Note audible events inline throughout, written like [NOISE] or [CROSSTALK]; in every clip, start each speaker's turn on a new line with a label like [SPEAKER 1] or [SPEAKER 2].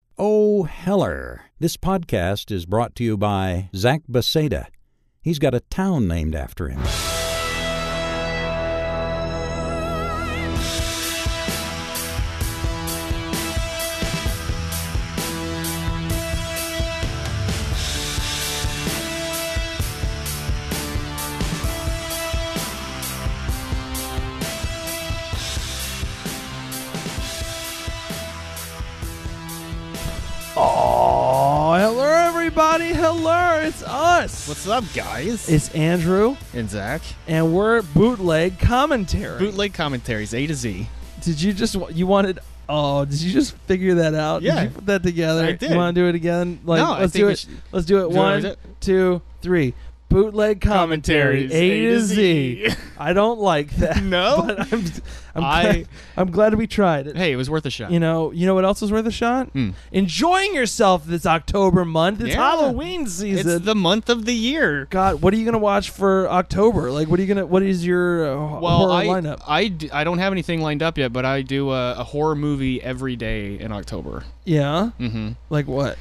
[SPEAKER 1] Joe Oh, Heller. This podcast is brought to you by Zach Baseda. He's got a town named after him.
[SPEAKER 2] Oh, hello, everybody. Hello. It's us.
[SPEAKER 3] What's up, guys?
[SPEAKER 2] it's Andrew,
[SPEAKER 3] and Zach.
[SPEAKER 2] and we're bootleg commentary.
[SPEAKER 3] Bootleg commentaries, A to Z.
[SPEAKER 2] Did you just, you wanted, oh, did you just figure that out? Did
[SPEAKER 3] Yeah.
[SPEAKER 2] you put that together?
[SPEAKER 3] I did.
[SPEAKER 2] You want to do it again? Like,
[SPEAKER 3] No, I
[SPEAKER 2] let's
[SPEAKER 3] think
[SPEAKER 2] do
[SPEAKER 3] we
[SPEAKER 2] it.
[SPEAKER 3] should-
[SPEAKER 2] let's do it.
[SPEAKER 3] you wanna
[SPEAKER 2] One,
[SPEAKER 3] do it?
[SPEAKER 2] two, three. Bootleg commentary, A to Z. [LAUGHS] I don't like that. [LAUGHS]
[SPEAKER 3] [LAUGHS] No?
[SPEAKER 2] But I'm, I'm,
[SPEAKER 3] [LAUGHS] I-
[SPEAKER 2] glad, I'm glad we tried
[SPEAKER 3] [LAUGHS]
[SPEAKER 2] it.
[SPEAKER 3] Hey, it was worth a shot.
[SPEAKER 2] You know, you know what else is worth a shot?
[SPEAKER 3] Hmm.
[SPEAKER 2] Enjoying yourself this October month. It's
[SPEAKER 3] Yeah.
[SPEAKER 2] Halloween
[SPEAKER 3] it's
[SPEAKER 2] season.
[SPEAKER 3] the month of the year.
[SPEAKER 2] God, what are you gonna watch for October? Like, what are you gonna? What is your uh,
[SPEAKER 3] Well,
[SPEAKER 2] horror
[SPEAKER 3] I,
[SPEAKER 2] lineup?
[SPEAKER 3] I, d- I don't have anything lined up yet, but I do a, a horror movie every day in October.
[SPEAKER 2] Yeah,
[SPEAKER 3] Mm-hmm.
[SPEAKER 2] like what?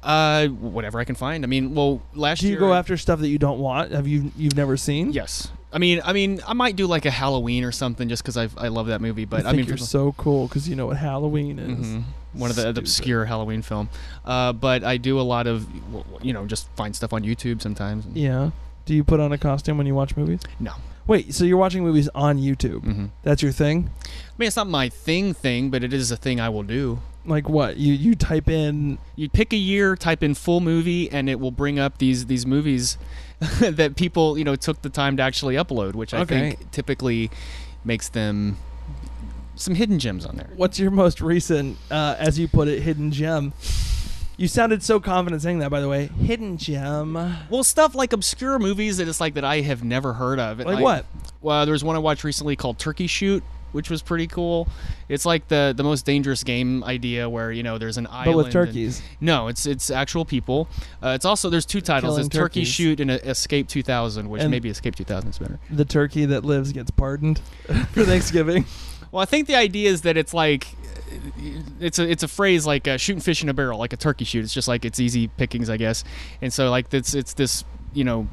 [SPEAKER 3] Uh, whatever I can find. I mean, well, last
[SPEAKER 2] Do you
[SPEAKER 3] year.
[SPEAKER 2] go after stuff that you don't want? Have you you've never seen?
[SPEAKER 3] Yes. I mean, I mean, I might do like a Halloween or something just because I I love that movie.
[SPEAKER 2] I
[SPEAKER 3] But
[SPEAKER 2] think
[SPEAKER 3] I, mean,
[SPEAKER 2] you're
[SPEAKER 3] for-
[SPEAKER 2] so cool because you know what Halloween is.
[SPEAKER 3] Mhm. one of the,
[SPEAKER 2] Stupid.
[SPEAKER 3] the obscure Halloween film. Uh, but I do a lot of, w- w- you know, just find stuff on YouTube sometimes. and-
[SPEAKER 2] Yeah. Do you put on a costume when you watch movies?
[SPEAKER 3] No.
[SPEAKER 2] Wait, so you're watching movies on YouTube?
[SPEAKER 3] hmm
[SPEAKER 2] That's your thing?
[SPEAKER 3] I mean, it's not my thing thing, but it is a thing I will do.
[SPEAKER 2] Like what? You you type in
[SPEAKER 3] You pick a year, type in full movie, and it will bring up these these movies [LAUGHS] that people you know took the time to actually upload, which I
[SPEAKER 2] Okay.
[SPEAKER 3] think typically makes them some hidden gems on there.
[SPEAKER 2] what's your most recent, uh, as you put it, hidden gem. You sounded so confident saying that, by the way. Hidden gem.
[SPEAKER 3] Well, stuff like obscure movies that it's like that I have never heard of.
[SPEAKER 2] Like what?
[SPEAKER 3] Well, there was one I watched recently called Turkey Shoot, which was pretty cool. It's like the the most dangerous game idea where you know there's an island.
[SPEAKER 2] But with
[SPEAKER 3] and-
[SPEAKER 2] turkeys.
[SPEAKER 3] no, it's it's actual people. Uh, it's also there's two titles:
[SPEAKER 2] Killing
[SPEAKER 3] there's Turkey
[SPEAKER 2] turkeys.
[SPEAKER 3] Shoot and uh, Escape 2000, which
[SPEAKER 2] And-
[SPEAKER 3] maybe Escape 2000 is better.
[SPEAKER 2] the turkey that lives gets pardoned [LAUGHS] for Thanksgiving.
[SPEAKER 3] Well, I think the idea is that it's like it's a it's a phrase like uh, shooting fish in a barrel, like a turkey shoot. It's just like it's easy pickings, I guess. And so like it's it's this you know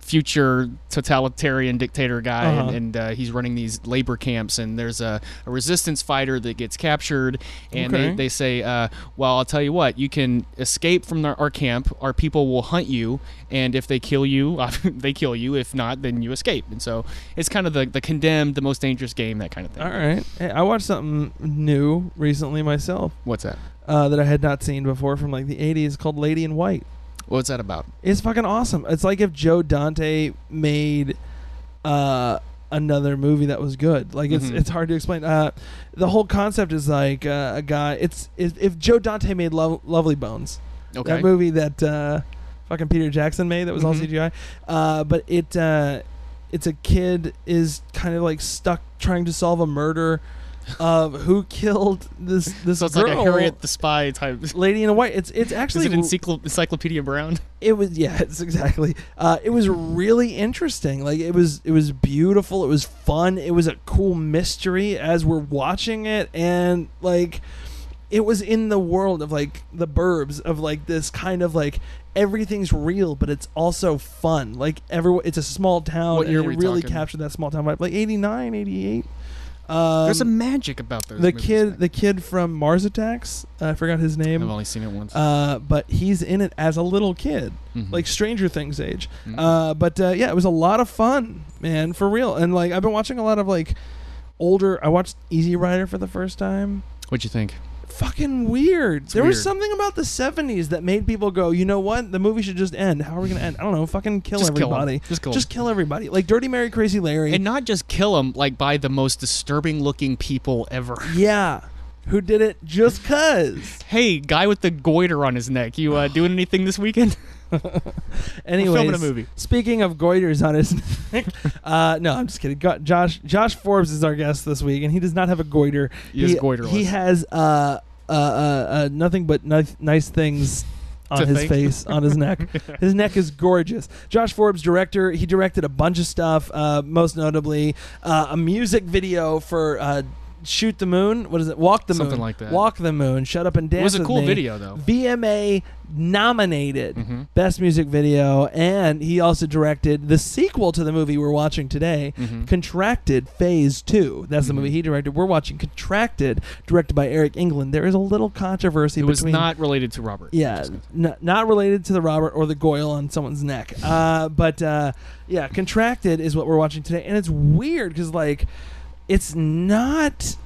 [SPEAKER 3] future totalitarian dictator guy
[SPEAKER 2] Uh-huh.
[SPEAKER 3] and, and uh, he's running these labor camps and there's a, a resistance fighter that gets captured and
[SPEAKER 2] Okay.
[SPEAKER 3] they, they say uh, well i'll tell you what you can escape from our, our camp our people will hunt you and if they kill you [LAUGHS] they kill you if not then you escape and so it's kind of the, the condemned the most dangerous game that kind of
[SPEAKER 2] [LAUGHS]
[SPEAKER 3] thing
[SPEAKER 2] All right. Hey, I watched something new recently myself
[SPEAKER 3] What's that?
[SPEAKER 2] uh, that I had not seen before from like the 80s called Lady in White.
[SPEAKER 3] What's that about?
[SPEAKER 2] It's fucking awesome. It's like if Joe Dante made uh, another movie that was good. Like it's
[SPEAKER 3] Mhm.
[SPEAKER 2] it's hard to explain. Uh, the whole concept is like uh, a guy. It's if, if Joe Dante made Lo- Lovely Bones.
[SPEAKER 3] Okay.
[SPEAKER 2] That movie that uh, fucking Peter Jackson made that was
[SPEAKER 3] Mhm.
[SPEAKER 2] all CGI. Uh, but it uh, it's a kid is kind of like stuck trying to solve a murder of who killed this this
[SPEAKER 3] [LAUGHS] so it's
[SPEAKER 2] girl.
[SPEAKER 3] like a Harriet the Spy type.
[SPEAKER 2] Lady in a White. It's it's
[SPEAKER 3] [LAUGHS] Is
[SPEAKER 2] actually
[SPEAKER 3] it Encycl- Encyclopedia Brown?
[SPEAKER 2] it was [LAUGHS] yeah, it's exactly. Uh, it was really interesting. Like it was it was beautiful. It was fun. It was a cool mystery as we're watching it, and like it was in the world of like the burbs of like this kind of like everything's real, but it's also fun. Like everyone, it's a small town.
[SPEAKER 3] What year
[SPEAKER 2] and
[SPEAKER 3] we
[SPEAKER 2] it really
[SPEAKER 3] talking?
[SPEAKER 2] captured that small town vibe, like 89, 88. Um,
[SPEAKER 3] [LAUGHS] There's a magic about those.
[SPEAKER 2] the
[SPEAKER 3] movies,
[SPEAKER 2] kid,
[SPEAKER 3] man.
[SPEAKER 2] the kid from Mars Attacks. I forgot his
[SPEAKER 3] I've
[SPEAKER 2] name.
[SPEAKER 3] only seen it once.
[SPEAKER 2] Uh, but he's in it as a little kid
[SPEAKER 3] Mhm.
[SPEAKER 2] like Stranger Things age.
[SPEAKER 3] Mhm.
[SPEAKER 2] Uh, but uh, yeah, it was a lot of fun, man, for real. And like I've been watching a lot of like older. I watched Easy Rider for the first time.
[SPEAKER 3] What'd you think?
[SPEAKER 2] Fucking weird.
[SPEAKER 3] It's
[SPEAKER 2] there was
[SPEAKER 3] weird.
[SPEAKER 2] something about the '70s that made people go, you know what? The movie should just end. How are we gonna end? I don't know. Fucking kill
[SPEAKER 3] Just kill 'em.
[SPEAKER 2] everybody.
[SPEAKER 3] Just kill 'em.
[SPEAKER 2] Just kill everybody. Like Dirty Mary, Crazy Larry.
[SPEAKER 3] And not just kill them, like by the most disturbing looking people ever.
[SPEAKER 2] yeah, who did it just
[SPEAKER 3] [LAUGHS]
[SPEAKER 2] cause?
[SPEAKER 3] Hey, guy with the goiter on his neck. You [SIGHS] uh, doing anything this weekend? [LAUGHS]
[SPEAKER 2] Anyways,
[SPEAKER 3] filming a movie.
[SPEAKER 2] Speaking of goiters on his [LAUGHS] neck, uh, no, I'm just kidding. Go- Josh Josh Forbes is our guest this week, and he does not have a goiter.
[SPEAKER 3] He is goiterless.
[SPEAKER 2] He has uh, uh, uh, uh, nothing but nice, nice things. On
[SPEAKER 3] [LAUGHS] To
[SPEAKER 2] his
[SPEAKER 3] think.
[SPEAKER 2] face, on his
[SPEAKER 3] [LAUGHS]
[SPEAKER 2] neck. His neck is gorgeous. Josh Forbes, director, he directed a bunch of stuff, uh, most notably uh, a music video for uh, shoot the moon. What is it? Walk the moon.
[SPEAKER 3] Something like that.
[SPEAKER 2] Walk the moon. Shut up and dance.
[SPEAKER 3] It was a
[SPEAKER 2] With
[SPEAKER 3] cool
[SPEAKER 2] Me.
[SPEAKER 3] video, though.
[SPEAKER 2] VMA nominated
[SPEAKER 3] Mhm.
[SPEAKER 2] best music video, and he also directed the sequel to the movie we're watching today,
[SPEAKER 3] Mhm.
[SPEAKER 2] Contracted Phase Two. That's the
[SPEAKER 3] Mhm.
[SPEAKER 2] movie he directed. We're watching Contracted, directed by Eric England. There is a little controversy
[SPEAKER 3] It was
[SPEAKER 2] between
[SPEAKER 3] not related to Robert.
[SPEAKER 2] yeah, n- not related to the Robert or the Goyle on someone's neck. Uh, but uh, yeah, contracted is what we're watching today, and it's weird because like, it's not.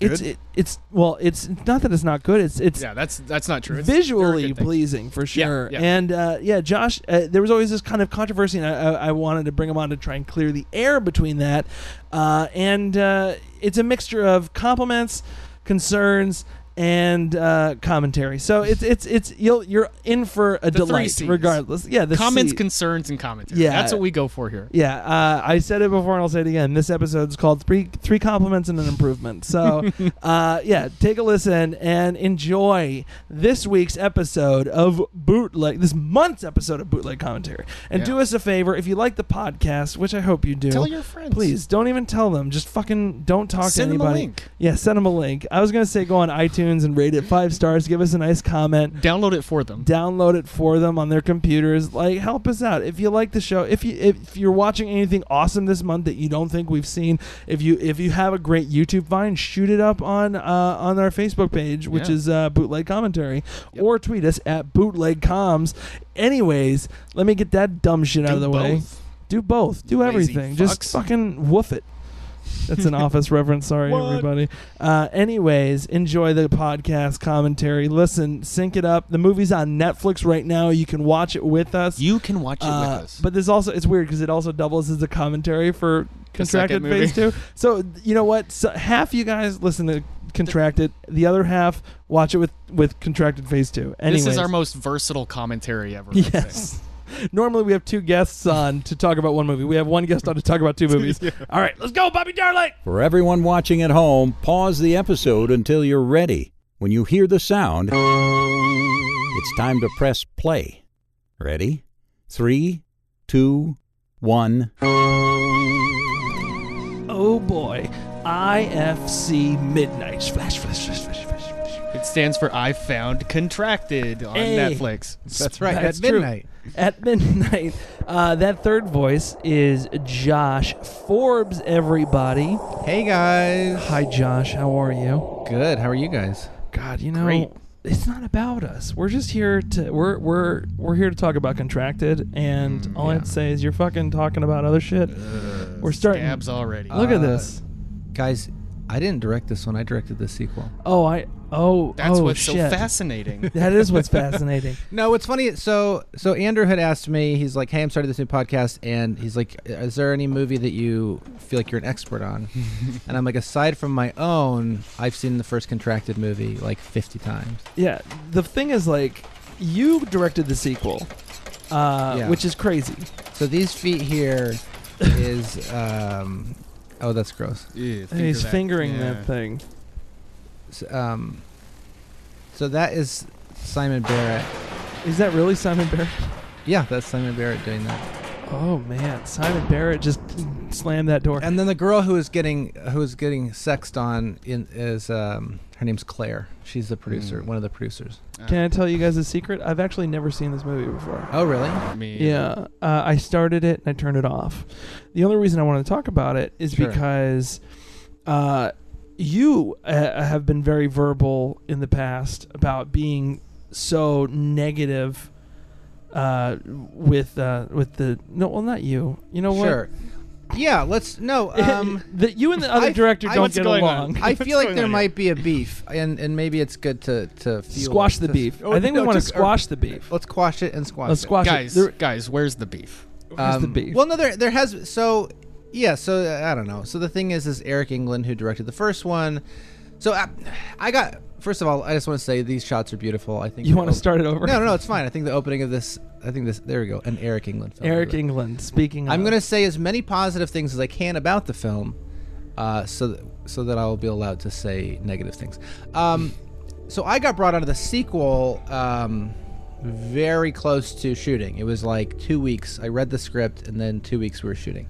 [SPEAKER 2] It's
[SPEAKER 4] Good?
[SPEAKER 2] it, it's well, it's not that it's not good. It's it's
[SPEAKER 3] Yeah, that's that's not true. It's- they're a
[SPEAKER 2] visually
[SPEAKER 3] good thing.
[SPEAKER 2] pleasing for sure.
[SPEAKER 3] yeah.
[SPEAKER 2] And uh, yeah, Josh, uh, there was always this kind of controversy, and I, I, I wanted to bring him on to try and clear the air between that. Uh, and uh, it's a mixture of compliments, concerns. And uh, commentary, so it's it's it's you'll, you're in for a
[SPEAKER 3] The three
[SPEAKER 2] delight
[SPEAKER 3] Cs.
[SPEAKER 2] regardless. Yeah, the
[SPEAKER 3] Comments,
[SPEAKER 2] C.
[SPEAKER 3] concerns, and commentary.
[SPEAKER 2] Yeah.
[SPEAKER 3] that's what we go for here.
[SPEAKER 2] Yeah, uh, I said it before and I'll say it again. This episode's called Three Three Compliments and an Improvement.
[SPEAKER 3] [LAUGHS]
[SPEAKER 2] So, uh, yeah, take a listen and enjoy this week's episode of Bootleg, this month's episode of Bootleg Commentary. And
[SPEAKER 3] Yeah.
[SPEAKER 2] do us a favor if you like the podcast, which I hope you do.
[SPEAKER 3] Tell your friends,
[SPEAKER 2] Please don't even tell them. Just fucking don't talk to
[SPEAKER 3] Send them a
[SPEAKER 2] anybody.
[SPEAKER 3] link.
[SPEAKER 2] Yeah, send them a link. I was gonna say go on iTunes and rate it five stars. Give us a nice comment
[SPEAKER 3] Download it for them.
[SPEAKER 2] download it for them on their computers like help us out if you like the show if you if you're watching anything awesome this month that you don't think we've seen if you if you have a great youtube find shoot it up on uh, on our facebook page which
[SPEAKER 3] Yeah.
[SPEAKER 2] is uh, bootleg commentary
[SPEAKER 3] Yep.
[SPEAKER 2] or tweet us at bootleg comms anyways let me get that dumb shit out
[SPEAKER 3] Do
[SPEAKER 2] of the way
[SPEAKER 3] both.
[SPEAKER 2] do both do
[SPEAKER 3] Lazy
[SPEAKER 2] everything just
[SPEAKER 3] fucks.
[SPEAKER 2] fucking woof it that's
[SPEAKER 3] [LAUGHS]
[SPEAKER 2] an office reference. Sorry,
[SPEAKER 3] What?
[SPEAKER 2] everybody. Uh, anyways, enjoy the podcast commentary. Listen, sync it up. The movie's on Netflix right now. You can watch it with us.
[SPEAKER 3] You can watch it
[SPEAKER 2] Uh,
[SPEAKER 3] with us.
[SPEAKER 2] But there's also it's weird because it also doubles as a commentary for
[SPEAKER 3] The
[SPEAKER 2] Contracted
[SPEAKER 3] second
[SPEAKER 2] Phase Two. So you know what? So, half you guys listen to Contracted. The other half watch it with with Contracted Phase Two. Anyways,
[SPEAKER 3] this is our most versatile commentary ever. I think.
[SPEAKER 2] yes. Normally we have two guests on to talk about one movie. We have one guest on to talk about two movies. All right, let's go, Bobby Darling.
[SPEAKER 1] For everyone watching at home, pause the episode until you're ready. When you hear the sound, it's time to press play. Ready? Three, two, one.
[SPEAKER 2] Oh boy, IFC Midnight. Flash, flash, flash, flash, flash, flash.
[SPEAKER 3] It stands for I Found Contracted on
[SPEAKER 2] Hey.
[SPEAKER 3] Netflix.
[SPEAKER 4] That's right.
[SPEAKER 2] That's
[SPEAKER 4] at
[SPEAKER 2] true.
[SPEAKER 4] midnight.
[SPEAKER 2] At midnight, uh, that third voice is Josh Forbes, everybody.
[SPEAKER 4] Hey guys.
[SPEAKER 2] Hi, Josh. How are you?
[SPEAKER 4] Good. How are you guys?
[SPEAKER 2] God, you know.
[SPEAKER 3] Great.
[SPEAKER 2] It's not about us. We're just here to we're we're we're here to talk about contracted, and all I'd say is you're fucking talking about other shit.
[SPEAKER 3] Uh,
[SPEAKER 2] we're starting. Oh,
[SPEAKER 3] Dabs already.
[SPEAKER 2] Look at
[SPEAKER 4] Uh,
[SPEAKER 2] this.
[SPEAKER 4] Guys, I didn't direct this one. I directed the sequel.
[SPEAKER 2] Oh, I oh
[SPEAKER 3] That's
[SPEAKER 2] oh,
[SPEAKER 3] what's so
[SPEAKER 2] shit.
[SPEAKER 3] fascinating.
[SPEAKER 2] [LAUGHS] That
[SPEAKER 3] [LAUGHS]
[SPEAKER 2] is what's fascinating.
[SPEAKER 4] No, what's funny? So, so Andrew had asked me. He's like, "Hey, I'm starting this new podcast," and he's like, "Is there any movie that you feel like you're an
[SPEAKER 2] [LAUGHS]
[SPEAKER 4] expert on?" and I'm like, "Aside from my own, I've seen the first Contracted movie like 50 times."
[SPEAKER 2] [LAUGHS] Yeah, the thing is, like, you directed the sequel, uh,
[SPEAKER 4] Yeah.
[SPEAKER 2] which is crazy.
[SPEAKER 4] So these feet here is, [LAUGHS] um, oh, that's gross.
[SPEAKER 3] Ew,
[SPEAKER 2] And He's
[SPEAKER 3] finger that.
[SPEAKER 2] fingering
[SPEAKER 3] Yeah.
[SPEAKER 2] that thing.
[SPEAKER 4] So, um, so that is Simon Barrett.
[SPEAKER 2] Is that really Simon Barrett?
[SPEAKER 4] Yeah, that's Simon Barrett doing that.
[SPEAKER 2] Oh man, Simon Barrett just slammed that door.
[SPEAKER 4] And then the girl who is getting who is getting sexed on in is um, her name's Claire. She's the producer,
[SPEAKER 2] Hmm.
[SPEAKER 3] Mm.
[SPEAKER 4] one of the producers.
[SPEAKER 2] Can I tell you guys a secret? I've actually never seen this movie before.
[SPEAKER 4] Oh, really?
[SPEAKER 3] Me.
[SPEAKER 2] Yeah, uh, I started it and I turned it off. The only reason I wanted to talk about it is
[SPEAKER 4] Sure.
[SPEAKER 2] because uh, you uh, have been very verbal in the past about being so negative uh, with uh, with the no, well, not you. You know what?
[SPEAKER 4] sure. Yeah, let's no. Um,
[SPEAKER 2] [LAUGHS] that you and
[SPEAKER 4] [LAUGHS]
[SPEAKER 2] the other
[SPEAKER 4] I-
[SPEAKER 2] director
[SPEAKER 4] I-
[SPEAKER 2] don't
[SPEAKER 4] what's
[SPEAKER 2] get
[SPEAKER 3] going on?
[SPEAKER 2] along.
[SPEAKER 4] I feel like
[SPEAKER 3] going
[SPEAKER 4] there
[SPEAKER 3] on
[SPEAKER 4] might be a beef, and and maybe it's good to to fuel
[SPEAKER 2] Squash
[SPEAKER 4] it.
[SPEAKER 2] the
[SPEAKER 4] To-
[SPEAKER 2] beef.
[SPEAKER 4] oh,
[SPEAKER 2] I think
[SPEAKER 4] no,
[SPEAKER 2] we want to
[SPEAKER 4] just- or-
[SPEAKER 2] squash the beef.
[SPEAKER 4] Let's squash it and squash.
[SPEAKER 2] Let's
[SPEAKER 4] it.
[SPEAKER 2] squash
[SPEAKER 3] Guys,
[SPEAKER 2] it. There-
[SPEAKER 3] guys, where's the beef?
[SPEAKER 2] where's the
[SPEAKER 4] Um,
[SPEAKER 2] beef?
[SPEAKER 4] Well, no, there there has so yeah. So uh, I don't know. So the thing is, is Eric England who directed the first one. So I, I got first of all, I just want to say these shots are beautiful. I think
[SPEAKER 2] you
[SPEAKER 4] the
[SPEAKER 2] want to
[SPEAKER 4] op-
[SPEAKER 2] start it over?
[SPEAKER 4] No, no, no, it's fine. I think the opening of this. I think this. There we go. An Eric England film.
[SPEAKER 2] Eric England speaking.
[SPEAKER 4] I'm
[SPEAKER 2] of-
[SPEAKER 4] gonna say as many positive things as I can about the film, uh, so that, so that I will be allowed to say negative things. Um, so I got brought onto the sequel um, very close to shooting. It was like two weeks. I read the script and then two weeks we were shooting.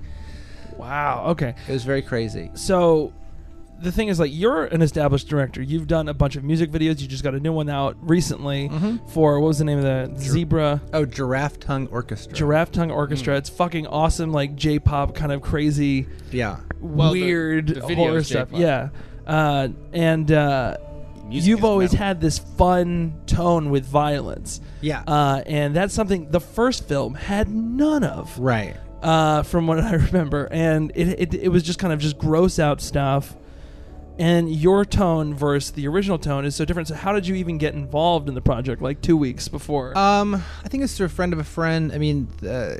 [SPEAKER 2] Wow. Okay.
[SPEAKER 4] It was very crazy.
[SPEAKER 2] So the thing is like you're an established director. You've done a bunch of music videos. You just got a new one out recently
[SPEAKER 3] Mm-hmm.
[SPEAKER 2] for what was the name of the zebra
[SPEAKER 4] Oh, Giraffe Tongue Orchestra.
[SPEAKER 2] giraffe tongue
[SPEAKER 3] Mm.
[SPEAKER 2] orchestra. It's fucking awesome, like J-pop kind of crazy,
[SPEAKER 4] yeah.
[SPEAKER 3] Well, the-
[SPEAKER 2] weird
[SPEAKER 3] the video
[SPEAKER 2] horror
[SPEAKER 3] is
[SPEAKER 2] stuff.
[SPEAKER 3] J-pop.
[SPEAKER 2] Yeah, uh, and uh,
[SPEAKER 3] Music
[SPEAKER 2] you've
[SPEAKER 3] is
[SPEAKER 2] always
[SPEAKER 3] metal.
[SPEAKER 2] had this fun tone with violence.
[SPEAKER 4] Yeah.
[SPEAKER 2] uh, and that's something the first film had none of
[SPEAKER 4] Right.
[SPEAKER 2] uh, from what [LAUGHS] I remember, and it, it it was just kind of just gross out stuff. And your tone versus the original tone is so different. So how did you even get involved in the project? Like two weeks before,
[SPEAKER 4] Um, I think it's through a friend of a friend. I mean, uh,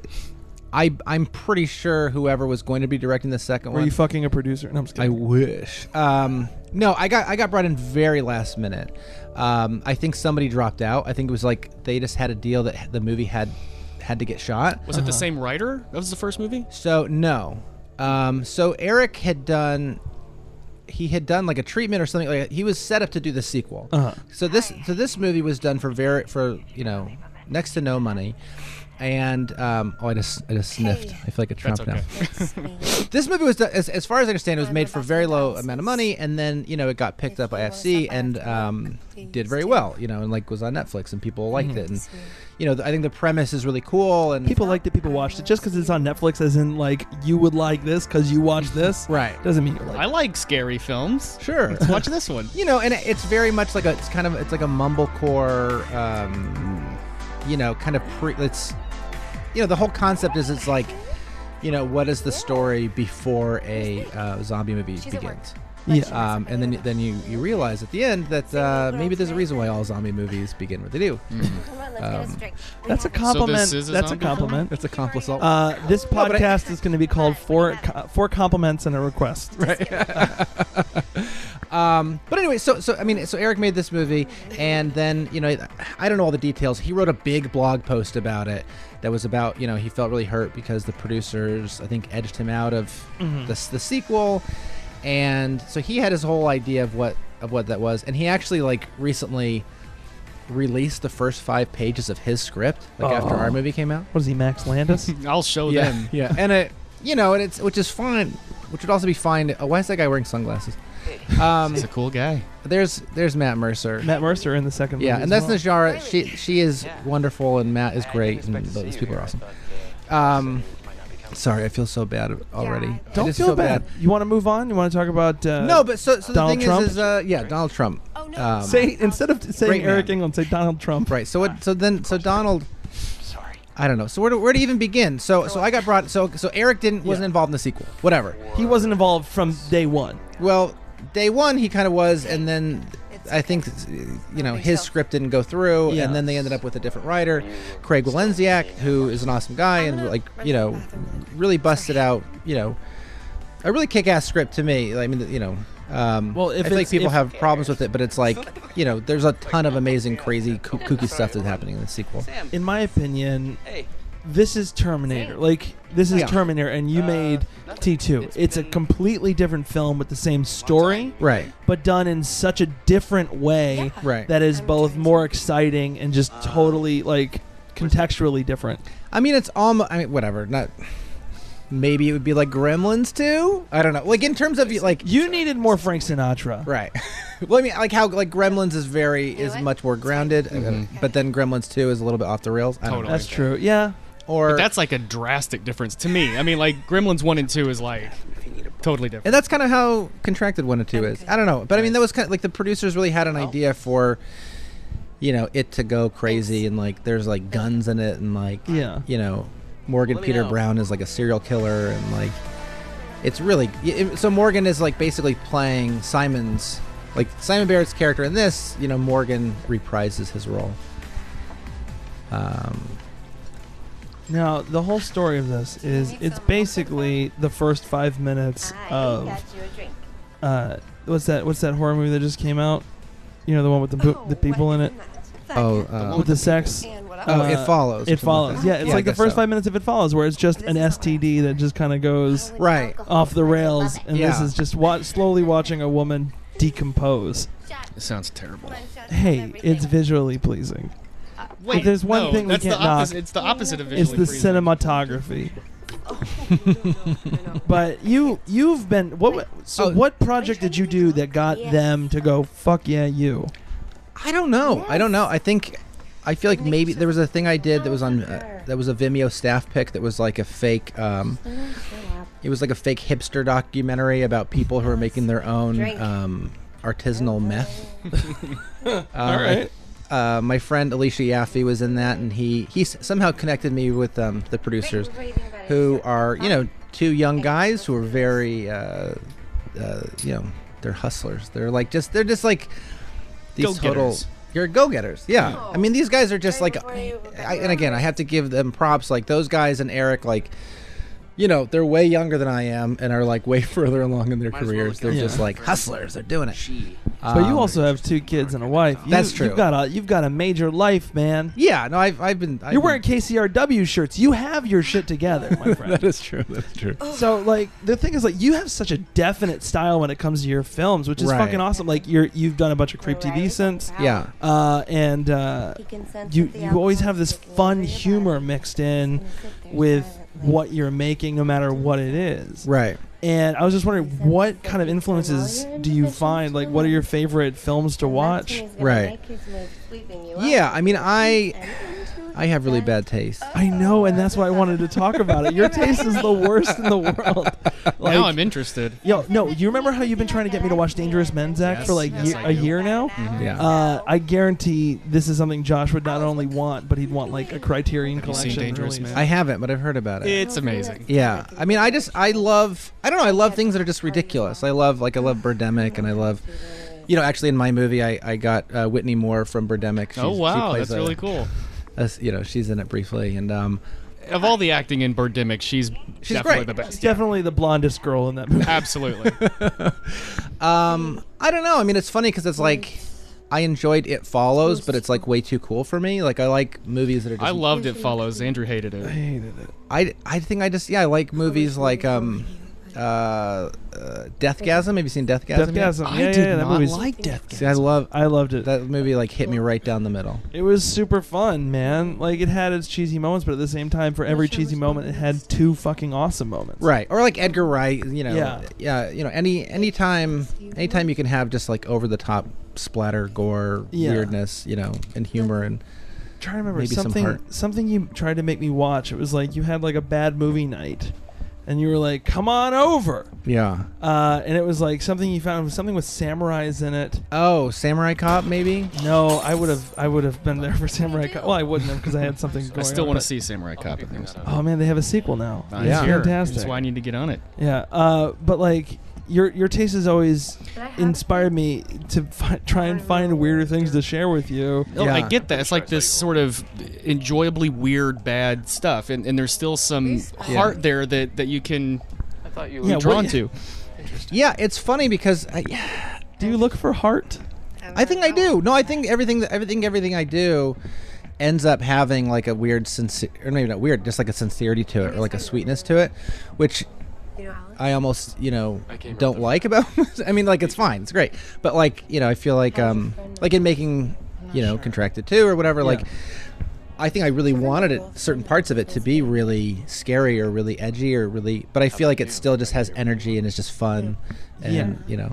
[SPEAKER 4] I I'm pretty sure whoever was going to be directing the second
[SPEAKER 2] were
[SPEAKER 4] one.
[SPEAKER 2] you fucking a producer? No, I'm just
[SPEAKER 4] I
[SPEAKER 2] kidding.
[SPEAKER 4] wish. Um, no, I got I got brought in very last minute. Um, I think somebody dropped out. I think it was like they just had a deal that the movie had had to get shot.
[SPEAKER 3] Was
[SPEAKER 2] Uh-huh.
[SPEAKER 3] it the same writer? That was the first movie.
[SPEAKER 4] So no. Um, so Eric had done. He had done like a treatment or something. Like he was set up to do the sequel.
[SPEAKER 2] Uh-huh.
[SPEAKER 4] So this so this movie was done for very for you know next to no money, and um, oh I just I just sniffed. I feel like a Trump
[SPEAKER 3] That's okay.
[SPEAKER 4] now.
[SPEAKER 5] It's me.
[SPEAKER 4] This movie was done, as, as far as I understand, it was made for very low amount of money, and then you know it got picked up by FC and um, did very well. You know, and like was on Netflix and people liked it, and
[SPEAKER 5] Mm-hmm.
[SPEAKER 4] you know I think the premise is really cool and
[SPEAKER 2] People liked it. People watched it just because it's on Netflix. As in, like you would like this because you watch this,
[SPEAKER 4] Right.
[SPEAKER 2] Doesn't mean you like.
[SPEAKER 3] I like scary
[SPEAKER 2] [LAUGHS]
[SPEAKER 3] films.
[SPEAKER 4] sure.
[SPEAKER 3] Watch this one. [LAUGHS]
[SPEAKER 4] you know, and it- it's very much like a, it's kind of, it's like a mumblecore, um, you know, kind of pre, it's, you know, the whole concept is it's like, you know, what is the story before a uh, zombie movie
[SPEAKER 5] She's at work.
[SPEAKER 4] begins?
[SPEAKER 2] Yeah.
[SPEAKER 4] Um, and then, then you, you realize at the end that uh, maybe there's a reason why all zombie movies begin what they do.
[SPEAKER 5] Come on, let's
[SPEAKER 4] um,
[SPEAKER 5] get a drink. We
[SPEAKER 2] That's a
[SPEAKER 5] have it.
[SPEAKER 2] compliment.
[SPEAKER 3] is a
[SPEAKER 2] That's a
[SPEAKER 3] zombie?
[SPEAKER 2] compliment.
[SPEAKER 4] That's a compliment.
[SPEAKER 5] Oh,
[SPEAKER 2] Uh, this
[SPEAKER 4] No, but I-
[SPEAKER 2] podcast is going to be called four Co- four compliments and a request. Right.
[SPEAKER 4] Um, but anyway, so so I mean, so Eric made this movie, and then you know, I don't know all the details. He wrote a big blog post about it that was about you know he felt really hurt because the producers I think edged him out of
[SPEAKER 2] Hmm.
[SPEAKER 4] the the sequel, and so he had his whole idea of what of what that was, and he actually like recently released the first five pages of his script like after
[SPEAKER 2] Oh.
[SPEAKER 4] our movie came out
[SPEAKER 2] What is he, Max
[SPEAKER 4] [LAUGHS]
[SPEAKER 2] Landis?
[SPEAKER 3] I'll show
[SPEAKER 4] yeah,
[SPEAKER 3] them.
[SPEAKER 4] Yeah, and it, you know, and it's which is fine, which would also be fine. Oh, why is that guy wearing sunglasses? Um,
[SPEAKER 3] He's a cool guy.
[SPEAKER 4] there's there's Matt Mercer.
[SPEAKER 2] Matt Mercer in the second.
[SPEAKER 4] yeah,
[SPEAKER 2] movie
[SPEAKER 4] and
[SPEAKER 2] as
[SPEAKER 4] that's
[SPEAKER 2] well.
[SPEAKER 4] Najara. She she is wonderful, and Matt is great, and those people are awesome. Um, sorry, I feel so bad already.
[SPEAKER 5] Yeah,
[SPEAKER 4] I
[SPEAKER 2] Don't
[SPEAKER 4] just
[SPEAKER 2] feel, bad. You want to move on? You want to talk about? Uh,
[SPEAKER 4] No, but so so the
[SPEAKER 2] Donald
[SPEAKER 4] thing
[SPEAKER 2] Trump?
[SPEAKER 4] is, is uh, yeah, Donald Trump.
[SPEAKER 5] Oh, no.
[SPEAKER 4] Um,
[SPEAKER 2] say instead of t- saying
[SPEAKER 4] Great man.
[SPEAKER 2] Eric England, say Donald Trump.
[SPEAKER 4] Right. So what? So then, so Donald. Sorry. I don't know. So where to, where to even begin? So so I got brought. So so Eric didn't wasn't
[SPEAKER 2] Yeah.
[SPEAKER 4] involved in the sequel. Whatever.
[SPEAKER 2] He wasn't involved from day one.
[SPEAKER 4] Well, day one he kind of was, and then I think you know his script didn't go through,
[SPEAKER 2] Yeah.
[SPEAKER 4] and then they ended up with a different writer, Craig Walenziak, who is an awesome guy, and like you know, really busted out you know a really kick-ass script to me. I mean, you know. Um,
[SPEAKER 2] Well, if
[SPEAKER 4] I feel like
[SPEAKER 2] it's-
[SPEAKER 4] people
[SPEAKER 2] if-
[SPEAKER 4] have problems with it, but it's like you know, there's a ton of amazing, crazy, koo- kooky stuff that's happening in the sequel.
[SPEAKER 2] In my opinion, this is Terminator. Like this is
[SPEAKER 4] Yeah.
[SPEAKER 2] Terminator, and you made T two. It's a completely different film with the same story,
[SPEAKER 4] Right,
[SPEAKER 2] but done in such a different way
[SPEAKER 5] Yeah.
[SPEAKER 4] right.
[SPEAKER 2] that is
[SPEAKER 5] I'm
[SPEAKER 2] both
[SPEAKER 5] trying to-
[SPEAKER 2] more exciting and just totally like contextually different.
[SPEAKER 4] I mean, it's almost. I mean, whatever. Not. Maybe it would be like Gremlins too. I don't know. Like in terms of like
[SPEAKER 2] You needed more Frank Sinatra.
[SPEAKER 4] Right. [LAUGHS] well, I mean, like how like Gremlins is very
[SPEAKER 5] You know
[SPEAKER 4] is
[SPEAKER 5] what?
[SPEAKER 4] much more grounded, uh, but then Gremlins Two is a little bit off the rails. I don't know.
[SPEAKER 3] Totally.
[SPEAKER 2] That's true. Yeah.
[SPEAKER 4] Or
[SPEAKER 3] But that's like a drastic difference to me. I mean, like Gremlins one and two is like totally different.
[SPEAKER 4] and that's kind of how contracted one and two is. I don't know, but I mean, that was kind of like the producers really had an idea for, you know, it to go crazy and like there's like guns in it and like
[SPEAKER 2] Yeah.
[SPEAKER 4] you know, Morgan Peter Brown is like a serial killer and like it's really y- it- so Morgan is like basically playing Simon's like Simon Barrett's character in this. You know, Morgan reprises his role. Um,
[SPEAKER 2] Now, the whole story of this is
[SPEAKER 5] Need
[SPEAKER 2] it's
[SPEAKER 5] some
[SPEAKER 2] basically the first five minutes
[SPEAKER 5] I
[SPEAKER 4] oh.
[SPEAKER 2] of
[SPEAKER 5] got you a drink.
[SPEAKER 2] uh, what's that? What's that horror movie that just came out? You know, the one with the bo-
[SPEAKER 5] Oh,
[SPEAKER 2] the people in
[SPEAKER 5] what is
[SPEAKER 2] it
[SPEAKER 5] that?
[SPEAKER 4] oh,
[SPEAKER 5] Second.
[SPEAKER 4] uh,
[SPEAKER 2] with the sex.
[SPEAKER 5] And what
[SPEAKER 4] oh,
[SPEAKER 5] else?
[SPEAKER 2] uh,
[SPEAKER 4] it follows.
[SPEAKER 2] It
[SPEAKER 4] or something like
[SPEAKER 2] follows.
[SPEAKER 4] that.
[SPEAKER 2] Yeah, it's
[SPEAKER 5] Yeah, I
[SPEAKER 2] like the
[SPEAKER 4] guess
[SPEAKER 2] first
[SPEAKER 4] so.
[SPEAKER 2] five minutes of it follows, where it's just
[SPEAKER 5] This
[SPEAKER 2] an
[SPEAKER 5] is all
[SPEAKER 2] STD that just kind of goes
[SPEAKER 4] Right.
[SPEAKER 2] off the rails, and this
[SPEAKER 4] Yeah.
[SPEAKER 2] is just wa- slowly watching a woman decompose.
[SPEAKER 3] It sounds terrible.
[SPEAKER 2] Hey, it's visually pleasing.
[SPEAKER 3] Wait,
[SPEAKER 5] Uh,
[SPEAKER 2] there's one
[SPEAKER 5] [LAUGHS]
[SPEAKER 3] no,
[SPEAKER 2] thing we
[SPEAKER 3] that's
[SPEAKER 2] can't
[SPEAKER 3] the
[SPEAKER 2] knock,
[SPEAKER 3] opposite. It's the opposite of
[SPEAKER 2] It's
[SPEAKER 3] visually
[SPEAKER 2] the
[SPEAKER 3] pleasing.
[SPEAKER 2] cinematography.
[SPEAKER 5] oh. [LAUGHS]
[SPEAKER 2] But you you've been what wa- so
[SPEAKER 4] Oh.
[SPEAKER 2] what project did you do that got
[SPEAKER 5] Yeah.
[SPEAKER 2] them to go fuck yeah you?
[SPEAKER 4] I don't know. I don't know. I think I feel like maybe there was a thing I did that was on uh, that was a Vimeo staff pick that was like a fake. Um, it was like a fake hipster documentary about people who are making their own
[SPEAKER 5] Drink.
[SPEAKER 4] um, artisanal meth. [LAUGHS] Uh,
[SPEAKER 2] All right.
[SPEAKER 4] Uh, my friend Alicia Yaffe was in that, and he he s- somehow connected me with um, the producers, who are you know two young guys who are very uh, uh, you know they're hustlers. They're like just they're just like these total
[SPEAKER 3] Go-getters.
[SPEAKER 4] you're go getters. Yeah, I mean these guys are just like,
[SPEAKER 5] Right before you-
[SPEAKER 4] I, and again I have to give them props. Like those guys and Eric, like you know they're way younger than I am and are like [LAUGHS] way further along in their
[SPEAKER 6] Might as well
[SPEAKER 4] careers.
[SPEAKER 6] look
[SPEAKER 4] They're
[SPEAKER 2] out
[SPEAKER 4] just
[SPEAKER 2] for
[SPEAKER 4] like hustlers. They're doing it.
[SPEAKER 6] She.
[SPEAKER 2] but you
[SPEAKER 4] Um,
[SPEAKER 2] also have two kids and a wife. You-
[SPEAKER 4] That's true.
[SPEAKER 2] You've got a you've got a major life, man.
[SPEAKER 4] yeah. No, I've I've been I've
[SPEAKER 2] You're
[SPEAKER 4] been-
[SPEAKER 2] wearing KCRW shirts. You have your shit together,
[SPEAKER 4] [LAUGHS]
[SPEAKER 2] my friend.
[SPEAKER 4] That is true. That's true.
[SPEAKER 5] Oh.
[SPEAKER 2] So like the thing is like you have such a definite style when it comes to your films, which is
[SPEAKER 4] Right.
[SPEAKER 2] fucking awesome. Like you're you've done a bunch of creep TV
[SPEAKER 5] Right?
[SPEAKER 2] since,
[SPEAKER 4] Yeah.
[SPEAKER 2] uh, and uh, you you always have this fun humor mixed in with what you're making, no matter what it is.
[SPEAKER 4] Right.
[SPEAKER 2] And I was just wondering, what kind of influences do you find? Like, what are your favorite films to watch?
[SPEAKER 4] Right. Yeah, I mean, I- I have really bad taste.
[SPEAKER 5] "Oh,
[SPEAKER 2] I know, and that's why I wanted to talk about it. Your taste is the worst in the world. Like,
[SPEAKER 3] [LAUGHS] now I'm interested.
[SPEAKER 2] Yo, no, you remember how you've been trying to get me to watch Dangerous Men, Zach,
[SPEAKER 3] Yes,
[SPEAKER 2] for like
[SPEAKER 3] yes,
[SPEAKER 2] ye-
[SPEAKER 3] I
[SPEAKER 2] a
[SPEAKER 3] do. Mm.
[SPEAKER 2] year now?
[SPEAKER 4] Mm-hmm. Yeah.
[SPEAKER 2] Uh, I guarantee this is something Josh would not only want, but he'd want like a Criterion
[SPEAKER 3] Have you seen
[SPEAKER 2] collection.
[SPEAKER 3] Dangerous
[SPEAKER 2] release.
[SPEAKER 3] Man?
[SPEAKER 4] I haven't, but I've heard about it.
[SPEAKER 3] It's amazing.
[SPEAKER 4] yeah. I mean, I just I love I don't know, I love things that are just ridiculous. I love like I love Birdemic and I love you know, actually in my movie I I got uh, Whitney Moore from Birdemic. She's-
[SPEAKER 3] Oh wow,
[SPEAKER 4] plays
[SPEAKER 3] that's
[SPEAKER 4] a-
[SPEAKER 3] really cool.
[SPEAKER 4] a s- you know, she's in it briefly and um
[SPEAKER 3] Of all the acting in Birdemic, she's,
[SPEAKER 4] She's
[SPEAKER 3] definitely
[SPEAKER 4] great.
[SPEAKER 3] the best. Yeah.
[SPEAKER 2] Definitely the blondest girl in that
[SPEAKER 3] [LAUGHS]
[SPEAKER 2] movie.
[SPEAKER 3] Absolutely.
[SPEAKER 4] um I don't know. I mean, it's funny cuz it's like I enjoyed It Follows, but it's like way too cool for me. Like I like movies that are just
[SPEAKER 3] I loved It Follows. Andrew hated it.
[SPEAKER 2] hated it.
[SPEAKER 4] I I think I just yeah, I like movies like um uh, uh Deathgasm. Have you seen Deathgasm? yet?
[SPEAKER 2] Deathgasm. Yeah, yeah, yeah, that movie's,
[SPEAKER 3] Death
[SPEAKER 4] See, I love
[SPEAKER 2] I loved it.
[SPEAKER 4] That movie like hit me right down the middle.
[SPEAKER 2] It was super fun, man. Like it had its cheesy moments, but at the same time, for every cheesy moment, it had two fucking awesome moments.
[SPEAKER 4] Right. Or like Edgar Wright, you know.
[SPEAKER 2] Yeah.
[SPEAKER 4] Yeah. you know, any anytime anytime you can have just like over the top splatter gore
[SPEAKER 2] Yeah.
[SPEAKER 4] weirdness, you know, and humor and
[SPEAKER 2] trying to remember
[SPEAKER 4] Maybe some
[SPEAKER 2] something
[SPEAKER 4] heart.
[SPEAKER 2] something you tried to make me watch. It was like you had like a bad movie night, and you were like, "Come on over,"
[SPEAKER 4] yeah.
[SPEAKER 2] uh, and it was like something you found it was something with samurais in it.
[SPEAKER 4] Oh, Samurai Cop maybe?
[SPEAKER 2] No, I would have I would have been there for Samurai Cop. Well, I wouldn't have because I had something. Going
[SPEAKER 3] [LAUGHS] I still
[SPEAKER 2] on,
[SPEAKER 3] want
[SPEAKER 2] but-
[SPEAKER 3] to see Samurai Cop. I think so.
[SPEAKER 2] Oh man, they have a sequel now.
[SPEAKER 3] I
[SPEAKER 4] Yeah.
[SPEAKER 2] It's
[SPEAKER 3] hear.
[SPEAKER 2] fantastic.
[SPEAKER 3] That's why I need to get on it.
[SPEAKER 2] Yeah, uh, but like your your taste has always inspired me to fi- try and find weirder things to share with you.
[SPEAKER 3] No,
[SPEAKER 4] Yeah.
[SPEAKER 3] Oh, I get that. It's like this sort of enjoyably weird, bad stuff, and, and there's still some heart there that, that you can
[SPEAKER 6] I thought you
[SPEAKER 3] be
[SPEAKER 6] were.
[SPEAKER 3] drawn
[SPEAKER 2] what-
[SPEAKER 3] to.
[SPEAKER 4] Yeah, it's funny because I,
[SPEAKER 2] Do you look for heart?
[SPEAKER 4] I think I do. No, I think everything that everything everything I do ends up having like a weird sincere or maybe not weird, just like a sincerity to it or like a sweetness to it, which I Uh, almost, you know,
[SPEAKER 6] I came right
[SPEAKER 4] don't
[SPEAKER 6] there.
[SPEAKER 4] like about. [LAUGHS] I mean, like it's fine, it's great, but like you know, I feel like um, like in making, you know, Contracted Two or whatever. Like, I think I really wanted it, certain parts of it to be really scary or really edgy or really, but I feel like it still just has energy and it's just fun, and
[SPEAKER 2] Yeah.
[SPEAKER 4] you know,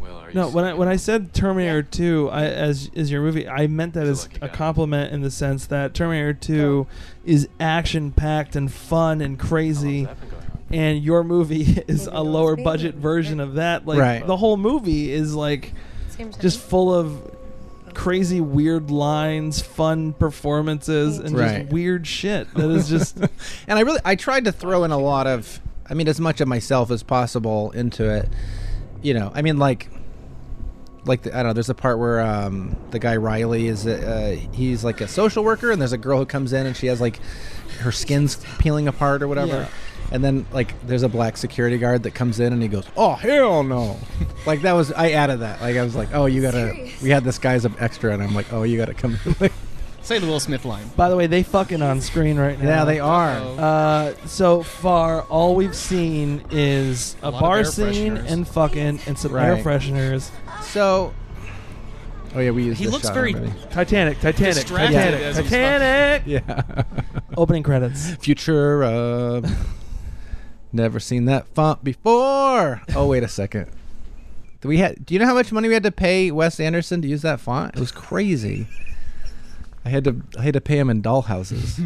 [SPEAKER 6] Well, are you
[SPEAKER 2] No, when I when I said Terminator
[SPEAKER 5] Yeah.
[SPEAKER 2] 2 I, as is your movie, I meant that as
[SPEAKER 6] lucky
[SPEAKER 2] a
[SPEAKER 6] guy.
[SPEAKER 2] compliment in the sense that Terminator 2 is action packed and fun and crazy,
[SPEAKER 6] That been going on?
[SPEAKER 2] and your movie [LAUGHS] is a
[SPEAKER 5] Maybe those
[SPEAKER 2] lower
[SPEAKER 5] babies.
[SPEAKER 2] budget version of that. Like
[SPEAKER 4] Right.
[SPEAKER 2] the whole movie is like just full of crazy weird lines, fun performances, and
[SPEAKER 4] Right.
[SPEAKER 2] just weird shit that is
[SPEAKER 5] [LAUGHS]
[SPEAKER 2] just
[SPEAKER 4] and I really I tried to throw in a lot of, I mean, as much of myself as possible into it, you know. I mean, like. Like the, I don't know. There's a part where um, the guy Riley is uh, he's like a social worker, and there's a girl who comes in and she has like her skin's peeling apart or whatever.
[SPEAKER 2] Yeah.
[SPEAKER 4] And then like there's a black security guard that comes in and he goes, "Oh hell no!" [LAUGHS] like that was I added that. Like I was like, "Oh you gotta." We had this guy as an extra, and I'm like, "Oh you gotta come." [LAUGHS] like,
[SPEAKER 3] Say the Will Smith line.
[SPEAKER 2] By the way, they fucking on screen right now.
[SPEAKER 4] yeah, they are.
[SPEAKER 2] Uh, so far, all we've seen is a,
[SPEAKER 3] lot of
[SPEAKER 2] bar
[SPEAKER 3] air
[SPEAKER 2] scene
[SPEAKER 3] fresheners.
[SPEAKER 2] and fucking and some air
[SPEAKER 4] Right.
[SPEAKER 2] fresheners.
[SPEAKER 4] So, oh yeah, we used.
[SPEAKER 3] He
[SPEAKER 4] this
[SPEAKER 3] looks
[SPEAKER 4] shot
[SPEAKER 3] very-
[SPEAKER 4] already.
[SPEAKER 2] Titanic, Titanic,
[SPEAKER 3] Distracted
[SPEAKER 2] Titanic,
[SPEAKER 3] as he's
[SPEAKER 2] Titanic. [LAUGHS]
[SPEAKER 4] Yeah.
[SPEAKER 2] Opening credits.
[SPEAKER 3] [LAUGHS]
[SPEAKER 4] Future. Uh, Never seen that font before. Oh, wait a second. Do we had? Do you know how much money we had to pay Wes Anderson to use that font? It was crazy. I had to. I had to pay him
[SPEAKER 3] [LAUGHS]
[SPEAKER 4] in dollhouses.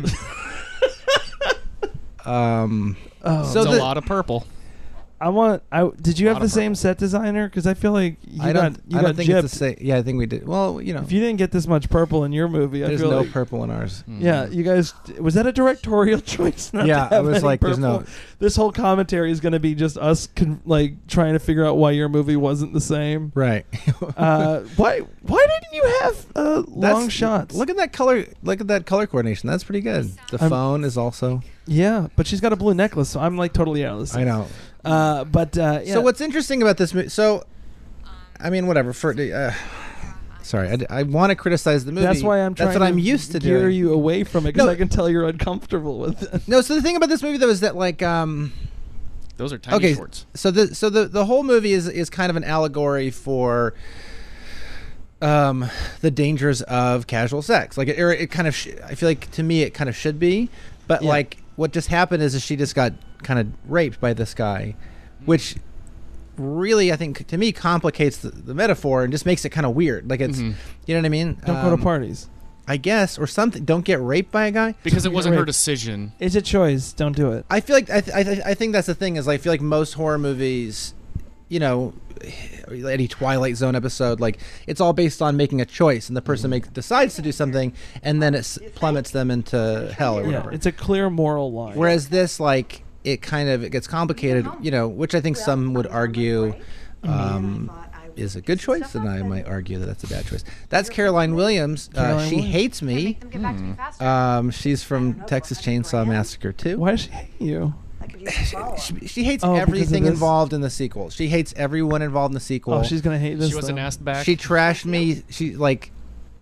[SPEAKER 4] um.
[SPEAKER 2] Oh,
[SPEAKER 4] So
[SPEAKER 3] it's
[SPEAKER 4] the-
[SPEAKER 3] a lot of purple.
[SPEAKER 2] I want. I did you have
[SPEAKER 3] Lot
[SPEAKER 2] the
[SPEAKER 3] of
[SPEAKER 2] same set designer? Because I feel like you
[SPEAKER 4] I don't.
[SPEAKER 2] got you
[SPEAKER 4] I
[SPEAKER 2] got
[SPEAKER 4] don't think
[SPEAKER 2] gypped.
[SPEAKER 4] it's the same. Yeah, I think we did. Well, you know,
[SPEAKER 2] If you didn't get this much purple in your movie, I
[SPEAKER 4] there's
[SPEAKER 2] feel
[SPEAKER 4] no
[SPEAKER 2] like Mm.
[SPEAKER 4] purple in ours.
[SPEAKER 2] yeah, you guys was that a directorial [LAUGHS] choice? Not
[SPEAKER 4] Mm-hmm. Yeah,
[SPEAKER 2] to have
[SPEAKER 4] I was
[SPEAKER 2] any
[SPEAKER 4] like, there's no.
[SPEAKER 2] purple? This whole commentary is going to be just us con- like trying to figure out why your movie wasn't the
[SPEAKER 4] [LAUGHS]
[SPEAKER 2] same.
[SPEAKER 4] Right.
[SPEAKER 2] Uh, why why didn't you have uh,
[SPEAKER 4] That's-
[SPEAKER 2] long shots?
[SPEAKER 4] Look at that color. Look at that color coordination. That's pretty good. The
[SPEAKER 2] I'm-
[SPEAKER 4] phone is also.
[SPEAKER 2] yeah, but she's got a blue necklace, so I'm like totally out of this.
[SPEAKER 4] I know.
[SPEAKER 2] Uh, but uh, yeah.
[SPEAKER 4] So what's interesting about this movie? So, I mean, whatever. For uh, sorry, I, want to criticize the movie.
[SPEAKER 2] That's why I'm trying.
[SPEAKER 4] That's what
[SPEAKER 2] to
[SPEAKER 4] I'm used to
[SPEAKER 2] gear
[SPEAKER 4] doing.
[SPEAKER 2] you away from it because
[SPEAKER 4] No.
[SPEAKER 2] I can tell you're uncomfortable with it.
[SPEAKER 4] no, so the thing about this movie though is that like um
[SPEAKER 3] Those are tiny
[SPEAKER 4] okay,
[SPEAKER 3] shorts.
[SPEAKER 4] so the so the the whole movie is is kind of an allegory for um the dangers of casual sex. Like it, or it kind of sh- I feel like to me it kind of should be, but
[SPEAKER 2] Yeah.
[SPEAKER 4] like what just happened is, is she just got kind of raped by this guy,
[SPEAKER 2] Mm.
[SPEAKER 4] which really I think to me complicates the, the metaphor and just makes it kind of weird. Like it's
[SPEAKER 3] Mhm.
[SPEAKER 4] you know what I mean?
[SPEAKER 2] Mm-hmm. Don't go to
[SPEAKER 4] Um,
[SPEAKER 2] parties.
[SPEAKER 4] I guess, or something. Don't get raped by a guy.
[SPEAKER 3] Because it
[SPEAKER 2] You're
[SPEAKER 3] wasn't her
[SPEAKER 2] right.
[SPEAKER 3] decision.
[SPEAKER 2] It's a choice. Don't do it.
[SPEAKER 4] I feel like I, th- I, th- I think that's the thing is I feel like most horror movies, you know, [SIGHS] any Twilight Zone episode, like it's all based on making a choice and the person makes decides to do something and then it s- plummets them into hell or
[SPEAKER 2] Yeah,
[SPEAKER 4] whatever.
[SPEAKER 2] it's a clear moral line.
[SPEAKER 4] Whereas this, like, it kind of it gets complicated, you know, which I think some would argue. Um,
[SPEAKER 2] Mm-hmm.
[SPEAKER 4] is a good choice, and I might argue that that's a bad choice. That's Caroline Williams. uh,
[SPEAKER 2] Caroline
[SPEAKER 4] she
[SPEAKER 2] Williams.
[SPEAKER 4] hates me. Um, she's from Texas Chainsaw Massacre too.
[SPEAKER 2] Why does she hate you?
[SPEAKER 4] She, she hates
[SPEAKER 2] Oh, because of
[SPEAKER 4] everything
[SPEAKER 2] this?
[SPEAKER 4] involved in the sequel. She hates everyone involved in the sequel.
[SPEAKER 2] oh, she's gonna hate this.
[SPEAKER 3] She wasn't
[SPEAKER 2] though.
[SPEAKER 3] asked back.
[SPEAKER 4] she trashed me. She like,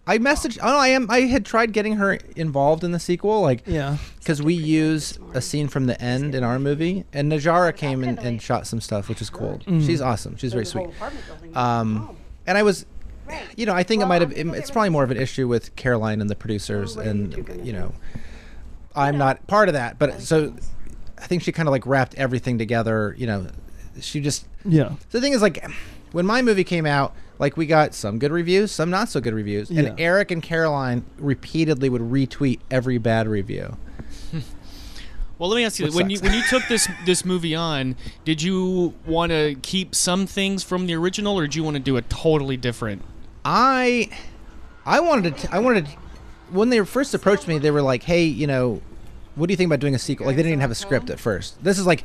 [SPEAKER 4] I messaged. Oh, I am. I had tried getting her involved in the sequel, like,
[SPEAKER 2] Yeah.
[SPEAKER 4] because we use a scene from the end in our movie, and Najara came and, and shot some stuff, which is cool.
[SPEAKER 2] Mm.
[SPEAKER 4] She's awesome. She's very sweet. Um,
[SPEAKER 6] Um,
[SPEAKER 4] and I was,
[SPEAKER 6] Right.
[SPEAKER 4] you know, I think it
[SPEAKER 6] Well,
[SPEAKER 4] might have.
[SPEAKER 6] I'm sure
[SPEAKER 4] It's
[SPEAKER 6] they
[SPEAKER 4] probably more of an issue with Caroline and the producers,
[SPEAKER 6] what are you two
[SPEAKER 4] and
[SPEAKER 6] gonna
[SPEAKER 4] you
[SPEAKER 6] do?
[SPEAKER 4] know, I'm not part of that. But so, I think she kind of like wrapped everything together. You know, she just
[SPEAKER 2] Yeah.
[SPEAKER 4] the thing is like when my movie came out like we got some good reviews some not so good reviews
[SPEAKER 2] Yeah.
[SPEAKER 4] and eric and caroline repeatedly would retweet every bad review
[SPEAKER 3] Well, let me ask you:
[SPEAKER 4] Which
[SPEAKER 3] when you
[SPEAKER 4] sucks.
[SPEAKER 3] when you took this this movie on, did you want to keep some things from the original, or did you want to do a totally different?
[SPEAKER 4] i i wanted to i wanted to, when they first approached me they were like hey you know what do you think about doing a sequel like they didn't even have a script at first this is like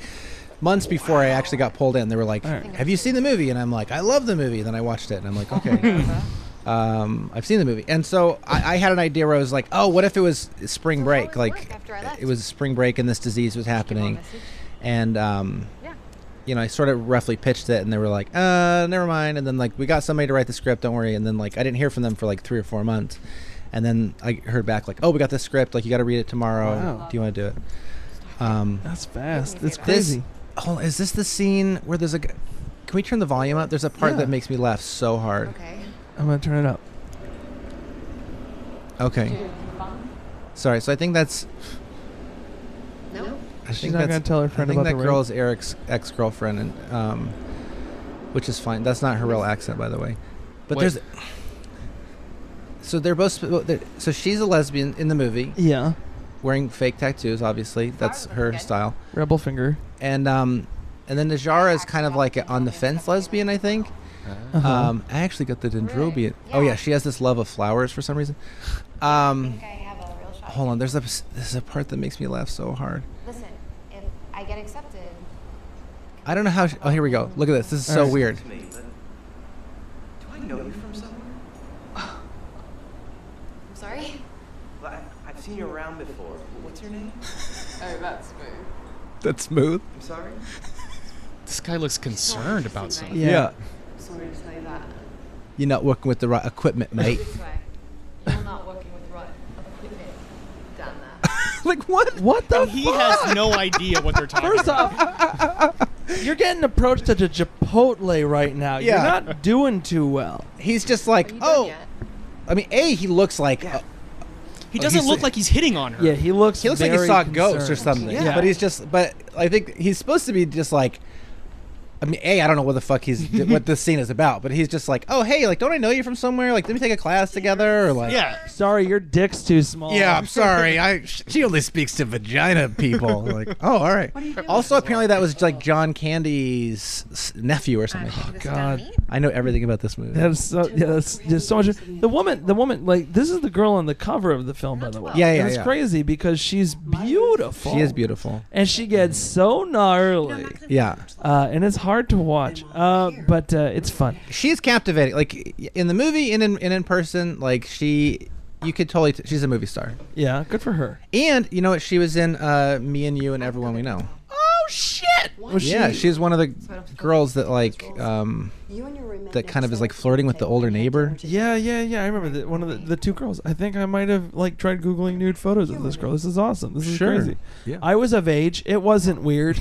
[SPEAKER 4] months before i actually got pulled in they were like
[SPEAKER 2] Alright.
[SPEAKER 4] have you seen the movie and i'm like i love the movie and then i watched it and i'm like okay um, i've seen the movie and so I, I had an idea where i was like oh what if it was spring break like it was spring break and this disease was happening and um,
[SPEAKER 5] Yeah.
[SPEAKER 4] you know i sort of roughly pitched it and they were like uh never mind and then like we got somebody to write the script don't worry and then like i didn't hear from them for like three or four months and then i heard back like oh we got the script like you got to read it tomorrow
[SPEAKER 2] Wow.
[SPEAKER 4] do you want to do it um,
[SPEAKER 2] That's fast. It's
[SPEAKER 5] This-
[SPEAKER 2] crazy.
[SPEAKER 4] oh is this the scene where there's a g- can we turn the volume up there's a part
[SPEAKER 2] Yeah.
[SPEAKER 4] that makes me laugh so hard
[SPEAKER 5] Okay.
[SPEAKER 2] I'm gonna turn it up.
[SPEAKER 4] okay sorry so i think that's
[SPEAKER 5] No.
[SPEAKER 4] I
[SPEAKER 2] She's
[SPEAKER 4] think
[SPEAKER 2] not
[SPEAKER 4] that's-
[SPEAKER 2] gonna tell her friend
[SPEAKER 4] I think
[SPEAKER 2] about
[SPEAKER 4] that
[SPEAKER 2] the
[SPEAKER 4] girl is Eric's ex girlfriend, and um, which is fine. That's not her real accent, by the way. But
[SPEAKER 3] What?
[SPEAKER 4] there's so they're both sp- they're, so she's a lesbian in the movie,
[SPEAKER 2] rape. Yeah.
[SPEAKER 4] wearing fake tattoos. Obviously, that's her style.
[SPEAKER 2] Rebel finger.
[SPEAKER 4] And um, and then Najara is kind of like a on the fence lesbian, I think.
[SPEAKER 2] Uh-huh.
[SPEAKER 4] Um, I actually got the dendrobian. Oh yeah, she has this love of flowers for some reason. Um,
[SPEAKER 5] I have a real shot.
[SPEAKER 4] hold on, there's a there's a part that makes me laugh so hard.
[SPEAKER 5] Listen, if I get accepted,
[SPEAKER 4] I don't know how. She, oh, here we go. Look at this. This is so
[SPEAKER 2] Alright.
[SPEAKER 4] weird.
[SPEAKER 7] me, but do I know you from somewhere?
[SPEAKER 5] I'm sorry. [LAUGHS]
[SPEAKER 7] Well, I, I've seen you around before. What's your name?
[SPEAKER 4] That's smooth.
[SPEAKER 7] I'm sorry.
[SPEAKER 3] This guy looks concerned about something.
[SPEAKER 2] yeah.
[SPEAKER 6] Sorry to tell you that.
[SPEAKER 4] You're not working with the right equipment, mate.
[SPEAKER 6] This way. You're not working with the right equipment down there.
[SPEAKER 4] [LAUGHS] like what?
[SPEAKER 2] What the
[SPEAKER 3] He
[SPEAKER 2] fuck?
[SPEAKER 3] has no idea what they're talking
[SPEAKER 2] First
[SPEAKER 3] about.
[SPEAKER 2] off, you're getting approached at a Chipotle right now.
[SPEAKER 4] Yeah.
[SPEAKER 2] You're not doing too well.
[SPEAKER 4] He's just like,
[SPEAKER 6] Are you done
[SPEAKER 4] oh.
[SPEAKER 6] yet?
[SPEAKER 4] I mean, a he looks like a,
[SPEAKER 3] He
[SPEAKER 4] Oh,
[SPEAKER 3] doesn't
[SPEAKER 4] he's-
[SPEAKER 3] look like he's hitting on her.
[SPEAKER 2] Yeah, he looks.
[SPEAKER 4] He looks like he
[SPEAKER 2] very
[SPEAKER 4] saw ghosts or
[SPEAKER 2] concerned.
[SPEAKER 4] something.
[SPEAKER 2] Yeah.
[SPEAKER 4] But he's just. But I think he's supposed to be just like. I mean, a I don't know what the fuck [LAUGHS] he's what this scene is about, but he's just like, oh hey, like don't I know you from somewhere? Like, let me take a class together, or like,
[SPEAKER 3] yeah.
[SPEAKER 2] Sorry, your dick's too small.
[SPEAKER 4] yeah. I'm sorry, [LAUGHS] I she only speaks to vagina [LAUGHS] people. like, oh all right. Also, apparently that was like John Candy's s- nephew or something.
[SPEAKER 2] God.
[SPEAKER 4] I know everything about this movie.
[SPEAKER 2] That's so, yeah, that's just so much. The woman, the woman, like this is the girl on the cover of the film, by the way.
[SPEAKER 4] Yeah, yeah,
[SPEAKER 2] And It's
[SPEAKER 4] yeah.
[SPEAKER 2] crazy because she's beautiful.
[SPEAKER 4] she is beautiful.
[SPEAKER 2] and she gets so gnarly,
[SPEAKER 4] Yeah,
[SPEAKER 2] uh, and it's hard to watch. Uh, but uh, it's fun.
[SPEAKER 4] she's captivating. Like in the movie and in and in person, like she, you could totally. T- she's a movie star.
[SPEAKER 2] Yeah, good for her.
[SPEAKER 4] And you know what? She was in uh, Me and You and Everyone We Know.
[SPEAKER 3] Oh shit.
[SPEAKER 2] Was
[SPEAKER 4] yeah,
[SPEAKER 2] she,
[SPEAKER 4] she's one of the girls that like um, that kind of is like flirting with the older neighbor.
[SPEAKER 2] Yeah, yeah, yeah. I remember that one of the, the two girls. I think I might have like tried googling nude photos of this girl. This is awesome. This is
[SPEAKER 4] Sure.
[SPEAKER 2] crazy.
[SPEAKER 4] Yeah.
[SPEAKER 2] I was of age. It wasn't [LAUGHS] weird.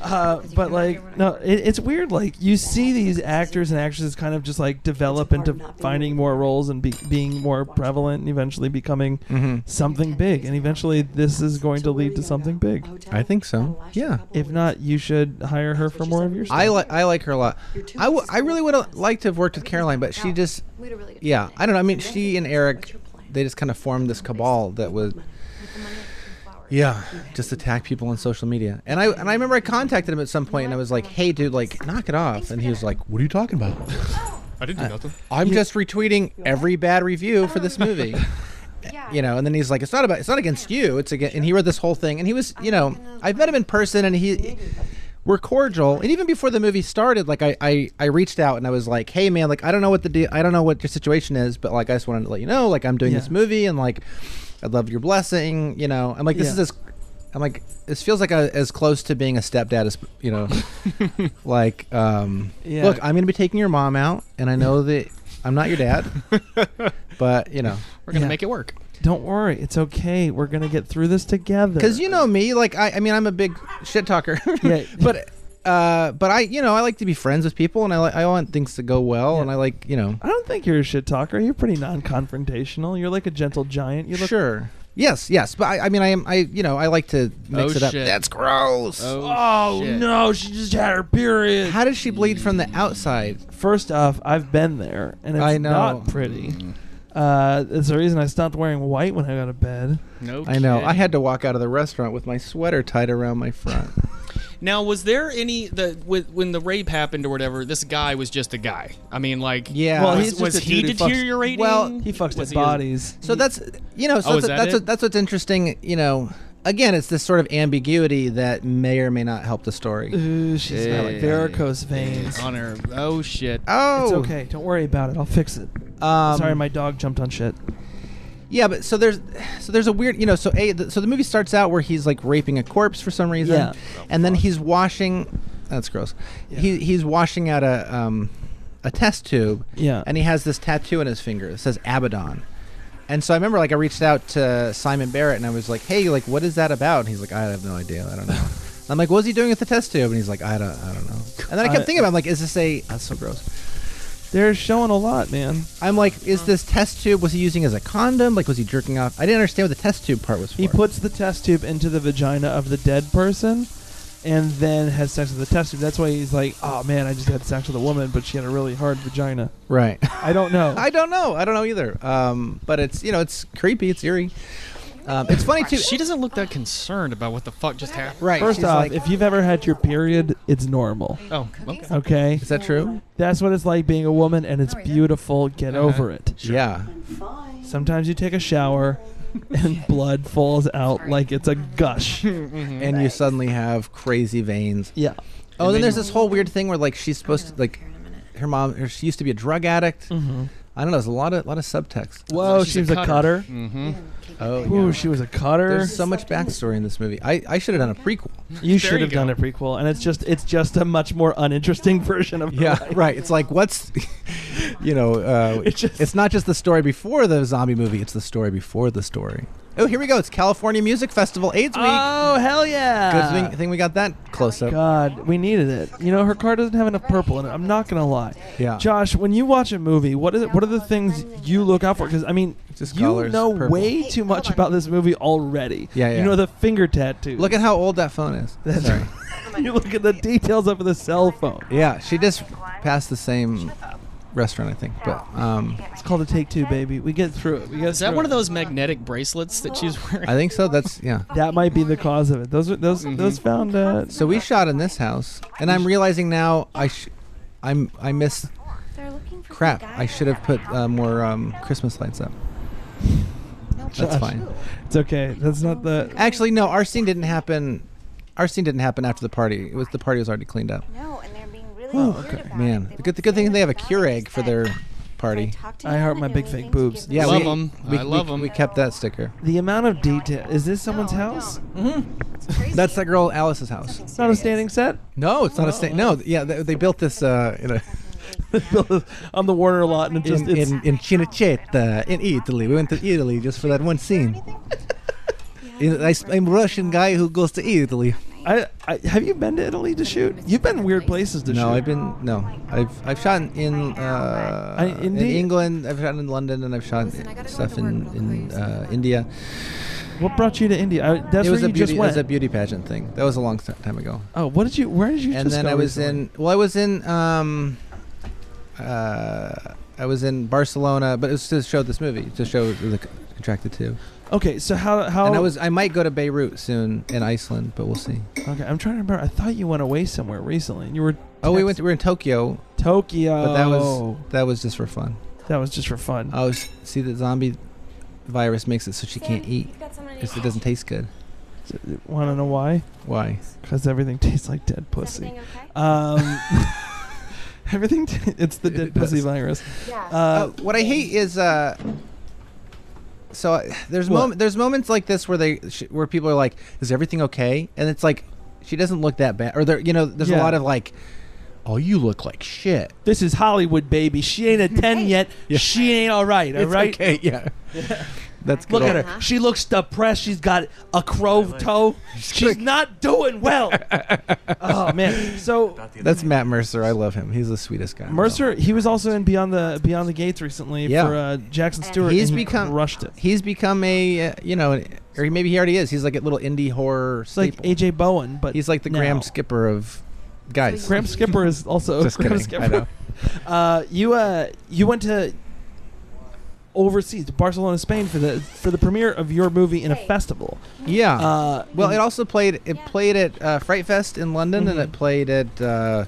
[SPEAKER 2] uh, but like, no, it, it's weird. Like you see these actors and actresses kind of just like develop into finding more roles and be, being more prevalent and eventually becoming something big. And eventually, this is going to lead to something big.
[SPEAKER 4] I think so. Yeah.
[SPEAKER 2] If not, you should hire her for more of your stuff.
[SPEAKER 4] I like I like her a lot. I, w- I really would have liked to have worked with Caroline, but she just
[SPEAKER 5] We had a really good
[SPEAKER 4] yeah
[SPEAKER 5] time.
[SPEAKER 4] I don't know. I mean, she and Eric they just kind of formed this cabal that was yeah just attack people on social media. And I and I remember I contacted him at some point and I was like, hey dude, like knock it off. And he was like, what are you talking about?
[SPEAKER 8] I didn't do nothing.
[SPEAKER 4] I'm just retweeting every bad review for this movie.
[SPEAKER 5] Yeah.
[SPEAKER 4] you know and then he's like it's not about it's not against you it's against and he wrote this whole thing and he was you know i've met him in person and he we're cordial and even before the movie started like i i, I reached out and i was like hey man like i don't know what the deal i don't know what your situation is but like i just wanted to let you know like i'm doing this
[SPEAKER 2] Yeah.
[SPEAKER 4] movie and like i love your blessing you know i'm like this
[SPEAKER 2] Yeah.
[SPEAKER 4] is as i'm like this feels like a, as close to being a stepdad as
[SPEAKER 2] [LAUGHS]
[SPEAKER 4] you know like um
[SPEAKER 2] Yeah.
[SPEAKER 4] look i'm gonna be taking your mom out and
[SPEAKER 2] [LAUGHS]
[SPEAKER 4] i know that i'm not your dad [LAUGHS] but you know
[SPEAKER 3] We're gonna
[SPEAKER 2] Yeah.
[SPEAKER 3] make it work.
[SPEAKER 2] Don't worry, it's okay. We're gonna get through this together.
[SPEAKER 4] Because you know me, like I, I mean, I'm a big shit talker. [LAUGHS]
[SPEAKER 2] Yeah.
[SPEAKER 4] but, uh, but I, you know, I like to be friends with people, and I, like I want things to go well, and I like, you know,
[SPEAKER 2] I don't think you're a shit talker. You're pretty non-confrontational. You're like a gentle giant. You look
[SPEAKER 4] sure, yes, yes. But I, I mean, I am, I, you know, I like to mix
[SPEAKER 3] Oh,
[SPEAKER 4] it up.
[SPEAKER 3] shit.
[SPEAKER 4] That's gross.
[SPEAKER 2] Oh no, she just had her period.
[SPEAKER 4] How does she bleed from the outside?
[SPEAKER 2] First off, I've been there, and it's
[SPEAKER 4] I know. Mm.
[SPEAKER 2] not pretty. Uh, it's the reason I stopped wearing white when I got to bed.
[SPEAKER 3] No.
[SPEAKER 4] I know.
[SPEAKER 3] kidding.
[SPEAKER 4] I had to walk out of the restaurant with my sweater tied around
[SPEAKER 2] [LAUGHS]
[SPEAKER 4] my front.
[SPEAKER 3] Now, was there any the with, when the rape happened or whatever? This guy was just a guy. I mean, like
[SPEAKER 4] Yeah.
[SPEAKER 2] Well,
[SPEAKER 4] Was-
[SPEAKER 2] he's just
[SPEAKER 3] was
[SPEAKER 2] a
[SPEAKER 3] he
[SPEAKER 2] dude who fucks-
[SPEAKER 3] deteriorating?
[SPEAKER 4] Well,
[SPEAKER 2] He fucks
[SPEAKER 3] Was
[SPEAKER 2] with
[SPEAKER 3] he a-
[SPEAKER 2] bodies.
[SPEAKER 4] So that's you know, so
[SPEAKER 3] Oh,
[SPEAKER 4] that's,
[SPEAKER 3] is that
[SPEAKER 4] that's,
[SPEAKER 3] it?
[SPEAKER 4] that's what's interesting. You know, again, it's this sort of ambiguity that may or may not help the story.
[SPEAKER 2] Ooh, she's got like varicose veins.
[SPEAKER 3] on her. Oh shit.
[SPEAKER 4] Oh,
[SPEAKER 2] It's okay. Don't worry about it. I'll fix it.
[SPEAKER 4] Um,
[SPEAKER 2] Sorry, my dog jumped on shit.
[SPEAKER 4] Yeah, but so there's so there's a weird you know so a th- so the movie starts out where he's like raping a corpse for some reason,
[SPEAKER 2] Yeah.
[SPEAKER 4] and then he's washing. That's gross. He he's washing out a um a test tube.
[SPEAKER 2] Yeah.
[SPEAKER 4] and he has this tattoo on his finger that says Abaddon. And so I remember, like, I reached out to Simon Barrett and I was like, "Hey, like, what is that about?" And he's like, "I have no idea. I
[SPEAKER 2] [LAUGHS]
[SPEAKER 4] don't know." I'm like, "What was he doing with the test tube?" And he's like, "I don't, I don't know." And then I kept
[SPEAKER 2] I-
[SPEAKER 4] thinking about, it. I'm like, "Is this a?" That's so gross.
[SPEAKER 2] They're showing a lot, man.
[SPEAKER 4] I'm like, "Is this test tube? Was he using as a condom? Like, was he jerking off?" I didn't understand what the test tube part was for.
[SPEAKER 2] He puts the test tube into the vagina of the dead person and then has sex with the test tube. That's why he's like, oh man, I just had sex with a woman, but she had a really hard vagina.
[SPEAKER 4] Right.
[SPEAKER 2] [LAUGHS] I don't know.
[SPEAKER 4] I don't know. I don't know either. Um, but it's you know it's creepy. It's eerie. Um, it's funny too.
[SPEAKER 3] She doesn't look that concerned about what the fuck just happened.
[SPEAKER 4] right.
[SPEAKER 2] First
[SPEAKER 4] she's
[SPEAKER 2] off,
[SPEAKER 4] like-
[SPEAKER 2] if you've ever had your period, it's normal.
[SPEAKER 3] Oh, okay.
[SPEAKER 2] Okay?
[SPEAKER 4] is that true?
[SPEAKER 2] That's what it's like being a woman, and it's beautiful. Get
[SPEAKER 4] Uh-huh.
[SPEAKER 2] over it.
[SPEAKER 4] Yeah.
[SPEAKER 2] Sometimes you take a shower and blood falls out like it's a gush.
[SPEAKER 4] And you suddenly have crazy veins.
[SPEAKER 2] yeah.
[SPEAKER 4] Oh, and then there's this whole weird thing where like she's supposed to like her mom. Her, she used to be a drug addict.
[SPEAKER 2] Mm-hmm.
[SPEAKER 4] I don't know. There's a lot of lot of subtext.
[SPEAKER 2] Whoa,
[SPEAKER 3] she's
[SPEAKER 2] she
[SPEAKER 3] a
[SPEAKER 2] was a
[SPEAKER 3] cutter.
[SPEAKER 2] cutter.
[SPEAKER 4] Oh, yeah.
[SPEAKER 2] Ooh, she was a cutter.
[SPEAKER 4] There's so much backstory in this movie. I, I should have done a prequel.
[SPEAKER 2] You
[SPEAKER 3] you
[SPEAKER 2] should have
[SPEAKER 3] go.
[SPEAKER 2] done a prequel, and it's just it's just a much more uninteresting [LAUGHS] version of her
[SPEAKER 4] Yeah, [LAUGHS]
[SPEAKER 3] [LAUGHS]
[SPEAKER 2] life.
[SPEAKER 4] right. It's like what's, [LAUGHS] you know, uh,
[SPEAKER 2] It's just- [LAUGHS]
[SPEAKER 4] it's not just the story before the zombie movie. It's the story before the story. Oh, here we go. It's California Music Festival AIDS Week.
[SPEAKER 2] Oh hell
[SPEAKER 4] Good
[SPEAKER 2] yeah!
[SPEAKER 4] thing, thing we got that close up.
[SPEAKER 2] God, we needed it. You know, her car doesn't have enough purple in it. I'm not gonna lie.
[SPEAKER 4] Yeah.
[SPEAKER 2] Josh, when you watch a movie, what is it, what are the things you look out for? Because I mean,
[SPEAKER 4] Just
[SPEAKER 2] you
[SPEAKER 4] colors,
[SPEAKER 2] know
[SPEAKER 4] purple.
[SPEAKER 2] way
[SPEAKER 5] Hey,
[SPEAKER 2] too
[SPEAKER 5] hold
[SPEAKER 2] much
[SPEAKER 5] on.
[SPEAKER 2] about this movie already.
[SPEAKER 4] Yeah, yeah.
[SPEAKER 2] You know the finger tattoo.
[SPEAKER 4] Look at how old that phone is.
[SPEAKER 2] That's
[SPEAKER 4] Sorry.
[SPEAKER 2] right. [LAUGHS] you look at the details of the cell phone.
[SPEAKER 4] [LAUGHS] Yeah, she just passed the same restaurant, I think. But um,
[SPEAKER 2] It's called a take two, baby. We get through it. We get
[SPEAKER 3] Is that
[SPEAKER 2] through
[SPEAKER 3] one
[SPEAKER 2] it.
[SPEAKER 3] of those magnetic bracelets that she's wearing?
[SPEAKER 4] I think so. That's yeah.
[SPEAKER 2] That might be the cause of it. Those are those
[SPEAKER 4] Mm-hmm.
[SPEAKER 2] those found. Uh,
[SPEAKER 4] So we shot in this house, and I'm realizing now I, sh- I'm I miss
[SPEAKER 5] They're looking for
[SPEAKER 4] crap. I should have put uh, more um, Christmas lights up. That's
[SPEAKER 2] Josh.
[SPEAKER 4] fine.
[SPEAKER 2] it's okay. That's not the.
[SPEAKER 4] Actually, no. Our scene didn't happen. Our scene didn't happen after the party. It was the party was already cleaned up.
[SPEAKER 5] No, and they're being really
[SPEAKER 4] Oh,
[SPEAKER 5] weird
[SPEAKER 4] okay.
[SPEAKER 5] about it.
[SPEAKER 4] man.
[SPEAKER 5] They
[SPEAKER 4] The good, the
[SPEAKER 5] won't
[SPEAKER 4] good
[SPEAKER 5] say
[SPEAKER 4] thing they have a
[SPEAKER 5] about
[SPEAKER 4] Keurig
[SPEAKER 5] it.
[SPEAKER 4] for
[SPEAKER 5] If
[SPEAKER 4] their
[SPEAKER 5] I
[SPEAKER 4] party.
[SPEAKER 5] talk to
[SPEAKER 2] I
[SPEAKER 5] you,
[SPEAKER 2] heart
[SPEAKER 5] I'm
[SPEAKER 2] my
[SPEAKER 5] gonna
[SPEAKER 2] big
[SPEAKER 5] do
[SPEAKER 2] fake
[SPEAKER 5] anything to
[SPEAKER 2] boobs.
[SPEAKER 5] give them
[SPEAKER 4] Yeah,
[SPEAKER 5] a
[SPEAKER 3] Love
[SPEAKER 4] we,
[SPEAKER 3] 'em.
[SPEAKER 4] We,
[SPEAKER 3] I love
[SPEAKER 4] we,
[SPEAKER 3] 'em.
[SPEAKER 4] We kept that sticker.
[SPEAKER 2] The amount of detail. Is this someone's house?
[SPEAKER 5] crazy
[SPEAKER 4] That's that girl Alice's house.
[SPEAKER 2] It's not a standing [LAUGHS] set.
[SPEAKER 4] No, it's not a state. No, yeah, they, they built this uh, in a.
[SPEAKER 2] on the Warner lot, and it just
[SPEAKER 4] in,
[SPEAKER 2] it's,
[SPEAKER 4] in, in Cinecittà, in Italy. We went to Italy just for that one scene. In- I, am Russian guy who goes to Italy.
[SPEAKER 2] I, I have you been to Italy to shoot? You've been weird places to shoot.
[SPEAKER 4] No, I've been no. I've I've shot in uh,
[SPEAKER 2] I-
[SPEAKER 4] in,
[SPEAKER 2] India-
[SPEAKER 4] England. I've shot in London, and I've shot stuff in in uh, India.
[SPEAKER 2] What brought you to India? I, that's
[SPEAKER 4] it was
[SPEAKER 2] where you
[SPEAKER 4] a beauty.
[SPEAKER 2] just
[SPEAKER 4] it
[SPEAKER 2] went.
[SPEAKER 4] was a beauty pageant thing. That was a long ti- time ago.
[SPEAKER 2] oh, what did you? Where did you?
[SPEAKER 4] and
[SPEAKER 2] just
[SPEAKER 4] then
[SPEAKER 2] go
[SPEAKER 4] I was
[SPEAKER 2] recently?
[SPEAKER 4] in. Well, I was in. Um, uh, I was in Barcelona, but it was to show this movie to show the c- contracted to.
[SPEAKER 2] Okay, so how how?
[SPEAKER 4] And I was I might go to Beirut soon in Iceland, but we'll see.
[SPEAKER 2] okay. I'm trying to remember. I thought you went away somewhere recently. and You were
[SPEAKER 4] Oh, we went to, we were in Tokyo,
[SPEAKER 2] Tokyo,
[SPEAKER 4] but that was that was just for fun.
[SPEAKER 2] that was just for fun.
[SPEAKER 4] Oh, s- see the zombie virus makes it so she can't eat
[SPEAKER 5] You've got someone in
[SPEAKER 4] 'cause it doesn't taste good.
[SPEAKER 2] Want to know why?
[SPEAKER 4] Why?
[SPEAKER 2] Because everything [LAUGHS] tastes like dead
[SPEAKER 5] your-
[SPEAKER 2] pussy.
[SPEAKER 5] Everything okay?
[SPEAKER 4] Uh,
[SPEAKER 2] Um, [LAUGHS] everything. T- it's the dead
[SPEAKER 4] It
[SPEAKER 2] pussy
[SPEAKER 4] does.
[SPEAKER 2] virus.
[SPEAKER 5] Yeah.
[SPEAKER 4] Uh,
[SPEAKER 2] Uh,
[SPEAKER 4] what I hate is uh. So I, there's
[SPEAKER 2] What?
[SPEAKER 4] mom- there's moments like this where they sh- where people are like, "Is everything okay?" And it's like, she doesn't look that bad, or there you know there's
[SPEAKER 2] Yeah.
[SPEAKER 4] a lot of like, "Oh, you look like shit."
[SPEAKER 2] this is Hollywood, baby. She ain't a ten yet.
[SPEAKER 4] Yeah.
[SPEAKER 2] She ain't all right. All right.
[SPEAKER 4] It's okay,
[SPEAKER 2] [LAUGHS]
[SPEAKER 4] yeah. That's good.
[SPEAKER 2] Look at
[SPEAKER 4] old-
[SPEAKER 2] her. She looks depressed. She's got a crow toe. She's not doing well.
[SPEAKER 4] [LAUGHS]
[SPEAKER 2] oh man. So
[SPEAKER 4] That's Matt Mercer. I love him. He's the sweetest guy.
[SPEAKER 2] Mercer, he was also in Beyond the Beyond the Gates recently
[SPEAKER 4] Yeah.
[SPEAKER 2] for uh, Jackson Stewart.
[SPEAKER 4] He's
[SPEAKER 2] and he
[SPEAKER 4] become-
[SPEAKER 2] crushed it.
[SPEAKER 4] He's become a uh, you know, or maybe he already is. He's like a little indie horror.
[SPEAKER 2] It's like
[SPEAKER 4] staple.
[SPEAKER 2] AJ Bowen, but
[SPEAKER 4] He's like the
[SPEAKER 2] now.
[SPEAKER 4] Graham Skipper of guys.
[SPEAKER 2] Graham Skipper is also
[SPEAKER 4] Just
[SPEAKER 2] Graham
[SPEAKER 4] kidding.
[SPEAKER 2] Skipper.
[SPEAKER 4] I know.
[SPEAKER 2] [LAUGHS] Uh, you uh, you went to overseas to Barcelona, Spain for the for the premiere of your movie in a festival.
[SPEAKER 4] Yeah.
[SPEAKER 2] Uh,
[SPEAKER 4] Ah. well,
[SPEAKER 5] Mm.
[SPEAKER 4] it also played. It played at uh, Fright Fest in London, and it
[SPEAKER 5] Mm-hmm.
[SPEAKER 4] played at uh,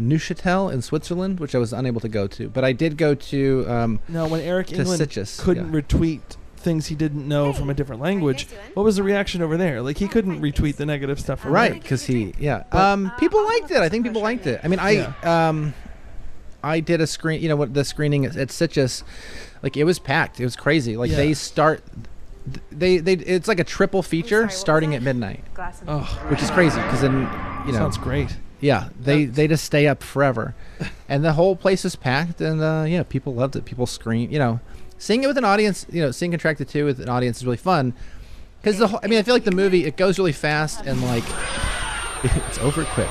[SPEAKER 4] Neuchâtel in Switzerland, which I was unable to go to, but I did go to. Um,
[SPEAKER 2] No, when Eric
[SPEAKER 4] To
[SPEAKER 2] England
[SPEAKER 4] Sitges,
[SPEAKER 2] couldn't
[SPEAKER 4] yeah.
[SPEAKER 2] retweet things he didn't know from a different language,
[SPEAKER 5] doing?
[SPEAKER 2] what was the reaction over there? Like he couldn't retweet the negative stuff. From
[SPEAKER 4] right
[SPEAKER 2] Eric.
[SPEAKER 4] because he yeah
[SPEAKER 5] uh,
[SPEAKER 4] um people liked it i think people liked it i mean i um i did a screen you know what the screening at, at Sitges, like it was packed it was crazy like
[SPEAKER 2] Yeah.
[SPEAKER 4] they start th- they they it's like a triple feature
[SPEAKER 5] what was
[SPEAKER 4] starting
[SPEAKER 5] that?
[SPEAKER 4] at midnight
[SPEAKER 5] Glass and
[SPEAKER 2] Oh,
[SPEAKER 4] which is crazy because then you know
[SPEAKER 2] sounds great.
[SPEAKER 4] yeah they they just stay up [LAUGHS] forever and the whole place is packed and uh yeah people loved it people scream you know seeing it with an audience you know seeing contracted 2 with an audience is really fun because the whole i mean i feel like the movie it goes really fast and like [LAUGHS] it's over quick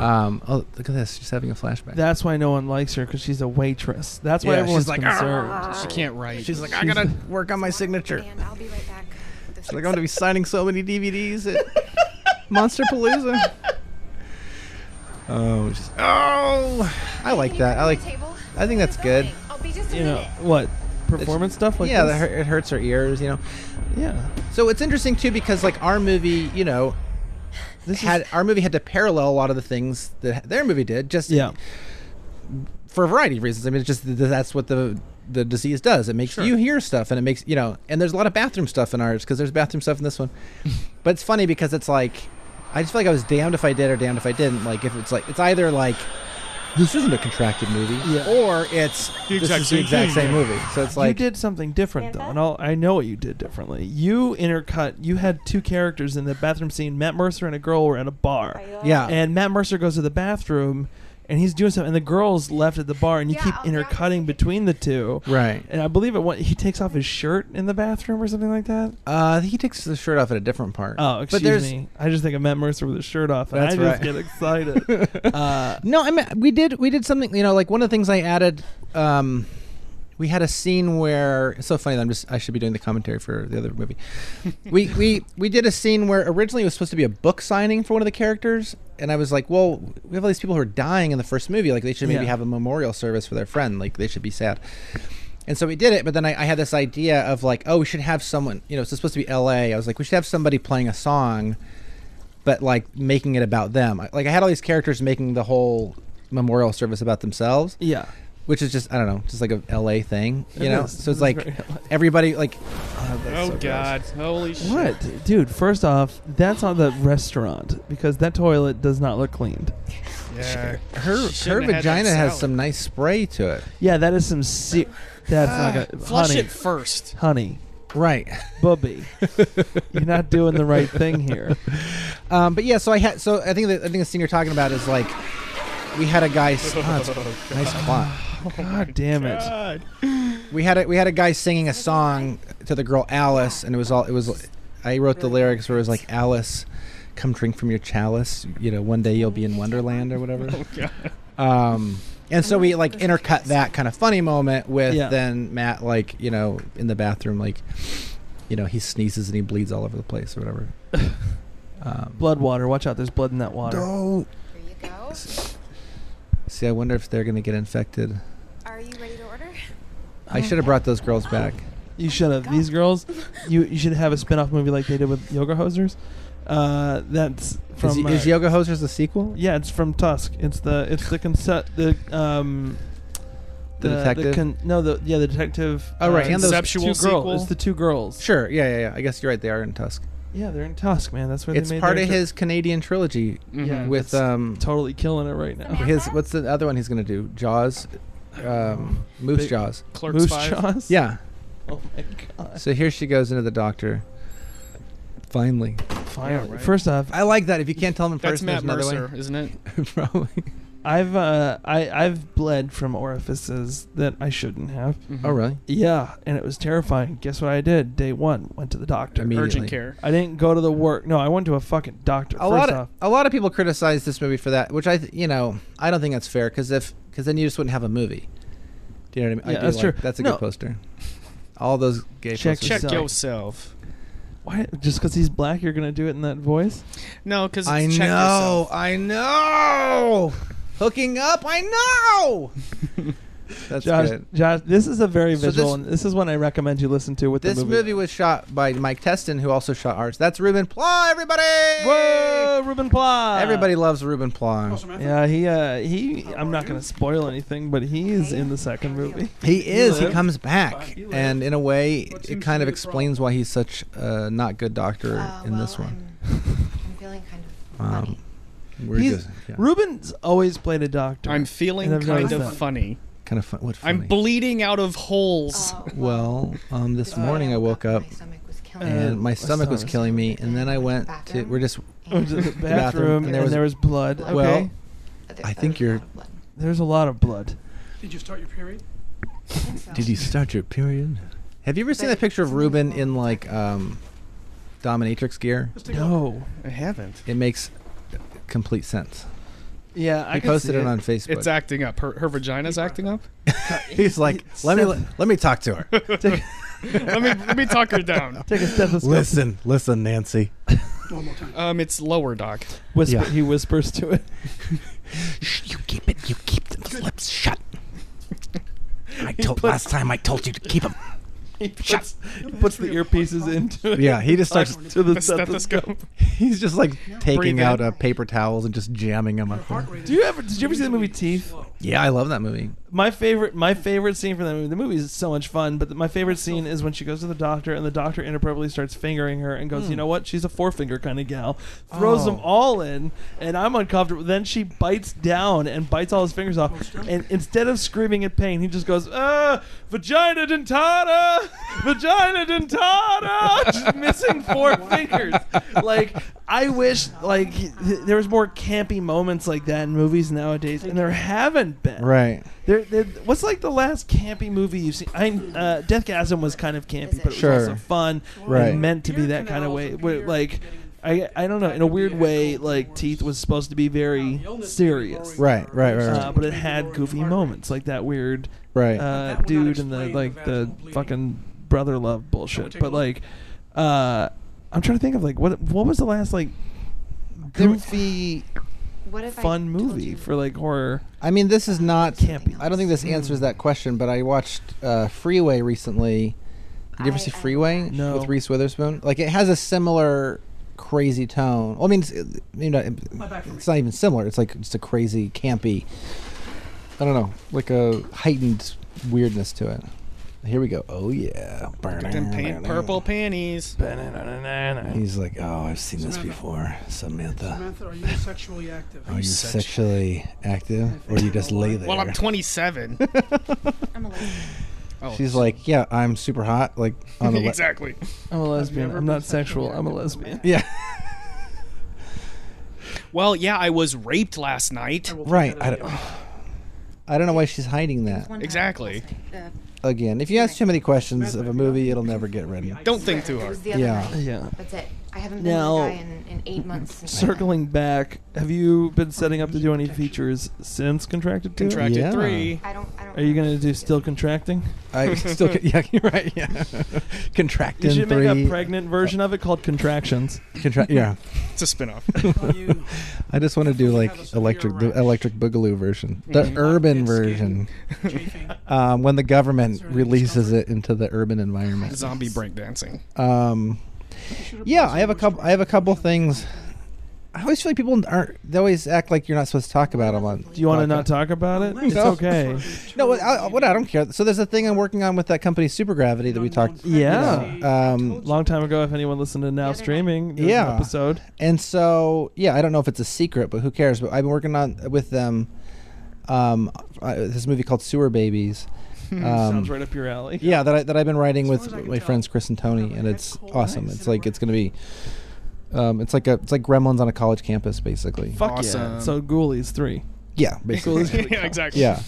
[SPEAKER 4] um oh look at this she's having a flashback
[SPEAKER 2] That's why no one likes her because she's a waitress. That's why
[SPEAKER 4] Yeah,
[SPEAKER 2] everyone's
[SPEAKER 4] she's like,
[SPEAKER 2] concerned.
[SPEAKER 3] [LAUGHS] she can't write.
[SPEAKER 4] she's like i gotta [LAUGHS] work on my signature
[SPEAKER 5] And I'll be right back. with this
[SPEAKER 4] she's like i'm gonna be signing so many dvds at monster palooza oh just oh i like that i like i think that's good
[SPEAKER 5] I'll be just a
[SPEAKER 2] You know
[SPEAKER 5] minute.
[SPEAKER 2] what? Performance stuff like
[SPEAKER 4] yeah,
[SPEAKER 2] this?
[SPEAKER 4] that hurt, it hurts her ears, you know.
[SPEAKER 2] yeah.
[SPEAKER 4] So it's interesting too because like our movie, you know,
[SPEAKER 2] This
[SPEAKER 4] had our movie had to parallel a lot of the things that their movie did, just
[SPEAKER 2] is yeah.
[SPEAKER 4] for a variety of reasons. I mean, it's just th- that's what the the disease does. It makes you hear stuff, and it makes you know. And there's a lot of bathroom stuff in ours because there's bathroom stuff in this
[SPEAKER 2] [LAUGHS]
[SPEAKER 4] one. but it's funny because it's like I just feel like I was damned if I did or damned if I didn't. Like if it's like it's either like this isn't a contracted movie,
[SPEAKER 2] Yeah.
[SPEAKER 4] or it's
[SPEAKER 3] The exact
[SPEAKER 4] this is the
[SPEAKER 3] same
[SPEAKER 4] exact
[SPEAKER 3] thing,
[SPEAKER 4] same
[SPEAKER 3] yeah.
[SPEAKER 4] movie. So it's like
[SPEAKER 2] you did something different though, and I'll, I know what you did differently. You intercut. You had two characters in the bathroom scene. Matt Mercer and a girl were at a bar.
[SPEAKER 4] yeah,
[SPEAKER 2] and Matt Mercer goes to the bathroom and he's doing something, and the girl's left at the bar, and you
[SPEAKER 5] Yeah,
[SPEAKER 2] keep
[SPEAKER 5] I'll grab it.
[SPEAKER 2] intercutting between the two.
[SPEAKER 4] Right.
[SPEAKER 2] And I believe at one he takes off his shirt in the bathroom or something like that.
[SPEAKER 4] Uh, he takes the shirt off at a different part.
[SPEAKER 2] Oh, excuse
[SPEAKER 4] but there's,
[SPEAKER 2] me. I just think I met Mercer with his shirt off, and
[SPEAKER 4] That's
[SPEAKER 2] I just
[SPEAKER 4] right.
[SPEAKER 2] get excited. [LAUGHS] uh,
[SPEAKER 4] No, I mean we did we did something. You know, like one of the things I added. Um, we had a scene where it's so funny that I'm just I should be doing the commentary for the other
[SPEAKER 2] [LAUGHS]
[SPEAKER 4] movie. we we we did a scene where originally it was supposed to be a book signing for one of the characters, and I was like, well, we have all these people who are dying in the first movie. Like they should maybe
[SPEAKER 2] Yeah.
[SPEAKER 4] have a memorial service for their friend. Like they should be sad. And so we did it, but then I, I had this idea of like, oh, we should have someone. You know, it's supposed to be L.A. I was like, we should have somebody playing a song but like making it about them. I- Like I had all these characters making the whole memorial service about themselves,
[SPEAKER 2] yeah.
[SPEAKER 4] which is just I don't know, just like a LA thing, you
[SPEAKER 2] It
[SPEAKER 4] know.
[SPEAKER 2] is.
[SPEAKER 4] So
[SPEAKER 2] It
[SPEAKER 4] it's
[SPEAKER 2] is
[SPEAKER 4] like
[SPEAKER 2] very LA.
[SPEAKER 4] everybody like
[SPEAKER 3] Oh God! Holy shit!
[SPEAKER 2] What, dude? First off, that's on the restaurant because that toilet does not look cleaned.
[SPEAKER 3] Yeah.
[SPEAKER 4] her her vagina has some nice spray to it.
[SPEAKER 2] Yeah, that is some. Se- that's
[SPEAKER 5] Uh,
[SPEAKER 2] not gonna.
[SPEAKER 3] Flush
[SPEAKER 2] honey,
[SPEAKER 3] it first.
[SPEAKER 2] honey,
[SPEAKER 4] Right.
[SPEAKER 2] bubby, you're not doing the right thing
[SPEAKER 5] [LAUGHS]
[SPEAKER 2] here.
[SPEAKER 4] Um, but yeah, so I had so I think the, I think the scene you're talking about is like we had a guy s- oh, it's-
[SPEAKER 3] [LAUGHS]
[SPEAKER 4] nice plot.
[SPEAKER 2] God damn it!
[SPEAKER 4] We had a, we had a guy singing a song to the girl Alice, and it was all it was. I wrote the lyrics where it was like Alice, come drink from your chalice. You know, one day you'll be in Wonderland or whatever. Um, and so we like intercut that kind of funny moment with
[SPEAKER 2] Yeah.
[SPEAKER 4] then Matt like you know in the bathroom like, you know he sneezes and he bleeds all over the place or
[SPEAKER 2] [LAUGHS]
[SPEAKER 4] whatever. Um,
[SPEAKER 2] Blood water. Watch out. There's blood in that water.
[SPEAKER 4] no.
[SPEAKER 5] Here you go.
[SPEAKER 4] See, I wonder if they're gonna get infected.
[SPEAKER 5] Are you ready to order?
[SPEAKER 4] I should have brought those girls back.
[SPEAKER 2] You should have. These girls, you you should have a spin-off movie like they did with Yoga Hosers. Uh, that's from.
[SPEAKER 4] Is,
[SPEAKER 2] uh,
[SPEAKER 4] is Yoga Hosers the sequel?
[SPEAKER 2] yeah, it's from Tusk. It's the it's the concept the um
[SPEAKER 4] The detective?
[SPEAKER 2] con- no the yeah the detective. uh,
[SPEAKER 4] Oh, right, and those
[SPEAKER 2] two
[SPEAKER 3] Conceptual
[SPEAKER 2] girls.
[SPEAKER 3] sequel?
[SPEAKER 2] It's the two girls.
[SPEAKER 4] Sure. Yeah, yeah, yeah. I guess you're right. They are in Tusk.
[SPEAKER 2] Yeah, they're in Tusk, man. That's where
[SPEAKER 4] It's
[SPEAKER 2] they made
[SPEAKER 4] part
[SPEAKER 2] their
[SPEAKER 4] of
[SPEAKER 2] tri-
[SPEAKER 4] his Canadian trilogy
[SPEAKER 3] Mm-hmm.
[SPEAKER 2] Yeah,
[SPEAKER 4] with
[SPEAKER 2] that's
[SPEAKER 4] um
[SPEAKER 2] totally killing it right
[SPEAKER 4] [LAUGHS]
[SPEAKER 2] now.
[SPEAKER 4] his what's the other one he's gonna do? Jaws, um, Moose
[SPEAKER 2] Big-
[SPEAKER 4] Jaws.
[SPEAKER 3] Clerks
[SPEAKER 2] Moose
[SPEAKER 3] Five.
[SPEAKER 2] Jaws.
[SPEAKER 4] Yeah.
[SPEAKER 2] Oh my god.
[SPEAKER 4] So here she goes into the doctor. Finally,
[SPEAKER 2] [LAUGHS] Finally.
[SPEAKER 3] right.
[SPEAKER 2] First off,
[SPEAKER 4] I like that. If you can't tell him in
[SPEAKER 3] That's
[SPEAKER 4] person,
[SPEAKER 3] Matt
[SPEAKER 4] there's another
[SPEAKER 3] Mercer, isn't it?
[SPEAKER 4] way. [LAUGHS] Probably.
[SPEAKER 2] Mm-hmm. I've uh I I've bled from orifices that I shouldn't have.
[SPEAKER 3] Mm-hmm.
[SPEAKER 4] Oh really?
[SPEAKER 2] Yeah, and it was terrifying. Guess what I did? Day one, went to the doctor.
[SPEAKER 4] I mean-
[SPEAKER 3] Urgent
[SPEAKER 4] Immediately.
[SPEAKER 3] care.
[SPEAKER 2] I didn't go to the work. No, I went to a fucking doctor.
[SPEAKER 4] A
[SPEAKER 2] first
[SPEAKER 4] lot
[SPEAKER 2] off.
[SPEAKER 4] of a lot of people criticize this movie for that, which I th- you know I don't think that's fair because if because then you just wouldn't have a movie. Do you know what I mean?
[SPEAKER 2] Yeah,
[SPEAKER 4] I do
[SPEAKER 2] that's
[SPEAKER 4] like-
[SPEAKER 2] true.
[SPEAKER 4] That's a
[SPEAKER 2] No.
[SPEAKER 4] good poster. All those gay
[SPEAKER 2] Check-
[SPEAKER 4] posters.
[SPEAKER 3] Check
[SPEAKER 2] Sorry.
[SPEAKER 3] yourself.
[SPEAKER 2] Why? Just because he's black, you're gonna do it in that voice?
[SPEAKER 3] No, because
[SPEAKER 4] I know,
[SPEAKER 3] check yourself.
[SPEAKER 4] I know. Hooking up, I
[SPEAKER 2] [LAUGHS]
[SPEAKER 4] know. That's
[SPEAKER 2] Josh,
[SPEAKER 4] good.
[SPEAKER 2] Josh, this is a very
[SPEAKER 4] So
[SPEAKER 2] visual,
[SPEAKER 4] this-
[SPEAKER 2] and this is one I recommend you listen to with
[SPEAKER 4] This
[SPEAKER 2] the
[SPEAKER 4] movie. was shot by Mike Teston, who also shot ours. That's Ruben Plaw, everybody.
[SPEAKER 2] Whoa, Ruben Pla!
[SPEAKER 4] Everybody loves Ruben Plaw.
[SPEAKER 2] Yeah, he uh he. I'm not gonna spoil anything, but he is in the second movie.
[SPEAKER 4] He is. He
[SPEAKER 2] lives.
[SPEAKER 4] comes back,
[SPEAKER 8] He lives.
[SPEAKER 4] and in a way,
[SPEAKER 8] What
[SPEAKER 4] it
[SPEAKER 8] seems
[SPEAKER 4] kind
[SPEAKER 8] to
[SPEAKER 4] of
[SPEAKER 8] be the
[SPEAKER 4] explains why he's such a not good doctor
[SPEAKER 5] Uh,
[SPEAKER 4] in
[SPEAKER 5] well,
[SPEAKER 4] this one. [LAUGHS]
[SPEAKER 5] I'm, I'm feeling kind of
[SPEAKER 4] Um,
[SPEAKER 5] funny.
[SPEAKER 4] We're
[SPEAKER 2] He's-
[SPEAKER 4] just
[SPEAKER 2] Ruben's always played a doctor.
[SPEAKER 3] I'm
[SPEAKER 2] And
[SPEAKER 3] feeling
[SPEAKER 2] I've
[SPEAKER 3] kind
[SPEAKER 2] noticed
[SPEAKER 3] of
[SPEAKER 2] that.
[SPEAKER 3] funny.
[SPEAKER 4] kind of fun. What funny.
[SPEAKER 3] I'm bleeding out of
[SPEAKER 8] Uh,
[SPEAKER 3] holes.
[SPEAKER 5] Oh,
[SPEAKER 4] well, um, this
[SPEAKER 5] before
[SPEAKER 4] morning I woke up
[SPEAKER 5] My stomach was killing me.
[SPEAKER 4] and my
[SPEAKER 2] Uh,
[SPEAKER 4] stomach was
[SPEAKER 2] sorry.
[SPEAKER 4] killing me, and then I went to.
[SPEAKER 5] Bathroom.
[SPEAKER 4] We're just
[SPEAKER 2] Went to the
[SPEAKER 5] And
[SPEAKER 2] bathroom,
[SPEAKER 4] bathroom,
[SPEAKER 2] and there was, blood.
[SPEAKER 5] Well-
[SPEAKER 2] okay,
[SPEAKER 5] there-
[SPEAKER 4] I
[SPEAKER 5] there
[SPEAKER 4] think
[SPEAKER 5] was a
[SPEAKER 4] you're-
[SPEAKER 5] lot of blood.
[SPEAKER 2] there's a lot of blood.
[SPEAKER 8] Did you start your period?
[SPEAKER 5] I think so.
[SPEAKER 4] Did you start your period? Have you ever seen that
[SPEAKER 5] But
[SPEAKER 4] picture of
[SPEAKER 5] something's
[SPEAKER 4] Ruben
[SPEAKER 5] wrong.
[SPEAKER 4] in like um, dominatrix gear?
[SPEAKER 8] Let's take a look.
[SPEAKER 2] No.
[SPEAKER 3] I haven't.
[SPEAKER 4] It makes complete sense.
[SPEAKER 2] Yeah, I
[SPEAKER 4] He
[SPEAKER 2] can
[SPEAKER 4] posted
[SPEAKER 2] see
[SPEAKER 4] it on Facebook.
[SPEAKER 3] It's acting up. Her, her vagina's acting up.
[SPEAKER 4] [LAUGHS] He's like, let me let me talk [LAUGHS] to her.
[SPEAKER 3] let me let me talk her down.
[SPEAKER 2] Take a stethoscope.
[SPEAKER 4] listen, listen, Nancy.
[SPEAKER 8] One more time.
[SPEAKER 3] Um, it's lower,
[SPEAKER 4] [LAUGHS]
[SPEAKER 3] doc.
[SPEAKER 2] Whisper.
[SPEAKER 4] Yeah.
[SPEAKER 2] He whispers to it. [LAUGHS]
[SPEAKER 4] Shh, you keep it. You keep the lips shut. I
[SPEAKER 2] told- puts- last
[SPEAKER 4] time I told you to keep them.
[SPEAKER 2] He puts, he puts the earpieces into it.
[SPEAKER 4] Yeah, he just [LAUGHS] starts.
[SPEAKER 2] to the,
[SPEAKER 3] The stethoscope.
[SPEAKER 4] He's just like taking
[SPEAKER 3] Breathe
[SPEAKER 4] out
[SPEAKER 3] in.
[SPEAKER 4] uh, paper towels and just jamming them
[SPEAKER 8] Your
[SPEAKER 4] up.
[SPEAKER 8] heart
[SPEAKER 4] There.
[SPEAKER 8] rate
[SPEAKER 2] Do you ever? Did you ever see the movie Teeth?
[SPEAKER 4] Yeah, I love that movie.
[SPEAKER 2] My favorite, my favorite scene from that movie. The movie is so much fun, but my favorite scene is when she goes to the doctor and the doctor inappropriately starts fingering her and goes, "You know what? She's a four finger kind of gal." Throws them
[SPEAKER 4] Oh.
[SPEAKER 2] all in, and I'm uncomfortable. Then she bites down and bites all his fingers off, and instead of screaming in pain, he just goes, "Ah, vagina dentata." vagina dentata, [LAUGHS] just missing four fingers. Like I wish like th- there was more campy moments like that in movies nowadays, and there haven't been.
[SPEAKER 4] Right.
[SPEAKER 2] There, there, what's like the last campy movie you've seen? I uh, Deathgasm was kind of campy, but it
[SPEAKER 4] Sure.
[SPEAKER 2] was also fun.
[SPEAKER 4] Right.
[SPEAKER 2] and meant to be that kind of way. Where, like, I, I don't know. In a weird way, like Teeth was supposed to be very serious,
[SPEAKER 4] Right, right, right,
[SPEAKER 2] uh, but it had goofy moments, like that weird
[SPEAKER 4] Right.
[SPEAKER 2] uh, dude and the like the fucking brother love bullshit. But like, uh, I'm trying to think of like what what was the last like goofy
[SPEAKER 5] What if I
[SPEAKER 2] fun
[SPEAKER 5] told
[SPEAKER 2] movie
[SPEAKER 5] you-
[SPEAKER 2] for like horror?
[SPEAKER 4] I mean, this is not.
[SPEAKER 2] Campy.
[SPEAKER 4] I don't think
[SPEAKER 8] Hmm.
[SPEAKER 4] this answers that question, but I watched uh, Freeway recently. Did you ever
[SPEAKER 5] I-
[SPEAKER 4] see
[SPEAKER 5] I-
[SPEAKER 4] Freeway
[SPEAKER 2] No.
[SPEAKER 4] with Reese Witherspoon? Like, it has a similar crazy tone. Well, I mean, it's, you know, it's not even similar. It's like just a crazy, campy. I don't know, like a heightened weirdness to it. Here we go. Oh yeah,
[SPEAKER 3] Them pan- purple panties.
[SPEAKER 4] He's like, oh, I've seen this before, Samantha.
[SPEAKER 8] Samantha, are you sexually active?
[SPEAKER 4] Are you sexually active, or you just lay there?
[SPEAKER 3] Well, I'm 27.
[SPEAKER 5] I'm a lesbian.
[SPEAKER 3] [LAUGHS] Oh,
[SPEAKER 4] She's like, yeah, I'm super
[SPEAKER 2] [LAUGHS]
[SPEAKER 4] hot, like
[SPEAKER 3] [LAUGHS]
[SPEAKER 4] on the le-
[SPEAKER 3] exactly.
[SPEAKER 2] I'm a lesbian.
[SPEAKER 8] ever
[SPEAKER 2] I'm
[SPEAKER 8] been
[SPEAKER 2] not sexual. I'm a lesbian.
[SPEAKER 4] yeah, [LAUGHS]
[SPEAKER 3] Well, yeah, I was raped last night.
[SPEAKER 4] right. I don't, [SIGHS] I don't know why she's hiding that.
[SPEAKER 5] One time
[SPEAKER 3] Exactly.
[SPEAKER 5] I was,
[SPEAKER 4] Again, if you ask too many questions of a movie, it'll never
[SPEAKER 2] [LAUGHS]
[SPEAKER 4] get written.
[SPEAKER 3] Don't think too
[SPEAKER 5] Uh, it
[SPEAKER 3] hard.
[SPEAKER 5] was the other
[SPEAKER 4] Yeah.
[SPEAKER 5] night.
[SPEAKER 2] Yeah.
[SPEAKER 5] That's it. I haven't been
[SPEAKER 2] Now-
[SPEAKER 5] with a guy in, in eight months. Since
[SPEAKER 2] Circling back, have you been setting up to do any features since Contracted Two?
[SPEAKER 3] Contracted
[SPEAKER 4] Yeah.
[SPEAKER 3] three.
[SPEAKER 5] I don't. I don't.
[SPEAKER 2] Are you gonna do still contracting?
[SPEAKER 4] I still, ca- yeah, [LAUGHS] you're right. Yeah,
[SPEAKER 2] You
[SPEAKER 4] contracting
[SPEAKER 2] should
[SPEAKER 4] three.
[SPEAKER 2] make a pregnant version of it called Contractions.
[SPEAKER 4] contra- yeah,
[SPEAKER 3] It's a spinoff.
[SPEAKER 8] you
[SPEAKER 4] I just want to do like
[SPEAKER 8] Have a severe
[SPEAKER 4] electric, the
[SPEAKER 8] rash.
[SPEAKER 4] electric boogaloo version, the urban version,
[SPEAKER 8] chafing?
[SPEAKER 4] um, when the government
[SPEAKER 8] there any
[SPEAKER 4] releases it into the urban
[SPEAKER 3] [LAUGHS]
[SPEAKER 4] environment.
[SPEAKER 3] Zombie breakdancing.
[SPEAKER 4] Um, yeah, I have a couple. I have a couple things. I always feel like people aren't. They always act like you're not supposed to talk about them on.
[SPEAKER 2] Do you want to
[SPEAKER 4] podcasts.
[SPEAKER 2] not talk about it? Oh. It's [LAUGHS]
[SPEAKER 4] No.
[SPEAKER 2] okay.
[SPEAKER 4] No, what I, what I don't care. So there's a thing I'm working on with that company, Supergravity, that we talked.
[SPEAKER 2] Yeah.
[SPEAKER 4] Um,
[SPEAKER 2] Long time ago, if anyone listened to now
[SPEAKER 5] other night.
[SPEAKER 2] streaming, there was an
[SPEAKER 4] Yeah.
[SPEAKER 2] episode.
[SPEAKER 4] and so yeah, I don't know if it's a secret, but who cares? But I've been working on with them. Um, uh, this movie called Sewer Babies. Um,
[SPEAKER 2] Sounds right up your alley.
[SPEAKER 4] yeah, that I, that I've been writing
[SPEAKER 8] As
[SPEAKER 4] with
[SPEAKER 8] far as I can
[SPEAKER 4] my
[SPEAKER 8] tell,
[SPEAKER 4] friends Chris and Tony,
[SPEAKER 8] my
[SPEAKER 4] and
[SPEAKER 8] head
[SPEAKER 4] it's
[SPEAKER 8] cold.
[SPEAKER 4] awesome.
[SPEAKER 8] Nice
[SPEAKER 4] It's
[SPEAKER 8] and
[SPEAKER 4] like it's
[SPEAKER 8] warm.
[SPEAKER 4] gonna be. Um, it's like a it's like Gremlins on a college campus, basically.
[SPEAKER 2] Fuck yeah.
[SPEAKER 3] Awesome. [LAUGHS]
[SPEAKER 2] So Ghoulies three.
[SPEAKER 4] Yeah, basically.
[SPEAKER 3] yeah, exactly.
[SPEAKER 4] [LAUGHS] yeah.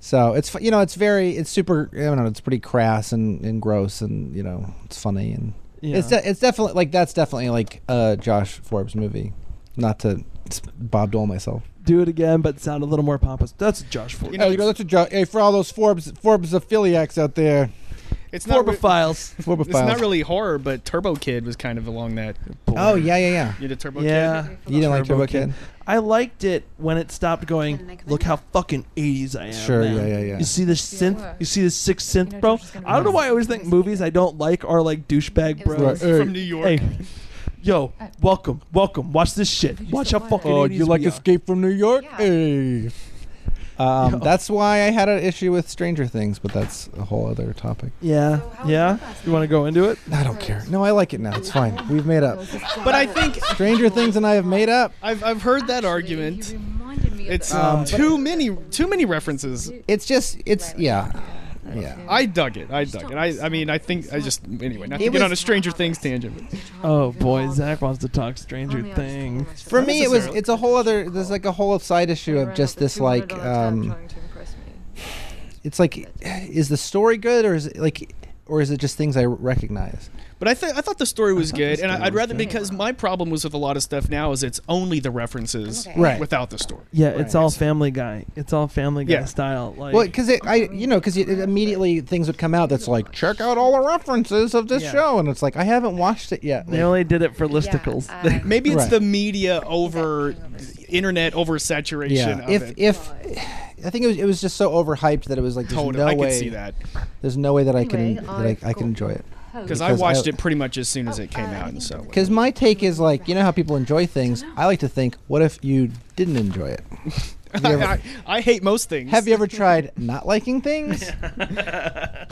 [SPEAKER 4] So it's fu- you know it's very it's super I don't know it's pretty crass and, and gross and you know it's funny and
[SPEAKER 2] Yeah.
[SPEAKER 4] it's de- it's definitely like that's definitely like a Josh Forbes movie, not to s- Bob Dole myself. Oh,
[SPEAKER 2] do it again, but sound a little more pompous. That's Josh Ford.
[SPEAKER 3] You know,
[SPEAKER 4] you know that's a jo- hey for all those Forbes Forbes affiliates out there.
[SPEAKER 3] It's not. re-
[SPEAKER 2] Forbophiles.
[SPEAKER 4] Forbes
[SPEAKER 3] it's not really horror, but Turbo Kid was kind of along that.
[SPEAKER 4] Oh yeah yeah yeah.
[SPEAKER 3] You did Turbo
[SPEAKER 2] Yeah.
[SPEAKER 3] Kid.
[SPEAKER 4] You didn't like Turbo Kid?
[SPEAKER 2] I liked it when it stopped
[SPEAKER 5] Can I
[SPEAKER 2] going.
[SPEAKER 5] come
[SPEAKER 2] Look
[SPEAKER 5] in?
[SPEAKER 2] how fucking 80s I am.
[SPEAKER 4] Sure,
[SPEAKER 2] now."
[SPEAKER 4] yeah, yeah, yeah.
[SPEAKER 2] You see the synth? You see the sixth synth, bro? I don't know why I always think movies I don't like are like douchebag bros.
[SPEAKER 4] Right, hey.
[SPEAKER 3] From New York.
[SPEAKER 2] Hey, yo,
[SPEAKER 5] Uh,
[SPEAKER 2] welcome, welcome. Watch this shit. Watch how fucking.
[SPEAKER 4] Oh, you
[SPEAKER 2] 80s
[SPEAKER 4] like
[SPEAKER 2] we are.
[SPEAKER 4] Escape from New York?
[SPEAKER 5] Yeah.
[SPEAKER 4] Hey. Um,
[SPEAKER 2] Yo.
[SPEAKER 4] That's why I had an issue with Stranger Things, but that's a whole other topic.
[SPEAKER 2] Yeah,
[SPEAKER 5] So how was
[SPEAKER 2] yeah.
[SPEAKER 5] your last
[SPEAKER 2] You want to go into it?
[SPEAKER 4] I don't care. No, I like it now. It's fine. We've made [LAUGHS] up.
[SPEAKER 3] But I think
[SPEAKER 4] Stranger Things and I have made up.
[SPEAKER 3] I've, I've heard that
[SPEAKER 6] He
[SPEAKER 3] argument.
[SPEAKER 6] reminded me of
[SPEAKER 3] It's
[SPEAKER 6] that.
[SPEAKER 4] Um,
[SPEAKER 3] too many too many references.
[SPEAKER 4] It's just, it's yeah, yeah.
[SPEAKER 3] I dug it. I dug it. I, I mean, I think I just anyway. Not to
[SPEAKER 4] It
[SPEAKER 3] get on
[SPEAKER 4] was-
[SPEAKER 3] a Stranger Things tangent.
[SPEAKER 2] Oh boy, Zach wants to talk Stranger Things.
[SPEAKER 4] For me, it was it's a whole other. There's like a whole side issue of just this like, um, it's like, is the story good or is it like, or is it just things I recognize?
[SPEAKER 3] But I, th- I thought the story was
[SPEAKER 4] thought the
[SPEAKER 3] good, and
[SPEAKER 4] story
[SPEAKER 3] I, I'd
[SPEAKER 4] was
[SPEAKER 3] rather
[SPEAKER 4] good.
[SPEAKER 3] because my problem was with a lot of stuff now is it's only the references
[SPEAKER 5] Okay.
[SPEAKER 4] Right.
[SPEAKER 3] without the story.
[SPEAKER 2] Yeah, it's
[SPEAKER 4] Right.
[SPEAKER 2] all Family Guy. It's all Family Guy
[SPEAKER 3] Yeah.
[SPEAKER 2] style. Like,
[SPEAKER 4] Well, because it, I, you know, because it, it immediately things would come out that's like, check out all the references of this
[SPEAKER 2] Yeah.
[SPEAKER 4] show, and it's like, I haven't watched it yet.
[SPEAKER 2] they
[SPEAKER 4] Like,
[SPEAKER 2] only did it for listicles. [LAUGHS]
[SPEAKER 5] Yeah, uh, I-
[SPEAKER 3] Maybe it's
[SPEAKER 4] Right.
[SPEAKER 3] the media over internet oversaturation.
[SPEAKER 4] yeah.
[SPEAKER 3] of
[SPEAKER 4] If
[SPEAKER 3] it.
[SPEAKER 4] if I think it was, it was just so overhyped that it was like there's
[SPEAKER 3] totally,
[SPEAKER 4] no
[SPEAKER 3] I
[SPEAKER 4] way
[SPEAKER 3] could see that
[SPEAKER 4] there's no way that I can
[SPEAKER 6] Anyway,
[SPEAKER 4] that I, I
[SPEAKER 6] I've
[SPEAKER 4] can enjoy it.
[SPEAKER 3] because I
[SPEAKER 4] Because I-
[SPEAKER 3] watched it pretty much as soon as it came out, and
[SPEAKER 4] [LAUGHS]
[SPEAKER 3] so
[SPEAKER 4] Because my take is like, you know how people enjoy things. I like to think, what if you didn't enjoy it? Have you
[SPEAKER 3] [LAUGHS]
[SPEAKER 4] ever,
[SPEAKER 3] I, I hate most things.
[SPEAKER 4] have you ever tried not liking things?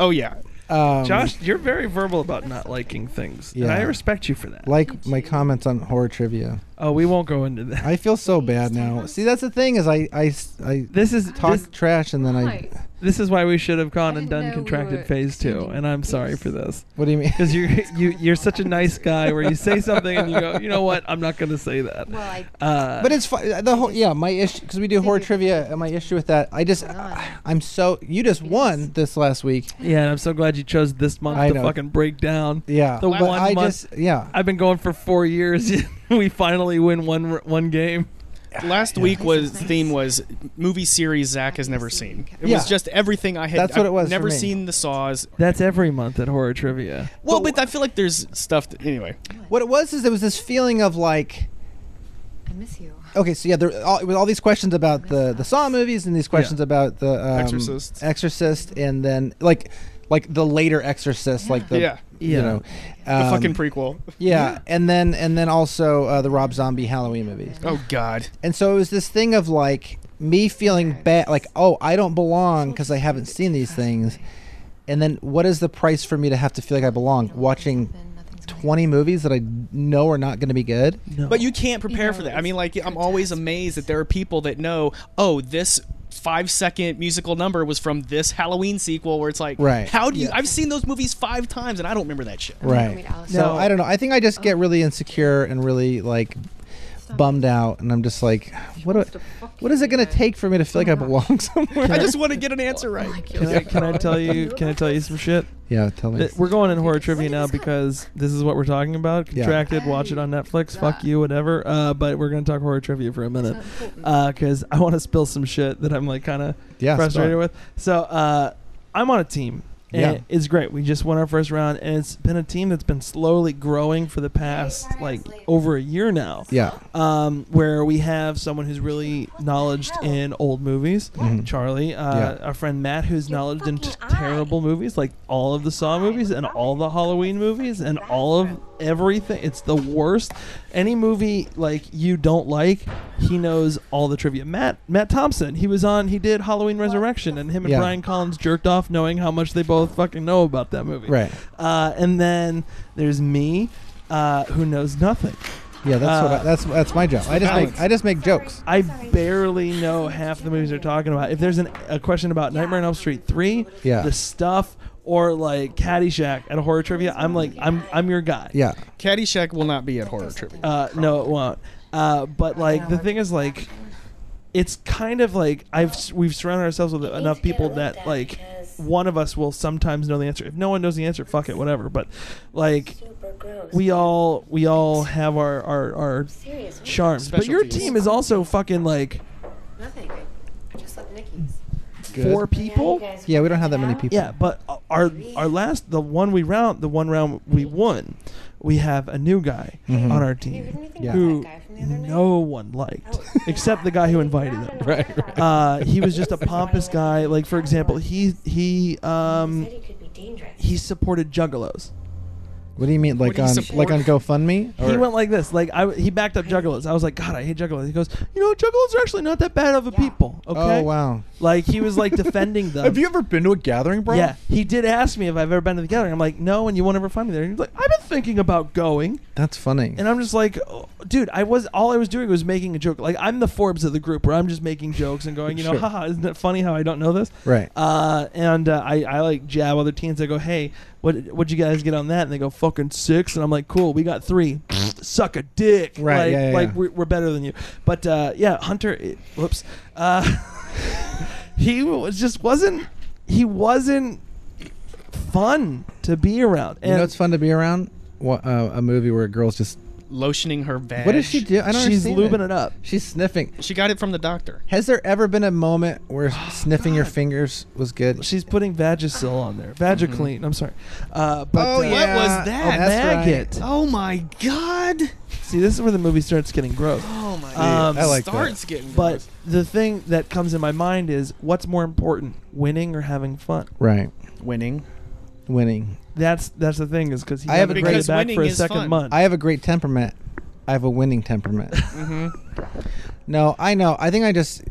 [SPEAKER 3] Oh yeah,
[SPEAKER 4] Um,
[SPEAKER 2] Josh, you're very verbal about not liking things, and
[SPEAKER 4] Yeah.
[SPEAKER 2] I respect you for that.
[SPEAKER 4] like my comments on horror trivia.
[SPEAKER 2] oh, we won't go into that.
[SPEAKER 4] I feel so bad now. See, that's the thing is I I s- I
[SPEAKER 2] [LAUGHS] This is
[SPEAKER 4] talk
[SPEAKER 2] this,
[SPEAKER 4] trash and then I
[SPEAKER 2] this is why we should have gone
[SPEAKER 5] I
[SPEAKER 2] and
[SPEAKER 5] didn't
[SPEAKER 2] done
[SPEAKER 5] know we
[SPEAKER 2] contracted
[SPEAKER 5] were
[SPEAKER 2] phase two,
[SPEAKER 5] ending
[SPEAKER 2] and I'm sorry
[SPEAKER 5] phase.
[SPEAKER 2] for this
[SPEAKER 4] What do you mean?
[SPEAKER 2] because you you you're such a nice guy where you say something and you go, you know what, I'm not going to say that.
[SPEAKER 5] Well, I
[SPEAKER 2] Uh,
[SPEAKER 4] [LAUGHS] But it's fun. The whole yeah, my issue because we do horror trivia. and My issue with that, I just, [SIGHS] I'm so you just won this last week.
[SPEAKER 2] yeah, and I'm so glad you chose this month
[SPEAKER 4] I
[SPEAKER 2] to
[SPEAKER 4] know.
[SPEAKER 2] fucking break down.
[SPEAKER 4] Yeah,
[SPEAKER 2] The
[SPEAKER 4] but
[SPEAKER 2] one
[SPEAKER 4] I
[SPEAKER 2] month-
[SPEAKER 4] just yeah.
[SPEAKER 2] I've been going for four years. [LAUGHS] we finally win one r- one game.
[SPEAKER 3] Last week was theme was movie series Zach has never seen. It
[SPEAKER 4] Yeah.
[SPEAKER 3] was just everything I had.
[SPEAKER 4] That's what
[SPEAKER 3] I've
[SPEAKER 4] it was for
[SPEAKER 3] Never
[SPEAKER 4] me.
[SPEAKER 3] seen the saws.
[SPEAKER 2] That's every month at horror trivia.
[SPEAKER 3] Well, but I feel like there's stuff. That, anyway,
[SPEAKER 4] What it was is there was this feeling of like.
[SPEAKER 5] I miss you.
[SPEAKER 4] Okay, so yeah, there all, with all these questions about the the Saw movies and these questions about the um,
[SPEAKER 3] Exorcists.
[SPEAKER 4] Exorcist, and then like like the later Exorcist, like the
[SPEAKER 3] Yeah.
[SPEAKER 4] you
[SPEAKER 2] Yeah.
[SPEAKER 4] know
[SPEAKER 3] the
[SPEAKER 4] um,
[SPEAKER 3] fucking prequel.
[SPEAKER 4] yeah, and then and then also uh, the Rob Zombie Halloween movies,
[SPEAKER 3] Oh God.
[SPEAKER 4] and so it was this thing of like me feeling bad, like oh I don't belong because I haven't seen these things, and then what is the price for me to have to feel like I belong watching
[SPEAKER 5] Then nothing's going to
[SPEAKER 4] twenty movies that I know are not going to be good?
[SPEAKER 2] No.
[SPEAKER 3] But you can't prepare
[SPEAKER 5] know,
[SPEAKER 3] for that. I
[SPEAKER 5] it's
[SPEAKER 3] mean, like, I'm always amazed that there are people that know, oh, this five second musical number was from this Halloween sequel where it's like,
[SPEAKER 4] Right.
[SPEAKER 3] how do you,
[SPEAKER 4] Yeah.
[SPEAKER 3] I've seen those movies five times and I don't remember that shit.
[SPEAKER 4] Right.
[SPEAKER 5] Wait, Alice.
[SPEAKER 4] No,
[SPEAKER 5] No.
[SPEAKER 4] I don't know. I think I just get really insecure and really like bummed out, and I'm just like, what? Do, what is it going to take for me to feel like I
[SPEAKER 3] [LAUGHS]
[SPEAKER 4] belong somewhere?
[SPEAKER 3] I just want to get an answer right.
[SPEAKER 2] can I, can I tell you? Can I tell you some shit?
[SPEAKER 4] yeah, tell me.
[SPEAKER 2] Th- We're going in horror trivia now because this is what we're talking about.
[SPEAKER 4] Yeah.
[SPEAKER 2] Contracted, watch it on Netflix. Fuck you, whatever. Uh, but we're gonna talk horror trivia for a minute because I want to spill some shit that I'm like kind of
[SPEAKER 4] Yeah,
[SPEAKER 2] frustrated
[SPEAKER 4] start.
[SPEAKER 2] with. So uh, I'm on a team. And
[SPEAKER 4] Yeah.
[SPEAKER 2] it's great. We just won our first round, and it's been a team that's been slowly growing for the past like over a year now
[SPEAKER 4] Yeah,
[SPEAKER 2] um, where we have someone who's really knowledgeed in old movies, Charlie, uh,
[SPEAKER 4] Mm-hmm. Yeah.
[SPEAKER 2] our friend Matt, who's knowledgeable in just terrible movies, like all of the Saw movies and all the Halloween movies and all of everything. It's the worst. Any movie like you don't like, he knows all the trivia. Matt Matt Thompson, he was on, he did Halloween Resurrection, and him and
[SPEAKER 4] Yeah.
[SPEAKER 2] Brian Collins jerked off knowing how much they both fucking know about that movie.
[SPEAKER 4] Right.
[SPEAKER 2] Uh, and then there's me, uh, who knows nothing.
[SPEAKER 4] yeah. That's what.
[SPEAKER 2] Uh,
[SPEAKER 4] I, that's that's my job. I just
[SPEAKER 3] balance.
[SPEAKER 4] make I just make jokes.
[SPEAKER 2] I barely know half the movies they're talking about. If there's an, a question about Nightmare on Elm Street three,
[SPEAKER 4] Yeah.
[SPEAKER 2] the stuff, or like Caddyshack at a horror trivia, I'm like, I'm I'm your guy.
[SPEAKER 4] Yeah,
[SPEAKER 3] Caddyshack will not be at horror trivia.
[SPEAKER 2] Uh, no, it won't. Uh, but like the thing is, like, it's kind of like I've s- we've surrounded ourselves with enough people that like one of us will sometimes know the answer. If no one knows the answer, fuck it, whatever. But like we all we all have our our, our charms. But your
[SPEAKER 3] Specialties.
[SPEAKER 2] team is also fucking like.
[SPEAKER 5] Nothing. I just left Nikki's.
[SPEAKER 2] four people.
[SPEAKER 4] yeah. We don't have that many people.
[SPEAKER 2] Yeah, but our our last the one we round the one round we won, we have a new guy
[SPEAKER 4] Mm-hmm.
[SPEAKER 2] on our team
[SPEAKER 4] Yeah.
[SPEAKER 2] who
[SPEAKER 5] guy from the other night?
[SPEAKER 2] no one liked except the guy who invited him.
[SPEAKER 4] Right. right.
[SPEAKER 2] Uh, he was just a pompous guy. Like for example, he he um
[SPEAKER 5] It could be dangerous.
[SPEAKER 2] he supported juggalos.
[SPEAKER 4] What do you mean? Like
[SPEAKER 3] do you
[SPEAKER 4] on
[SPEAKER 3] support?
[SPEAKER 4] like on GoFundMe?
[SPEAKER 2] [LAUGHS] he
[SPEAKER 4] Or-
[SPEAKER 2] went like this. Like I, w- he backed up juggalos. I was like, God, I hate juggalos. He goes, you know, juggalos are actually not that bad of a people. Okay.
[SPEAKER 4] Oh wow.
[SPEAKER 2] Like he was like
[SPEAKER 4] [LAUGHS]
[SPEAKER 2] defending them.
[SPEAKER 4] ever been to a gathering, bro?
[SPEAKER 2] Yeah, he did ask me if I've ever been to the gathering. I'm like, no, and you won't ever find me there. And he's like, I've been thinking about going,
[SPEAKER 4] That's funny.
[SPEAKER 2] and I'm just like, oh, dude, I was all I was doing was making a joke. Like I'm the Forbes of the group, where I'm just making jokes and going, you know,
[SPEAKER 4] Sure.
[SPEAKER 2] haha, isn't it funny how I don't know this?
[SPEAKER 4] Right.
[SPEAKER 2] Uh, and uh, I, I like jab other teens. I go, hey, what what'd you guys get on that? And they go, fucking six. And I'm like, cool, we got three. [LAUGHS] Suck a dick.
[SPEAKER 4] Right,
[SPEAKER 2] Like,
[SPEAKER 4] yeah, yeah,
[SPEAKER 2] like
[SPEAKER 4] yeah.
[SPEAKER 2] We're, we're better than you. But uh, yeah, Hunter. eh, Whoops. Uh, [LAUGHS] he was just wasn't. He wasn't fun to be around. And
[SPEAKER 4] you know, it's fun to be around. What, uh, a movie where a girl's just.
[SPEAKER 3] Lotioning her badge.
[SPEAKER 4] What does she do? I don't
[SPEAKER 2] she's
[SPEAKER 4] understand
[SPEAKER 2] lubing it up.
[SPEAKER 4] She's sniffing.
[SPEAKER 3] She got it from the doctor.
[SPEAKER 4] Has there ever been a moment
[SPEAKER 2] [GASPS]
[SPEAKER 4] where sniffing your fingers was good?
[SPEAKER 2] She's putting Vagisil on there. Vagiclean. I'm sorry. Uh, but
[SPEAKER 4] Oh,
[SPEAKER 2] uh,
[SPEAKER 4] yeah.
[SPEAKER 3] Mm-hmm. What was
[SPEAKER 4] Oh,
[SPEAKER 3] that?
[SPEAKER 4] that's right.
[SPEAKER 2] maggot.
[SPEAKER 3] Oh my God.
[SPEAKER 2] See, this is where the movie starts getting
[SPEAKER 3] [GASPS]
[SPEAKER 2] gross.
[SPEAKER 3] Oh my
[SPEAKER 2] Um,
[SPEAKER 4] I like that.
[SPEAKER 3] Starts getting
[SPEAKER 2] But
[SPEAKER 3] gross.
[SPEAKER 2] the thing that comes in my mind is what's more important, winning or having fun?
[SPEAKER 4] Right.
[SPEAKER 3] winning.
[SPEAKER 4] Winning.
[SPEAKER 2] That's that's the thing is because he
[SPEAKER 4] I have
[SPEAKER 2] hasn't
[SPEAKER 4] a
[SPEAKER 2] played
[SPEAKER 4] great-
[SPEAKER 2] it back for
[SPEAKER 3] Because
[SPEAKER 2] a
[SPEAKER 3] winning is
[SPEAKER 2] second
[SPEAKER 3] fun.
[SPEAKER 2] month.
[SPEAKER 4] I have a great temperament. I have a
[SPEAKER 2] [LAUGHS]
[SPEAKER 4] winning temperament. No, I know. I think I just,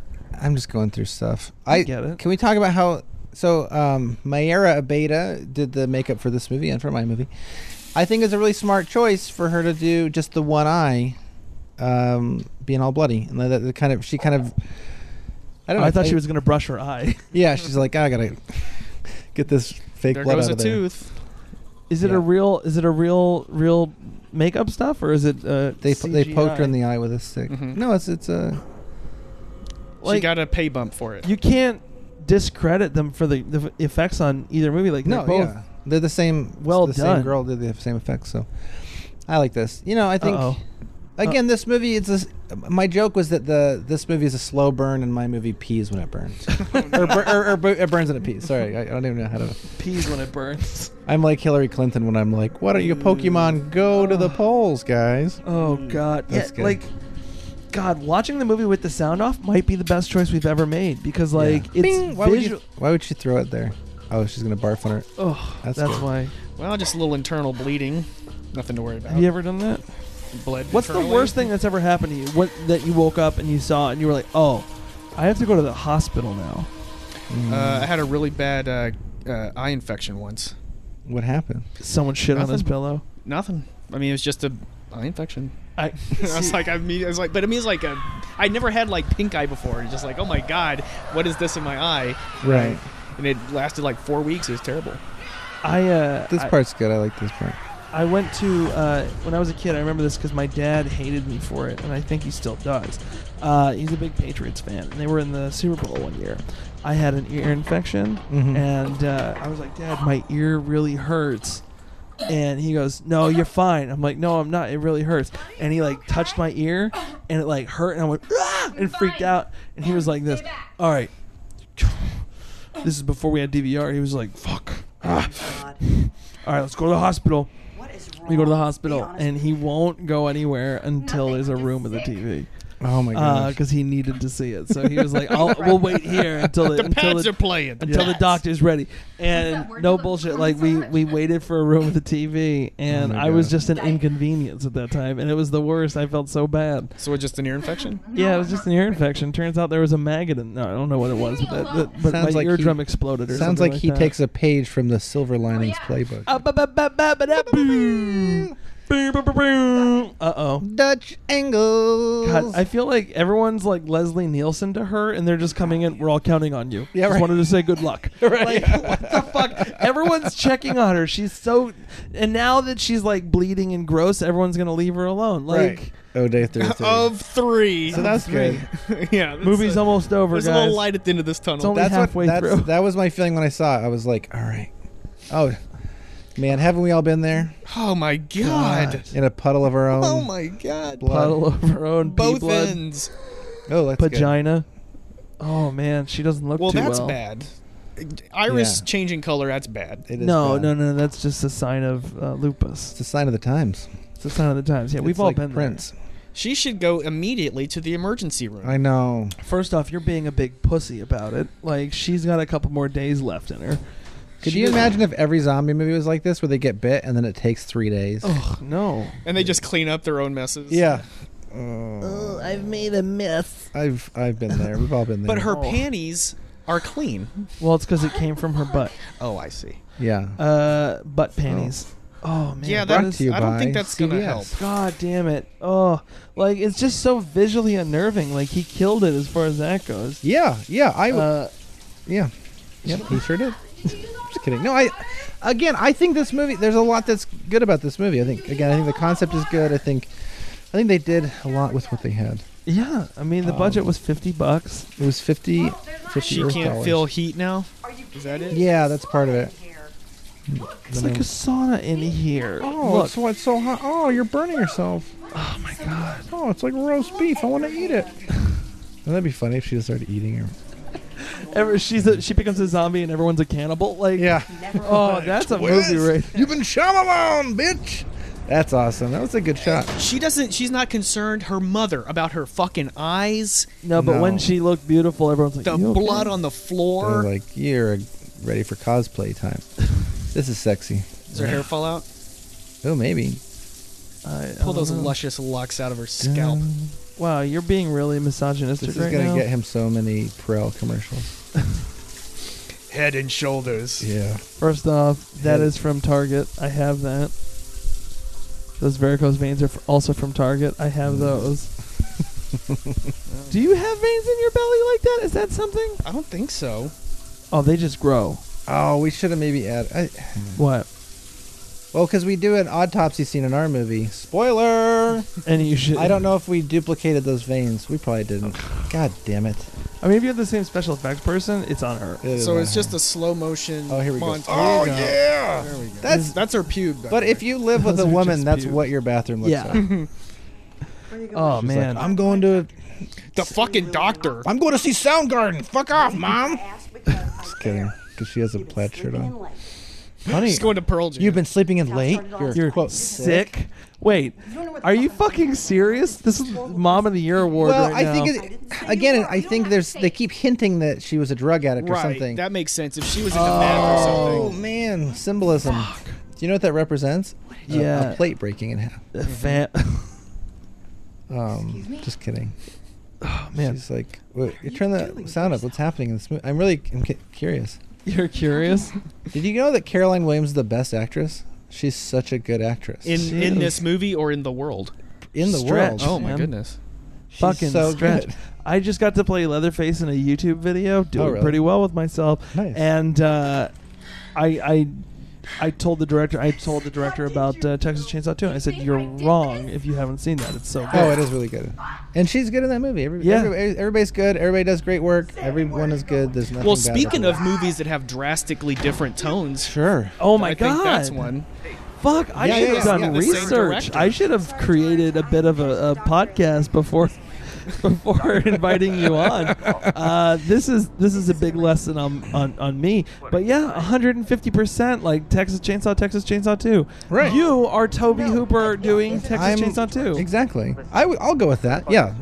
[SPEAKER 4] I'm just going through stuff. I
[SPEAKER 2] get it.
[SPEAKER 4] Can we talk about how? So, um, Mayra Abeda did the makeup for this movie and for my movie. I think it's a really smart choice for her to do just the one eye, um, being all bloody, and that, that kind of she kind of I don't know.
[SPEAKER 2] I thought
[SPEAKER 4] I-
[SPEAKER 2] she was gonna brush her
[SPEAKER 4] [LAUGHS]
[SPEAKER 2] eye.
[SPEAKER 4] Yeah, she's like, I gotta [LAUGHS] get this fake
[SPEAKER 3] There
[SPEAKER 4] blood
[SPEAKER 3] goes
[SPEAKER 4] out
[SPEAKER 3] a
[SPEAKER 4] of there.
[SPEAKER 3] tooth.
[SPEAKER 2] Is it
[SPEAKER 4] Yeah.
[SPEAKER 2] a real? Is it a real real makeup stuff or is it? Uh,
[SPEAKER 4] They po- they poked her in
[SPEAKER 2] CGI?
[SPEAKER 4] the eye with a stick.
[SPEAKER 3] Mhm.
[SPEAKER 4] No, it's it's a.
[SPEAKER 3] she
[SPEAKER 2] Like-
[SPEAKER 3] got a pay bump for it.
[SPEAKER 2] You can't discredit them for the, the effects on either movie. Like
[SPEAKER 4] No,
[SPEAKER 2] they're both.
[SPEAKER 4] yeah, they're the same.
[SPEAKER 2] well
[SPEAKER 4] the
[SPEAKER 2] done.
[SPEAKER 4] Same girl did the same effects, so I like this. You know, I think
[SPEAKER 2] Uh-oh. Uh,
[SPEAKER 4] again, this movie. It's a, s- my joke was that the this movie is a slow burn, and my movie pees when it
[SPEAKER 2] [LAUGHS]
[SPEAKER 4] burns,
[SPEAKER 2] Oh,
[SPEAKER 4] or, bur- or, or, bu- it burns when it pees. Sorry, I, I don't even know how to.
[SPEAKER 2] Peas when it burns.
[SPEAKER 4] I'm like Hillary Clinton when I'm like, why don't you
[SPEAKER 2] Mm.
[SPEAKER 4] Pokemon go to the polls, guys?
[SPEAKER 2] Oh God!
[SPEAKER 4] That's
[SPEAKER 2] yeah,
[SPEAKER 4] good.
[SPEAKER 2] like, God, watching the movie with the sound off might be the best choice we've ever made because like it's
[SPEAKER 4] Bing! why
[SPEAKER 2] visual.
[SPEAKER 4] Would you, why would she throw it there? Oh, she's gonna barf on her.
[SPEAKER 2] oh,
[SPEAKER 4] That's
[SPEAKER 2] that's,
[SPEAKER 4] good.
[SPEAKER 2] why.
[SPEAKER 3] Well, just a little internal bleeding. Nothing to worry about.
[SPEAKER 2] Have you ever done that?
[SPEAKER 3] Bled
[SPEAKER 2] What's the
[SPEAKER 3] internally.
[SPEAKER 2] worst thing that's ever happened to you? What that you woke up and you saw and you were like, oh, I have to go to the hospital now.
[SPEAKER 3] Uh, I had a really bad uh, uh, eye infection once.
[SPEAKER 4] What happened?
[SPEAKER 2] Someone shit on his
[SPEAKER 3] Nothing.
[SPEAKER 2] pillow.
[SPEAKER 3] Nothing. I mean, it was just a eye infection. [LAUGHS]
[SPEAKER 2] I,
[SPEAKER 3] I was like, I mean, I was like, but it means like a, I never had like pink eye before. It's just like, oh my god, what is this in my eye?
[SPEAKER 4] Right.
[SPEAKER 3] And it lasted like four weeks. It was terrible.
[SPEAKER 2] I uh,
[SPEAKER 4] This
[SPEAKER 2] I-
[SPEAKER 4] part's good. I like this part.
[SPEAKER 2] I went to uh, when I was a kid. I remember this because my dad hated me for it, and I think he still does. Uh, he's a big Patriots fan, and they were in the Super Bowl one year. I had an ear infection,
[SPEAKER 4] Mhm.
[SPEAKER 2] and uh, I was like, "Dad, my ear really hurts." And he goes, "No, you're fine." I'm like, "No, I'm not. It really hurts." And he like touched my ear, and it like hurt, and I went ah! and freaked out. And he was like, "This, all right." [LAUGHS] This is before we had DVR. He was like, "Fuck." Ah.
[SPEAKER 5] God.
[SPEAKER 2] All right, let's go to the hospital.
[SPEAKER 5] What is wrong?
[SPEAKER 2] We go to the
[SPEAKER 5] Be
[SPEAKER 2] hospital,
[SPEAKER 5] honest
[SPEAKER 2] and he won't go anywhere until
[SPEAKER 6] Nothing
[SPEAKER 2] there's a
[SPEAKER 6] like
[SPEAKER 2] room with a
[SPEAKER 6] sick.
[SPEAKER 2] TV
[SPEAKER 4] Oh
[SPEAKER 2] Uh,
[SPEAKER 4] my gosh.
[SPEAKER 2] because he needed to see it. So he was like, I'll, "We'll wait here until the,
[SPEAKER 3] The
[SPEAKER 2] until,
[SPEAKER 3] pads
[SPEAKER 2] the,
[SPEAKER 3] are playing.
[SPEAKER 2] until the
[SPEAKER 3] Yeah.
[SPEAKER 2] doctor's ready."
[SPEAKER 6] that
[SPEAKER 2] And
[SPEAKER 6] word?
[SPEAKER 2] no
[SPEAKER 6] Look,
[SPEAKER 2] bullshit,
[SPEAKER 6] I'm
[SPEAKER 2] like we
[SPEAKER 6] sorry.
[SPEAKER 2] we waited for a room with a TV, and
[SPEAKER 4] my
[SPEAKER 2] I was
[SPEAKER 4] God.
[SPEAKER 2] just an inconvenience at that time, and it was the worst. I felt so bad.
[SPEAKER 3] So it's just an ear infection.
[SPEAKER 2] Yeah, it was just an ear infection. Turns out there was a maggot in. No, I don't know what it was, but that, that- but
[SPEAKER 4] Sounds
[SPEAKER 2] my
[SPEAKER 4] like he-
[SPEAKER 2] eardrum exploded. Or
[SPEAKER 4] Sounds
[SPEAKER 2] something
[SPEAKER 4] like,
[SPEAKER 2] like
[SPEAKER 4] he
[SPEAKER 2] that.
[SPEAKER 4] takes a page from the Silver Linings
[SPEAKER 6] yeah.
[SPEAKER 4] Playbook.
[SPEAKER 2] Uh oh.
[SPEAKER 4] Dutch angles.
[SPEAKER 2] God,
[SPEAKER 4] [LAUGHS]
[SPEAKER 2] I feel like everyone's like Leslie Nielsen to her, and they're just coming in. We're all counting on you.
[SPEAKER 4] Yeah,
[SPEAKER 2] just
[SPEAKER 4] right.
[SPEAKER 2] wanted to say good
[SPEAKER 3] [LAUGHS]
[SPEAKER 2] luck. [LAUGHS] Like, what the fuck? Everyone's checking on her. She's so, and now that she's like bleeding and gross, everyone's gonna leave her alone. Like,
[SPEAKER 4] [LAUGHS] oh day three. three.
[SPEAKER 3] Of three.
[SPEAKER 4] so that's good.
[SPEAKER 3] [LAUGHS] yeah. that's
[SPEAKER 2] movie's
[SPEAKER 3] a-
[SPEAKER 2] almost over,
[SPEAKER 3] There's
[SPEAKER 2] guys.
[SPEAKER 3] a little light at the end of this tunnel.
[SPEAKER 2] It's only
[SPEAKER 4] That's what.
[SPEAKER 2] halfway
[SPEAKER 4] That's,
[SPEAKER 2] through.
[SPEAKER 4] that was my feeling when I saw it. I was like, all right. Oh, man, haven't we all been there
[SPEAKER 3] oh my god.
[SPEAKER 4] in a puddle of our own?
[SPEAKER 3] Oh my god.
[SPEAKER 4] blood.
[SPEAKER 2] puddle of her own pee
[SPEAKER 3] Both
[SPEAKER 2] blood,
[SPEAKER 3] ends.
[SPEAKER 4] Oh, that's good.
[SPEAKER 2] vagina. Oh man, she doesn't look
[SPEAKER 3] Well,
[SPEAKER 2] too
[SPEAKER 3] that's
[SPEAKER 2] well.
[SPEAKER 3] bad. Iris
[SPEAKER 4] Yeah.
[SPEAKER 3] changing color. That's bad.
[SPEAKER 4] It is
[SPEAKER 2] No,
[SPEAKER 4] bad.
[SPEAKER 2] no, no. That's just a sign of uh, lupus.
[SPEAKER 4] It's a sign of the times.
[SPEAKER 2] It's a sign of the times. Yeah, we've
[SPEAKER 4] It's
[SPEAKER 2] all
[SPEAKER 4] like
[SPEAKER 2] been there.
[SPEAKER 4] Prince.
[SPEAKER 3] She should go immediately to the emergency room.
[SPEAKER 4] I know.
[SPEAKER 2] First off, you're being a big pussy about it. Like she's got a couple more days left in her.
[SPEAKER 4] Could
[SPEAKER 2] She
[SPEAKER 4] you
[SPEAKER 2] is-
[SPEAKER 4] imagine if every zombie movie was like this, where they get bit and then it takes three days?
[SPEAKER 2] Ugh, no.
[SPEAKER 3] and they just clean up their own messes.
[SPEAKER 4] Yeah. Oh,
[SPEAKER 2] I've made a mess.
[SPEAKER 4] I've I've been there. We've all been there.
[SPEAKER 3] But her
[SPEAKER 2] Oh.
[SPEAKER 3] panties are clean.
[SPEAKER 2] Well, it's because it came from her butt.
[SPEAKER 3] Oh, I see.
[SPEAKER 4] yeah.
[SPEAKER 2] Uh, butt panties. Oh, man.
[SPEAKER 3] yeah,
[SPEAKER 4] brought
[SPEAKER 3] that
[SPEAKER 2] that
[SPEAKER 3] is,
[SPEAKER 4] to you
[SPEAKER 3] I don't
[SPEAKER 4] by
[SPEAKER 3] think that's going to
[SPEAKER 4] CVS.
[SPEAKER 3] help.
[SPEAKER 2] God damn it. Oh, like it's just so visually unnerving. Like he killed it as far as that goes.
[SPEAKER 4] Yeah, yeah, I w-
[SPEAKER 2] Uh,
[SPEAKER 4] yeah, yep, he sure did. [LAUGHS] Just kidding. No, I again, I think this movie. There's a lot that's good about this movie. I think again, I think the concept is good. I think, I think they did a lot with what they had.
[SPEAKER 2] yeah, I mean the budget
[SPEAKER 3] Um,
[SPEAKER 2] was fifty bucks.
[SPEAKER 4] It was 50, 50
[SPEAKER 3] She
[SPEAKER 4] Earth
[SPEAKER 3] can't
[SPEAKER 4] dollars.
[SPEAKER 3] feel heat now.
[SPEAKER 5] Are you
[SPEAKER 3] Is that it?
[SPEAKER 4] Yeah, that's part of it.
[SPEAKER 5] here?
[SPEAKER 2] It's like a sauna in here.
[SPEAKER 4] Oh,
[SPEAKER 2] Look,
[SPEAKER 4] it's, it's so hot. Oh, you're burning yourself.
[SPEAKER 2] oh my god.
[SPEAKER 4] Oh, it's like roast beef. I want to eat [LAUGHS] it. That'd be funny if she just started eating her.
[SPEAKER 2] Ever, she's a, she becomes a zombie and everyone's a cannibal. Like
[SPEAKER 4] [LAUGHS] Yeah.
[SPEAKER 5] Never.
[SPEAKER 2] Oh, that's
[SPEAKER 3] [LAUGHS]
[SPEAKER 2] a movie right
[SPEAKER 4] You've been Shyamalan, bitch. That's awesome. That was a good shot.
[SPEAKER 3] She doesn't. She's not concerned. Her mother about her fucking eyes,
[SPEAKER 2] No, but
[SPEAKER 4] No.
[SPEAKER 2] when she looked beautiful, everyone's like,
[SPEAKER 3] the
[SPEAKER 2] "You okay?"
[SPEAKER 3] blood on the
[SPEAKER 4] They're
[SPEAKER 3] floor.
[SPEAKER 4] like, you're ready for cosplay time. [LAUGHS] This is sexy.
[SPEAKER 3] Does her hair fall out?
[SPEAKER 4] [LAUGHS] Oh, maybe.
[SPEAKER 2] I- I
[SPEAKER 3] Pull those
[SPEAKER 2] don't know.
[SPEAKER 3] luscious locks out of her scalp.
[SPEAKER 2] Wow, you're being really misogynistic
[SPEAKER 4] Um, This is
[SPEAKER 2] right
[SPEAKER 4] gonna
[SPEAKER 2] now.
[SPEAKER 4] get him so many Prel commercials.
[SPEAKER 3] Head and shoulders.
[SPEAKER 4] Yeah.
[SPEAKER 2] First off, that is
[SPEAKER 4] Yeah.
[SPEAKER 2] from Target. I have that.
[SPEAKER 4] Mm.
[SPEAKER 2] Those varicose veins are f- also from Target. I have those. Do you have veins in your belly like that? Is that something?
[SPEAKER 3] I don't think so.
[SPEAKER 2] Oh, they just grow.
[SPEAKER 4] [LAUGHS] Oh, we should have maybe added. I,
[SPEAKER 2] What?
[SPEAKER 4] well, because we do an autopsy scene in our movie. Spoiler!
[SPEAKER 2] And you should.
[SPEAKER 4] I don't know if we duplicated those veins. We probably didn't. God damn it.
[SPEAKER 2] I mean, if you have the same special effects person, it's on her.
[SPEAKER 4] It is
[SPEAKER 9] So
[SPEAKER 4] on
[SPEAKER 9] it's
[SPEAKER 4] her.
[SPEAKER 9] just a slow motion.
[SPEAKER 4] Oh, here we go.
[SPEAKER 9] montage. Oh yeah. There we go.
[SPEAKER 4] That's-
[SPEAKER 9] that's her pube. by
[SPEAKER 4] But
[SPEAKER 9] the
[SPEAKER 4] if
[SPEAKER 9] way.
[SPEAKER 4] you live with a
[SPEAKER 2] Those are
[SPEAKER 4] woman,
[SPEAKER 2] just
[SPEAKER 4] that's
[SPEAKER 2] pubes.
[SPEAKER 4] what your bathroom looks
[SPEAKER 2] Yeah. [LAUGHS]
[SPEAKER 4] like. She's
[SPEAKER 5] Where are
[SPEAKER 2] Oh
[SPEAKER 5] you going?
[SPEAKER 4] like,
[SPEAKER 2] man.
[SPEAKER 4] I'm going to.
[SPEAKER 9] the fucking doctor, I'm going to see Soundgarden. Fuck off, mom.
[SPEAKER 5] Ask because I'm
[SPEAKER 4] Just kidding, because she has a
[SPEAKER 5] You've been
[SPEAKER 4] plaid shirt
[SPEAKER 5] sleeping
[SPEAKER 4] on.
[SPEAKER 5] in late.
[SPEAKER 4] Honey,
[SPEAKER 9] She's going to Pearl Jam.
[SPEAKER 4] you've been sleeping in
[SPEAKER 5] Now
[SPEAKER 4] late.
[SPEAKER 5] started
[SPEAKER 4] You're,
[SPEAKER 5] last
[SPEAKER 4] you're
[SPEAKER 5] night.
[SPEAKER 4] quote
[SPEAKER 2] sick. Wait,
[SPEAKER 5] You don't know what the
[SPEAKER 2] are you
[SPEAKER 5] fuck I'm
[SPEAKER 2] fucking
[SPEAKER 5] doing.
[SPEAKER 2] serious? This is Mom of the Year award
[SPEAKER 4] Well,
[SPEAKER 2] right now.
[SPEAKER 4] I think it, again, I think there's they keep hinting that she was a drug addict or
[SPEAKER 9] right.
[SPEAKER 4] something.
[SPEAKER 9] That makes sense. If she was in the bath or
[SPEAKER 4] oh
[SPEAKER 9] something.
[SPEAKER 4] man, symbolism. Do you know what that represents? A-
[SPEAKER 2] Yeah.
[SPEAKER 4] a, plate breaking in half.
[SPEAKER 2] The fan. [LAUGHS]
[SPEAKER 4] Um, just kidding.
[SPEAKER 2] Oh man,
[SPEAKER 4] She's like, wait, you turn the sound up. What's happening in this movie? I'm really I'm cu- curious.
[SPEAKER 2] you're curious.
[SPEAKER 4] Did you know that Caroline Williams is the best actress? She's such a good actress
[SPEAKER 3] In in
[SPEAKER 2] Jeez.
[SPEAKER 3] this movie or in the world?
[SPEAKER 4] in the
[SPEAKER 2] Stretch.
[SPEAKER 4] world.
[SPEAKER 3] Oh my
[SPEAKER 2] Sam.
[SPEAKER 3] goodness.
[SPEAKER 4] She's
[SPEAKER 2] fucking
[SPEAKER 4] so
[SPEAKER 2] stretch.
[SPEAKER 4] good. Oh,
[SPEAKER 2] I just got to play Leatherface in a YouTube video, doing
[SPEAKER 4] really?
[SPEAKER 2] pretty well with myself.
[SPEAKER 4] Nice.
[SPEAKER 2] And uh, I, I, I told the director, I told the director about uh, Texas Chainsaw 2, and I said, "You're wrong if you haven't seen that. It's so good."
[SPEAKER 4] Oh, it is really good. And she's good in that movie. Every,
[SPEAKER 2] Yeah.
[SPEAKER 4] every- everybody's good. Everybody does great work. Everyone is good. There's nothing.
[SPEAKER 3] Well,
[SPEAKER 4] bad
[SPEAKER 3] speaking of
[SPEAKER 4] about
[SPEAKER 3] movies that have drastically different tones,
[SPEAKER 4] it. sure.
[SPEAKER 2] Oh my
[SPEAKER 3] I
[SPEAKER 2] god,
[SPEAKER 3] think that's one.
[SPEAKER 2] Fuck! I
[SPEAKER 4] Yeah,
[SPEAKER 2] should have
[SPEAKER 4] yeah,
[SPEAKER 2] done
[SPEAKER 4] yeah,
[SPEAKER 3] the same
[SPEAKER 2] research.
[SPEAKER 3] director.
[SPEAKER 2] I should have created a bit of a, a podcast before [LAUGHS] before inviting you [LAUGHS] on. Uh, this is this is a big lesson on on, on me. But yeah, 150 percent like Texas Chainsaw, Texas Chainsaw Two.
[SPEAKER 4] Right.
[SPEAKER 2] You are Toby Hooper doing
[SPEAKER 4] I'm-
[SPEAKER 2] Texas Chainsaw Two.
[SPEAKER 4] Exactly. I w- I'll go with that. Yeah,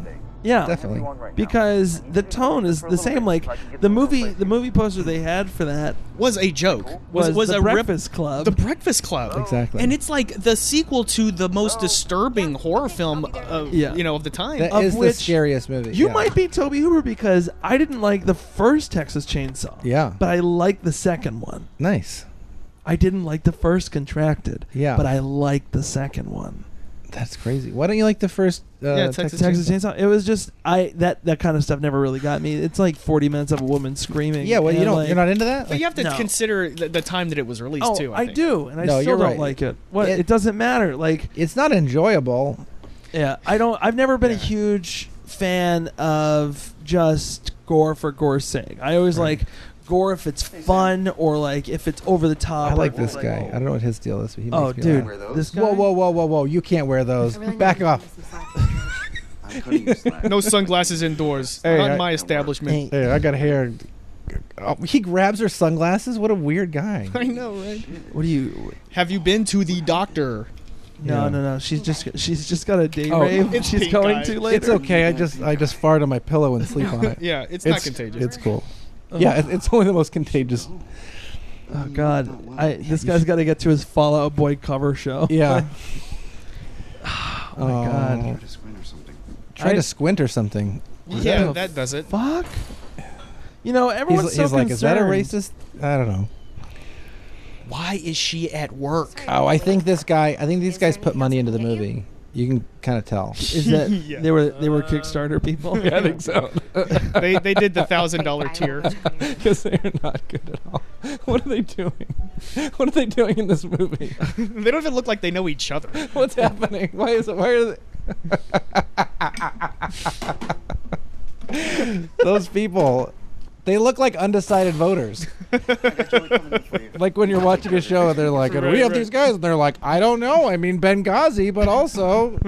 [SPEAKER 2] yeah,
[SPEAKER 4] definitely.
[SPEAKER 2] Because the tone is the same. Like the movie, the movie poster they had for that
[SPEAKER 3] Was a joke.
[SPEAKER 2] was,
[SPEAKER 3] Was was
[SPEAKER 2] the
[SPEAKER 3] a rip-
[SPEAKER 2] Breakfast Club.
[SPEAKER 3] The Breakfast Club.
[SPEAKER 4] Exactly.
[SPEAKER 3] And it's like the sequel to the most disturbing horror film of
[SPEAKER 2] Yeah.
[SPEAKER 3] you know of the time.
[SPEAKER 4] That
[SPEAKER 2] Of
[SPEAKER 4] is the
[SPEAKER 2] which
[SPEAKER 4] scariest movie.
[SPEAKER 2] You
[SPEAKER 4] yeah.
[SPEAKER 2] might be Toby Hooper because I didn't like the first Texas Chainsaw.
[SPEAKER 4] Yeah.
[SPEAKER 2] But I liked the second one.
[SPEAKER 4] Nice.
[SPEAKER 2] I didn't like the first Contracted.
[SPEAKER 4] Yeah.
[SPEAKER 2] But I liked the second one.
[SPEAKER 4] That's crazy. Why don't you like the first? Uh,
[SPEAKER 3] Yeah, Texas
[SPEAKER 4] Texas,
[SPEAKER 2] Texas Chainsaw. It was just I that that kind of stuff never really got me. It's like 40 minutes of a woman screaming.
[SPEAKER 4] Yeah. Well, you
[SPEAKER 2] and,
[SPEAKER 4] don't.
[SPEAKER 2] like-
[SPEAKER 4] you're not into that.
[SPEAKER 3] but you have to
[SPEAKER 2] No.
[SPEAKER 3] consider the, the time that it was released
[SPEAKER 2] Oh,
[SPEAKER 3] too. I,
[SPEAKER 2] I,
[SPEAKER 3] think.
[SPEAKER 2] do, and I
[SPEAKER 4] No,
[SPEAKER 2] still
[SPEAKER 4] you're
[SPEAKER 2] don't
[SPEAKER 4] right.
[SPEAKER 2] like it. What?
[SPEAKER 4] It-
[SPEAKER 2] It, doesn't matter. Like,
[SPEAKER 4] it's not enjoyable.
[SPEAKER 2] yeah, I don't. I've never been a
[SPEAKER 3] Yeah.
[SPEAKER 2] huge fan of just gore for gore's sake. I always like gore if it's fun or like if it's over the top.
[SPEAKER 4] I
[SPEAKER 2] or
[SPEAKER 4] like this guy. I don't know what his deal is, but he
[SPEAKER 2] Oh,
[SPEAKER 4] makes me
[SPEAKER 2] dude,
[SPEAKER 4] laugh.
[SPEAKER 2] this guy.
[SPEAKER 4] Whoa, whoa, whoa, whoa, whoa! You can't wear those. Back off.
[SPEAKER 10] I'm cutting you slack.
[SPEAKER 3] No sunglasses indoors.
[SPEAKER 4] Hey,
[SPEAKER 3] Not
[SPEAKER 4] I-
[SPEAKER 3] in my establishment.
[SPEAKER 4] Hey, I got hair. Oh, he grabs her sunglasses. What a
[SPEAKER 3] [LAUGHS]
[SPEAKER 4] weird guy.
[SPEAKER 3] I know, right?
[SPEAKER 2] What do you?
[SPEAKER 3] Have you been to the doctor?
[SPEAKER 2] No,
[SPEAKER 4] Yeah.
[SPEAKER 2] no, no. She's just she's just got a day
[SPEAKER 4] Oh,
[SPEAKER 2] rave.
[SPEAKER 3] it's
[SPEAKER 2] she's
[SPEAKER 3] pink
[SPEAKER 2] going
[SPEAKER 3] eye.
[SPEAKER 2] to later.
[SPEAKER 4] It's okay. I just I just fart on my pillow and
[SPEAKER 3] [LAUGHS]
[SPEAKER 4] sleep on it.
[SPEAKER 3] Yeah, it's, not contagious.
[SPEAKER 4] It's cool. Yeah, it- it's only the most [LAUGHS] contagious.
[SPEAKER 2] Oh God, I this guy's got to get to his Fallout Boy cover show.
[SPEAKER 4] [SIGHS] Yeah. Uh,
[SPEAKER 2] Oh my God.
[SPEAKER 10] Just win or something.
[SPEAKER 4] Try
[SPEAKER 2] I-
[SPEAKER 4] to squint or something.
[SPEAKER 3] yeah,
[SPEAKER 2] Yeah.
[SPEAKER 3] that does it.
[SPEAKER 2] Fuck. You know
[SPEAKER 4] He's,
[SPEAKER 2] everyone's so
[SPEAKER 4] he's like, is that a
[SPEAKER 2] concerned.
[SPEAKER 4] racist? I don't know.
[SPEAKER 3] Why is she at work?
[SPEAKER 4] Oh, I think this guy. I think these guys put money into the movie. You can kind of [LAUGHS] tell.
[SPEAKER 2] Is that they were they were Kickstarter
[SPEAKER 4] [LAUGHS]
[SPEAKER 2] people?
[SPEAKER 4] I think so.
[SPEAKER 3] [LAUGHS] they they did the thousand [LAUGHS] dollar tier.
[SPEAKER 4] [LAUGHS] Because they're not good at all. [LAUGHS] What are they doing? [LAUGHS] What are they doing in this movie?
[SPEAKER 3] They don't even look like they know each other.
[SPEAKER 4] What's happening? Why is it? Why are they? [LAUGHS] Those people, they look like undecided voters. Like when you're watching a show, and they're like, and we
[SPEAKER 3] Right,
[SPEAKER 4] have
[SPEAKER 3] right.
[SPEAKER 4] these guys, and they're like, I don't know. I mean, Benghazi, but
[SPEAKER 3] [LAUGHS]
[SPEAKER 4] also,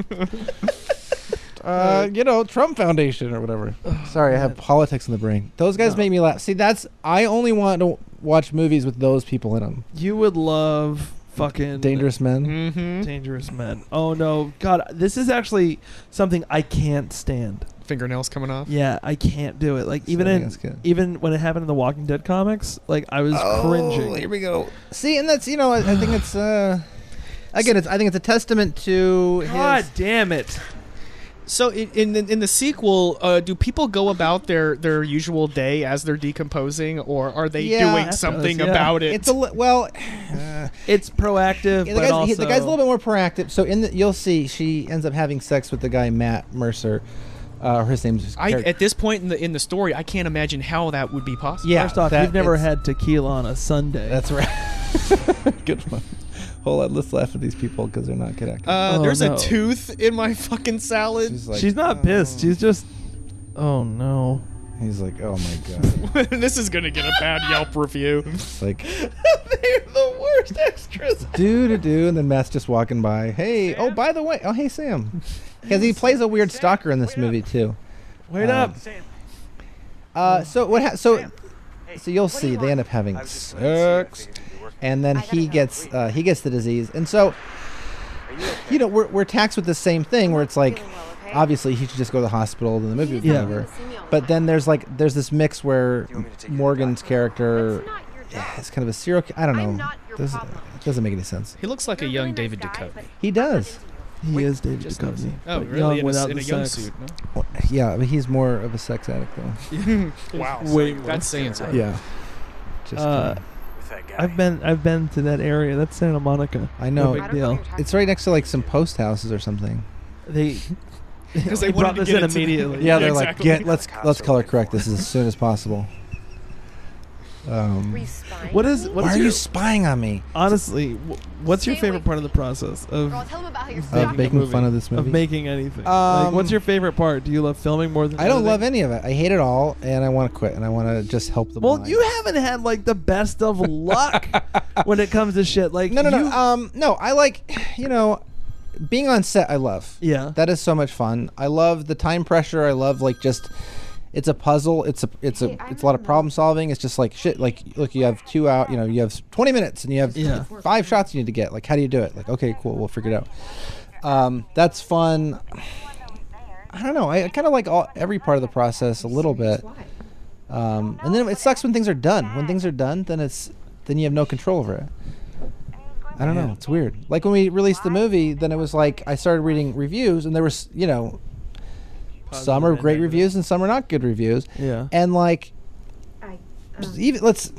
[SPEAKER 4] uh, you know, Trump Foundation or whatever. Sorry, I have politics in the brain. Those guys
[SPEAKER 2] No.
[SPEAKER 4] make me laugh. See, that's I only want to watch movies with those people in them.
[SPEAKER 2] You would love fucking
[SPEAKER 4] Dangerous Men.
[SPEAKER 3] Mm-hmm.
[SPEAKER 2] dangerous men. Oh no, God, this is actually something I can't stand.
[SPEAKER 3] Fingernails coming off.
[SPEAKER 2] Yeah, I can't do it. Like even
[SPEAKER 4] I think
[SPEAKER 2] in
[SPEAKER 4] that's good.
[SPEAKER 2] even when it happened in the Walking Dead comics, like I was cringing.
[SPEAKER 4] Oh, we go. See, and that's you know, I, I think it's uh, again, it's I think it's a testament to
[SPEAKER 2] God
[SPEAKER 4] his.
[SPEAKER 2] damn it!
[SPEAKER 3] So in in the, in the sequel, uh, do people go about their their usual day as they're decomposing, or are they
[SPEAKER 4] Yeah.
[SPEAKER 3] doing something
[SPEAKER 2] Yeah.
[SPEAKER 3] about it?
[SPEAKER 4] It's a li- well, [SIGHS]
[SPEAKER 2] It's proactive,
[SPEAKER 4] yeah, the
[SPEAKER 2] but
[SPEAKER 4] guy's,
[SPEAKER 2] also
[SPEAKER 4] he- the guy's a little bit more proactive. So in the, you'll see she ends up having sex with the guy Matt Mercer, uh, or his name's.
[SPEAKER 3] I at this point in the in the story, I can't imagine how that would be possible.
[SPEAKER 4] yeah,
[SPEAKER 2] First off,
[SPEAKER 4] that-
[SPEAKER 2] you've never
[SPEAKER 4] it's-
[SPEAKER 2] had tequila on a Sunday.
[SPEAKER 4] That's right. [LAUGHS] good one. Hold on, let's laugh at these people because they're not good actors.
[SPEAKER 3] Uh,
[SPEAKER 2] Oh,
[SPEAKER 3] there's
[SPEAKER 2] no.
[SPEAKER 3] a tooth in my fucking salad. [LAUGHS]
[SPEAKER 4] She's like, "Oh."
[SPEAKER 2] She's not pissed. She's just, oh no.
[SPEAKER 4] he's like, oh my god,
[SPEAKER 3] this is gonna get a bad Yelp review.
[SPEAKER 4] It's
[SPEAKER 10] [LAUGHS]
[SPEAKER 4] like
[SPEAKER 3] They're the worst extras.
[SPEAKER 4] do do do, and then Matt's just walking by. Hey, oh by the way, oh hey
[SPEAKER 5] [LAUGHS]
[SPEAKER 4] Sam, because he plays a weird stalker in this movie too.
[SPEAKER 2] Wait
[SPEAKER 4] Uh,
[SPEAKER 2] up.
[SPEAKER 8] Sam,
[SPEAKER 4] Uh, so what? Ha- so so you'll
[SPEAKER 5] do
[SPEAKER 4] see
[SPEAKER 5] you
[SPEAKER 4] they end up having
[SPEAKER 10] glad to
[SPEAKER 4] sex,
[SPEAKER 10] see you. I figured you'd be working.
[SPEAKER 4] and then
[SPEAKER 5] I gotta
[SPEAKER 4] he
[SPEAKER 5] go.
[SPEAKER 4] gets uh, he gets the disease, and so
[SPEAKER 10] Are you okay?
[SPEAKER 4] you know we're we're taxed with the same thing where it's like.
[SPEAKER 5] Feeling well, okay?
[SPEAKER 4] Obviously, he should just go to the hospital, and the movie would be
[SPEAKER 2] Yeah.
[SPEAKER 4] over.
[SPEAKER 5] See me all the
[SPEAKER 4] But
[SPEAKER 5] time.
[SPEAKER 4] then there's like there's this mix where
[SPEAKER 10] Do you want me to take you to the
[SPEAKER 4] Morgan's
[SPEAKER 10] doctor?
[SPEAKER 4] character
[SPEAKER 5] That's not your
[SPEAKER 4] [SIGHS]
[SPEAKER 5] job.
[SPEAKER 4] is kind of a serial. ki- I don't
[SPEAKER 5] I'm
[SPEAKER 4] know.
[SPEAKER 5] not your
[SPEAKER 4] Doesn't,
[SPEAKER 5] problem.
[SPEAKER 4] doesn't make any sense.
[SPEAKER 3] He looks like a
[SPEAKER 5] You're
[SPEAKER 3] young
[SPEAKER 5] really nice
[SPEAKER 3] David
[SPEAKER 5] guy,
[SPEAKER 3] Dakota.
[SPEAKER 5] but
[SPEAKER 4] He
[SPEAKER 5] I'm not
[SPEAKER 4] does.
[SPEAKER 5] into you.
[SPEAKER 2] He is David
[SPEAKER 3] just
[SPEAKER 2] Duchovny.
[SPEAKER 3] Oh,
[SPEAKER 2] but
[SPEAKER 3] really?
[SPEAKER 2] young
[SPEAKER 3] in a,
[SPEAKER 2] without
[SPEAKER 3] in
[SPEAKER 2] the
[SPEAKER 3] a young
[SPEAKER 2] sex.
[SPEAKER 3] suit. no?
[SPEAKER 4] Yeah, but he's more of a sex addict though.
[SPEAKER 3] Wow.
[SPEAKER 2] Way more.
[SPEAKER 3] that's saying something.
[SPEAKER 4] Yeah. Just
[SPEAKER 2] Uh,
[SPEAKER 4] kidding.
[SPEAKER 10] With that guy.
[SPEAKER 2] I've been I've been to that area. That's Santa Monica.
[SPEAKER 4] I
[SPEAKER 2] No
[SPEAKER 4] know.
[SPEAKER 2] big
[SPEAKER 5] I don't know
[SPEAKER 2] deal.
[SPEAKER 5] what you're talking
[SPEAKER 4] It's right next to like some post houses or something.
[SPEAKER 2] They
[SPEAKER 5] [LAUGHS]
[SPEAKER 2] [LAUGHS]
[SPEAKER 3] Because
[SPEAKER 2] they brought this in immediately.
[SPEAKER 4] Yeah, they're like, get
[SPEAKER 10] The
[SPEAKER 4] let's
[SPEAKER 10] cops
[SPEAKER 4] let's
[SPEAKER 10] are
[SPEAKER 4] color
[SPEAKER 10] looking
[SPEAKER 4] correct
[SPEAKER 10] for
[SPEAKER 4] this as soon as possible.
[SPEAKER 5] about. Were
[SPEAKER 4] Um,
[SPEAKER 5] you spying
[SPEAKER 2] What
[SPEAKER 5] on
[SPEAKER 2] is
[SPEAKER 5] me?
[SPEAKER 2] what
[SPEAKER 4] why
[SPEAKER 2] is
[SPEAKER 4] are
[SPEAKER 2] your,
[SPEAKER 4] you spying on me?
[SPEAKER 2] honestly? wh- What's your
[SPEAKER 6] Stay away
[SPEAKER 2] favorite part of the process of
[SPEAKER 6] Girl, tell him about how you're
[SPEAKER 4] Of
[SPEAKER 2] the
[SPEAKER 6] stuck.
[SPEAKER 4] making
[SPEAKER 2] movie.
[SPEAKER 4] fun of this
[SPEAKER 2] of
[SPEAKER 4] movie.
[SPEAKER 2] making anything? like,
[SPEAKER 4] Um,
[SPEAKER 2] what's your favorite part? Do you love filming more than
[SPEAKER 4] I don't
[SPEAKER 2] editing?
[SPEAKER 4] love any of it. I hate it all, and I want to quit, and I want to just help the
[SPEAKER 2] Well,
[SPEAKER 4] blind.
[SPEAKER 2] you haven't had like the best
[SPEAKER 4] [LAUGHS]
[SPEAKER 2] of luck when it comes to shit. Like
[SPEAKER 4] No, no, no.
[SPEAKER 2] you-
[SPEAKER 4] Um, no, I like, [SIGHS] you know, being on set. I love.
[SPEAKER 2] Yeah.
[SPEAKER 4] that is so much fun. I love the time pressure. I love like just, it's a puzzle. It's a it's a
[SPEAKER 5] Hey, I
[SPEAKER 4] it's a lot of
[SPEAKER 5] remember.
[SPEAKER 4] problem solving. It's just like shit. Like look, you have two out. You know, you have twenty minutes, and you have
[SPEAKER 2] Yeah.
[SPEAKER 4] five shots you need to get. Like, how do you do it? Like, okay, cool, we'll figure it out. Um, that's fun. I don't know. I kind of like all every part of the process a little bit.
[SPEAKER 6] Why?
[SPEAKER 4] Um, and then it sucks when things are done. When things are done, then it's then you have no control over it. I don't know. It's weird. Like when we released the movie, then it was like I started reading reviews, and there was you know, some are
[SPEAKER 2] and
[SPEAKER 4] great
[SPEAKER 2] negative.
[SPEAKER 4] reviews and some are not good reviews.
[SPEAKER 2] Yeah.
[SPEAKER 4] And like um,
[SPEAKER 5] I,
[SPEAKER 4] even let's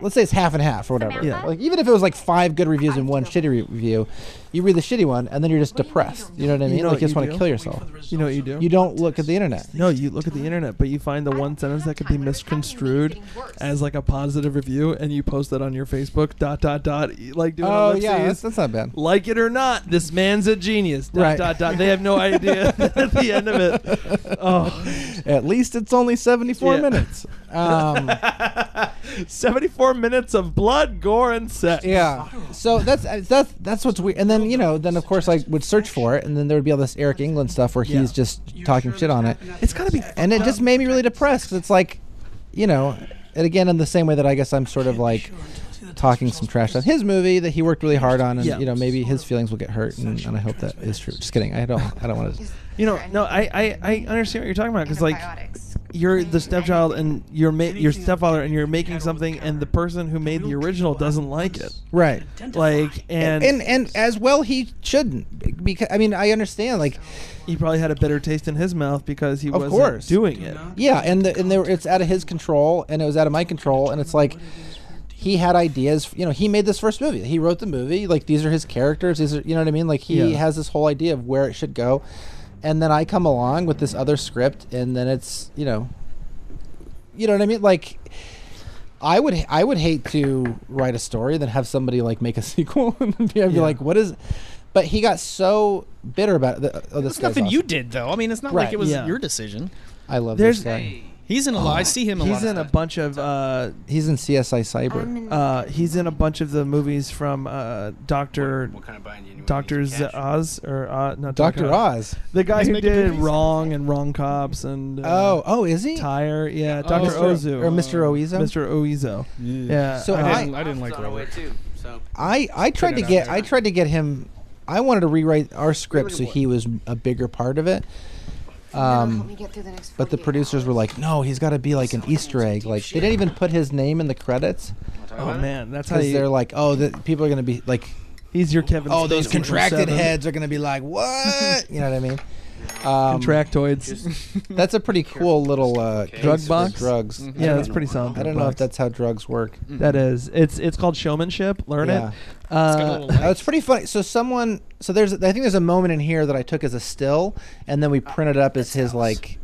[SPEAKER 4] let's say it's half and half or whatever.
[SPEAKER 5] Samantha? Yeah.
[SPEAKER 4] Like even if it was like five good reviews and one shitty re- review, you read the shitty one and then you're just depressed. You know what I
[SPEAKER 2] You
[SPEAKER 4] mean?
[SPEAKER 2] know what
[SPEAKER 4] like you just
[SPEAKER 2] you
[SPEAKER 4] want to
[SPEAKER 2] do?
[SPEAKER 4] kill
[SPEAKER 8] wait
[SPEAKER 4] yourself.
[SPEAKER 8] for the results.
[SPEAKER 2] you know what you do?
[SPEAKER 4] You don't look at the internet.
[SPEAKER 2] no, [LAUGHS] you look at the internet, but you find the one sentence that could be misconstrued as like a positive review, and you post that on your Facebook. Dot dot dot. y- Like doing
[SPEAKER 4] Oh
[SPEAKER 2] ellipses.
[SPEAKER 4] yeah, that's, that's
[SPEAKER 2] [LAUGHS]
[SPEAKER 4] not bad.
[SPEAKER 2] like it or not, this man's a genius. Dot
[SPEAKER 4] Right.
[SPEAKER 2] dot dot. They have [LAUGHS] no idea at the end of it. Oh,
[SPEAKER 4] At least it's only 74
[SPEAKER 2] Yeah. [LAUGHS]
[SPEAKER 4] minutes. Um,
[SPEAKER 2] 74 minutes of blood, gore, and sex.
[SPEAKER 4] yeah. So that's uh, that's that's what's weird. And then you know, then of course I would search for it, and then there would be all this Eric England stuff where
[SPEAKER 2] Yeah.
[SPEAKER 4] he's just
[SPEAKER 8] You
[SPEAKER 4] talking
[SPEAKER 8] sure
[SPEAKER 4] shit
[SPEAKER 8] there's
[SPEAKER 4] on it,
[SPEAKER 8] nothing out
[SPEAKER 2] It's
[SPEAKER 8] there
[SPEAKER 2] gotta be
[SPEAKER 8] that's
[SPEAKER 4] and it just made me really depressed because it's like, you know, and again in the same way that I guess I'm sort of
[SPEAKER 8] Can't be
[SPEAKER 4] like
[SPEAKER 8] sure until I see the
[SPEAKER 4] talking
[SPEAKER 8] test
[SPEAKER 4] some
[SPEAKER 8] results.
[SPEAKER 4] trash on his movie that he worked really hard on, and
[SPEAKER 2] Yeah.
[SPEAKER 4] you know maybe his feelings will get hurt, and, and I hope that is true. Just kidding. I don't. I don't want to.
[SPEAKER 2] You know, no, I, I, I understand what you're talking about because like
[SPEAKER 6] Antibiotics.
[SPEAKER 2] you're the stepchild and you're ma- your
[SPEAKER 8] Anything
[SPEAKER 2] stepfather
[SPEAKER 8] that
[SPEAKER 2] and you're
[SPEAKER 8] can
[SPEAKER 2] making
[SPEAKER 8] handle
[SPEAKER 2] something,
[SPEAKER 8] the
[SPEAKER 2] and the person who made the
[SPEAKER 8] real
[SPEAKER 2] original
[SPEAKER 8] people
[SPEAKER 2] doesn't
[SPEAKER 8] out
[SPEAKER 2] like
[SPEAKER 8] there.
[SPEAKER 2] it.
[SPEAKER 4] Right.
[SPEAKER 8] Identify.
[SPEAKER 2] Like and,
[SPEAKER 4] And, and and as well he shouldn't because I mean I understand like
[SPEAKER 2] he probably had a bitter taste in his mouth because he
[SPEAKER 4] Of
[SPEAKER 2] wasn't
[SPEAKER 4] course.
[SPEAKER 2] doing
[SPEAKER 8] Do
[SPEAKER 2] it.
[SPEAKER 8] not
[SPEAKER 4] Yeah, and the, and they were, it's out of his control, and it was out of my control, and it's like he had ideas. You know, he made this first movie. He wrote the movie. Like these are his characters. These are you know what I mean. Like he
[SPEAKER 2] Yeah.
[SPEAKER 4] has this whole idea of where it should go, and then I come along with this other script, and then it's you know, you know what I mean. Like I would I would hate to write a story then have somebody like make a [LAUGHS] sequel and then be, I'd be
[SPEAKER 2] Yeah.
[SPEAKER 4] like, what is? But he got so bitter about it. that- Oh, this
[SPEAKER 3] It's
[SPEAKER 4] guy's
[SPEAKER 3] nothing you
[SPEAKER 4] awesome.
[SPEAKER 3] did though. I mean, it's not like
[SPEAKER 4] Right.
[SPEAKER 3] it was
[SPEAKER 2] Yeah.
[SPEAKER 3] your decision.
[SPEAKER 4] I love
[SPEAKER 2] There's-
[SPEAKER 4] this guy.
[SPEAKER 3] He's in a lot. I see him. A lot
[SPEAKER 2] He's
[SPEAKER 3] of
[SPEAKER 2] in a
[SPEAKER 3] stuff.
[SPEAKER 2] bunch of uh,
[SPEAKER 4] He's in CSI Cyber.
[SPEAKER 5] I'm in
[SPEAKER 2] uh, he's in a bunch of the movies from uh, Doctor
[SPEAKER 10] What kind of buying you need?
[SPEAKER 2] Doctor
[SPEAKER 10] Cash?
[SPEAKER 2] Oz or uh, not
[SPEAKER 4] Doctor
[SPEAKER 2] Dr.
[SPEAKER 4] Oz.
[SPEAKER 2] the guy
[SPEAKER 3] He's
[SPEAKER 2] who
[SPEAKER 3] making
[SPEAKER 2] did
[SPEAKER 3] movies.
[SPEAKER 2] Wrong and Wrong Cops and uh,
[SPEAKER 4] Oh, oh, is he?
[SPEAKER 2] Tire, yeah,
[SPEAKER 3] Oh.
[SPEAKER 2] Doctor
[SPEAKER 3] Mr.
[SPEAKER 2] Ozu
[SPEAKER 4] or Mr. Oizo?
[SPEAKER 2] Mr. Oizo, yeah. Uh,
[SPEAKER 4] So
[SPEAKER 3] I
[SPEAKER 4] I-
[SPEAKER 3] didn't, I didn't like
[SPEAKER 7] It's on our way
[SPEAKER 3] Robert.
[SPEAKER 7] too. So
[SPEAKER 4] I I tried to
[SPEAKER 3] Couldn't
[SPEAKER 4] get
[SPEAKER 3] have.
[SPEAKER 4] I tried to get him. I wanted to rewrite our script so he was a bigger part of it. Um, but the producers were like, "No, he's got to be like an Easter egg." Like they didn't even put his name in the credits
[SPEAKER 2] oh man, that's how
[SPEAKER 4] because they're
[SPEAKER 2] you,
[SPEAKER 4] like, "Oh, the, people are gonna be like,
[SPEAKER 2] he's your Kevin.
[SPEAKER 4] oh, those
[SPEAKER 2] Spacey.
[SPEAKER 4] contracted
[SPEAKER 2] Seven. [LAUGHS]
[SPEAKER 4] heads are gonna be like, what?" you know what I mean? Um,
[SPEAKER 2] Contractoids.
[SPEAKER 4] That's a pretty cool little uh,
[SPEAKER 2] Drug
[SPEAKER 4] case for
[SPEAKER 2] box?
[SPEAKER 4] Drugs.
[SPEAKER 2] Mhm.
[SPEAKER 4] I
[SPEAKER 2] Yeah,
[SPEAKER 4] don't
[SPEAKER 2] that's
[SPEAKER 4] know.
[SPEAKER 2] pretty solid
[SPEAKER 4] I
[SPEAKER 2] drug
[SPEAKER 4] don't know if
[SPEAKER 2] box.
[SPEAKER 4] that's how drugs work.
[SPEAKER 2] [LAUGHS] That is. It's it's called showmanship. Learn
[SPEAKER 4] Yeah.
[SPEAKER 2] it. Uh,
[SPEAKER 4] Uh, it's pretty funny. So someone, so there's, I think there's a moment in here that I took as a still, and then we
[SPEAKER 2] Oh,
[SPEAKER 4] printed it up as his like,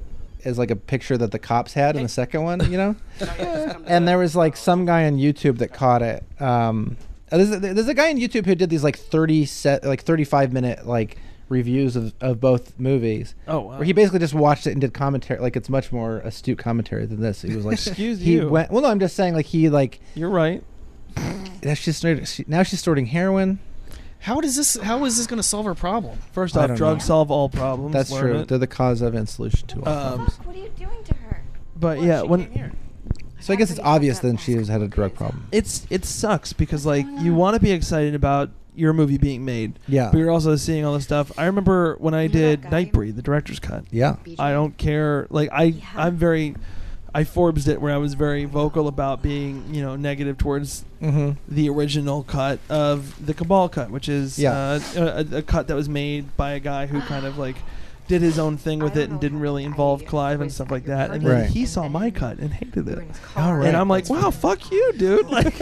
[SPEAKER 4] as like a picture that the cops had in the second one,
[SPEAKER 2] [LAUGHS]
[SPEAKER 4] you know. [LAUGHS] and there was like some guy on YouTube that caught it. Um, uh, there's a, there's a guy on YouTube who did these like thirty set, like thirty five minute like reviews of, of both movies.
[SPEAKER 2] Oh, wow.
[SPEAKER 4] Where he basically just watched it and did commentary. Like it's much more astute commentary than this. He was
[SPEAKER 2] [LAUGHS]
[SPEAKER 4] like,
[SPEAKER 2] Excuse
[SPEAKER 4] he
[SPEAKER 2] you.
[SPEAKER 4] Went, well, no, I'm just saying like he like
[SPEAKER 2] You're right. Mm.
[SPEAKER 4] now she's started, she, now she's starting heroin.
[SPEAKER 3] How does this? How is this going to solve our problem?
[SPEAKER 2] First
[SPEAKER 4] I
[SPEAKER 2] off,
[SPEAKER 4] don't
[SPEAKER 2] drugs
[SPEAKER 4] know.
[SPEAKER 2] solve all problems.
[SPEAKER 4] That's
[SPEAKER 2] Learn
[SPEAKER 4] true.
[SPEAKER 2] it.
[SPEAKER 4] They're the cause of and solution to all.
[SPEAKER 2] Um,
[SPEAKER 5] Fuck, what are you doing to her?
[SPEAKER 2] but yeah,
[SPEAKER 8] She
[SPEAKER 2] when
[SPEAKER 8] came here.
[SPEAKER 4] so I guess it's obvious then she has had a drug problem.
[SPEAKER 2] it's it sucks because like you want to be excited about your movie being made.
[SPEAKER 4] Yeah.
[SPEAKER 2] But you're also seeing all this stuff. I remember when I
[SPEAKER 5] You know that
[SPEAKER 2] did
[SPEAKER 5] guy?
[SPEAKER 2] Nightbreed, the director's cut.
[SPEAKER 4] Yeah.
[SPEAKER 2] I don't care. Like I,
[SPEAKER 5] Yeah.
[SPEAKER 2] I'm very, I Forbes it where I was very vocal about being, you know, negative towards
[SPEAKER 4] Mm-hmm.
[SPEAKER 2] the original cut of the Cabal cut, which is
[SPEAKER 4] Yeah.
[SPEAKER 2] uh, a, a cut that was made by a guy who kind of like did his own thing with it
[SPEAKER 5] I don't
[SPEAKER 2] and
[SPEAKER 5] know
[SPEAKER 2] didn't
[SPEAKER 5] how
[SPEAKER 2] really
[SPEAKER 5] I
[SPEAKER 2] involve
[SPEAKER 5] was
[SPEAKER 2] Clive and
[SPEAKER 5] at
[SPEAKER 2] stuff like
[SPEAKER 5] your
[SPEAKER 2] that. And
[SPEAKER 5] party
[SPEAKER 2] then
[SPEAKER 4] Right.
[SPEAKER 2] he saw
[SPEAKER 5] and
[SPEAKER 2] my
[SPEAKER 5] then
[SPEAKER 2] cut and hated
[SPEAKER 5] we were
[SPEAKER 2] it.
[SPEAKER 5] in his car.
[SPEAKER 4] right.
[SPEAKER 2] And I'm like,
[SPEAKER 4] That's
[SPEAKER 2] wow, fuck you, dude. [LAUGHS] Like,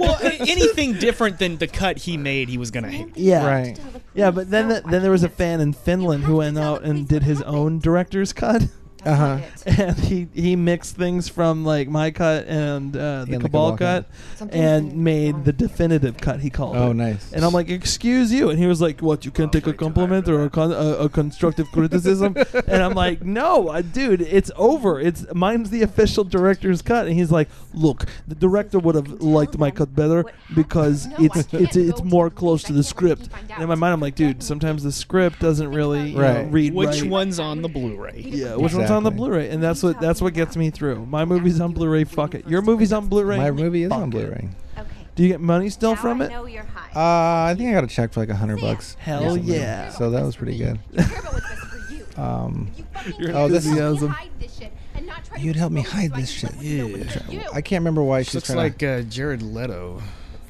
[SPEAKER 3] Well, a- anything different than the cut he made, he was going to hate.
[SPEAKER 5] Samantha, you
[SPEAKER 2] yeah.
[SPEAKER 5] have to
[SPEAKER 4] Right.
[SPEAKER 5] tell the
[SPEAKER 2] Yeah,
[SPEAKER 5] police.
[SPEAKER 2] but then
[SPEAKER 5] No,
[SPEAKER 2] the,
[SPEAKER 5] I
[SPEAKER 2] then there was a
[SPEAKER 5] can't.
[SPEAKER 2] fan in Finland
[SPEAKER 5] have
[SPEAKER 2] who
[SPEAKER 5] to
[SPEAKER 2] went
[SPEAKER 5] tell the
[SPEAKER 2] out and
[SPEAKER 5] police
[SPEAKER 2] did
[SPEAKER 5] what
[SPEAKER 2] his
[SPEAKER 5] happened.
[SPEAKER 2] own director's cut. [LAUGHS]
[SPEAKER 5] That's not
[SPEAKER 4] Uh-huh.
[SPEAKER 5] it.
[SPEAKER 2] and he, he mixed things from like my cut and uh, the
[SPEAKER 4] And the
[SPEAKER 2] cabal
[SPEAKER 4] Cabal
[SPEAKER 2] cut
[SPEAKER 4] cut.
[SPEAKER 5] Something's
[SPEAKER 2] and
[SPEAKER 5] been
[SPEAKER 2] made
[SPEAKER 5] wrong.
[SPEAKER 2] the definitive cut he called
[SPEAKER 4] Oh,
[SPEAKER 2] it.
[SPEAKER 4] nice.
[SPEAKER 2] and i'm like excuse you and he was like what you can't take a compliment or a, con- a, a constructive
[SPEAKER 4] [LAUGHS]
[SPEAKER 2] criticism and i'm like no uh, dude it's over it's mine's the official director's cut and he's like look the director would have liked my cut better because
[SPEAKER 5] No, I
[SPEAKER 2] it's
[SPEAKER 5] can't
[SPEAKER 2] it's it's
[SPEAKER 5] go to
[SPEAKER 2] more
[SPEAKER 5] the
[SPEAKER 2] close
[SPEAKER 5] police.
[SPEAKER 2] to
[SPEAKER 5] I
[SPEAKER 2] the
[SPEAKER 5] can't let you
[SPEAKER 2] script
[SPEAKER 5] find
[SPEAKER 2] and in my
[SPEAKER 5] out.
[SPEAKER 2] mind i'm like dude sometimes the script doesn't really you know,
[SPEAKER 4] Right.
[SPEAKER 2] read
[SPEAKER 3] Which
[SPEAKER 2] right.
[SPEAKER 3] one's on the Blu-ray?
[SPEAKER 2] Yeah, which one's on the
[SPEAKER 4] Exactly.
[SPEAKER 2] Blu-ray, and that's what that's what gets me through. My movie's on Blu-ray. Fuck it. Your movie's on Blu-ray.
[SPEAKER 4] My movie is
[SPEAKER 2] fuck
[SPEAKER 4] on
[SPEAKER 2] it.
[SPEAKER 4] Blu-ray.
[SPEAKER 5] Okay.
[SPEAKER 2] Do you get money still
[SPEAKER 5] Now
[SPEAKER 2] from
[SPEAKER 5] I
[SPEAKER 2] it?
[SPEAKER 5] know you're high.
[SPEAKER 4] Uh, I think I got a check for like a hundred bucks.
[SPEAKER 2] Hell
[SPEAKER 4] recently.
[SPEAKER 2] yeah.
[SPEAKER 4] So that was pretty good.
[SPEAKER 5] You care about what's best for you.
[SPEAKER 4] Um,
[SPEAKER 5] You fucking
[SPEAKER 2] Your
[SPEAKER 5] help me
[SPEAKER 2] enthusiasm.
[SPEAKER 5] hide Oh, this shit and not try to
[SPEAKER 4] you'd help me hide
[SPEAKER 5] expose
[SPEAKER 4] this
[SPEAKER 5] so
[SPEAKER 4] shit.
[SPEAKER 5] I can let you know what you do.
[SPEAKER 4] I can't remember why she's
[SPEAKER 9] Looks
[SPEAKER 4] trying
[SPEAKER 9] like
[SPEAKER 4] to.
[SPEAKER 9] uh, Jared Leto.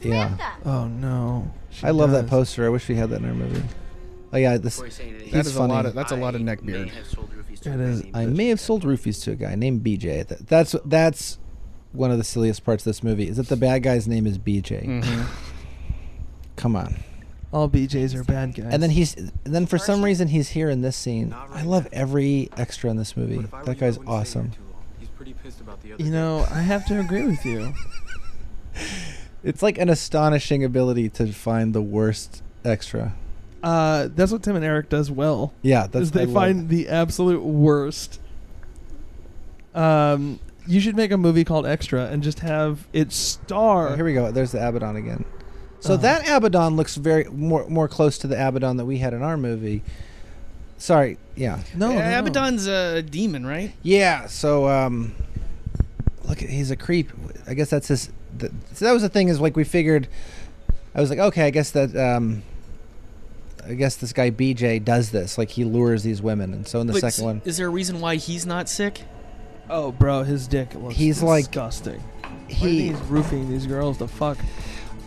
[SPEAKER 4] Yeah.
[SPEAKER 5] Samantha,
[SPEAKER 2] Oh no. She
[SPEAKER 4] I love that
[SPEAKER 2] does.
[SPEAKER 4] poster. I wish we had that in our movie. Oh yeah, this.
[SPEAKER 10] Before you say anything,
[SPEAKER 9] That
[SPEAKER 4] He's
[SPEAKER 9] is a
[SPEAKER 4] funny.
[SPEAKER 9] lot of that's a lot of neck beard.
[SPEAKER 10] I may have sold you if he's too
[SPEAKER 2] It is-
[SPEAKER 10] busy,
[SPEAKER 4] I
[SPEAKER 10] but-
[SPEAKER 4] may have sold roofies to a guy named BJ. That- That's that's one of the silliest parts of this movie is that the bad guy's name is BJ.
[SPEAKER 2] Mm.
[SPEAKER 4] Come on.
[SPEAKER 2] All BJ's are bad guys.
[SPEAKER 4] And then he's and then for some reason he's here in this scene.
[SPEAKER 7] Not right
[SPEAKER 4] I love
[SPEAKER 7] now.
[SPEAKER 4] every extra in this movie.
[SPEAKER 7] But if I were
[SPEAKER 4] That
[SPEAKER 7] you, I
[SPEAKER 4] guy's
[SPEAKER 7] wouldn't stay here
[SPEAKER 4] awesome.
[SPEAKER 7] too long. He's pretty pissed about the other
[SPEAKER 2] you
[SPEAKER 7] day.
[SPEAKER 2] know, I have to agree with you.
[SPEAKER 4] It's like an astonishing ability to find the worst extra.
[SPEAKER 2] Uh, that's what Tim and Eric does well.
[SPEAKER 4] Yeah, that's
[SPEAKER 2] is they
[SPEAKER 4] I love-
[SPEAKER 2] find the absolute worst. Um, you should make a movie called Extra and just have it
[SPEAKER 4] Oh,
[SPEAKER 2] star.
[SPEAKER 4] here we go. There's the Abaddon again. So
[SPEAKER 2] Oh.
[SPEAKER 4] that Abaddon looks very more more close to the Abaddon that we had in our movie. Sorry, yeah.
[SPEAKER 2] no, no, no.
[SPEAKER 3] Yeah, Abaddon's a demon, right?
[SPEAKER 4] Yeah. So, um, look, he's a creep. I guess that's his. Th- so that was the thing is like we figured. I was like, okay, I guess that. Um, I guess this guy BJ does this. Like he lures these women, and so in the
[SPEAKER 3] But
[SPEAKER 4] second
[SPEAKER 3] s-
[SPEAKER 4] one,
[SPEAKER 3] Is there a reason why he's not sick?
[SPEAKER 2] Oh, bro, his dick looks
[SPEAKER 4] He's like-
[SPEAKER 2] disgusting.
[SPEAKER 4] he.
[SPEAKER 2] he's roofing these girls to fuck.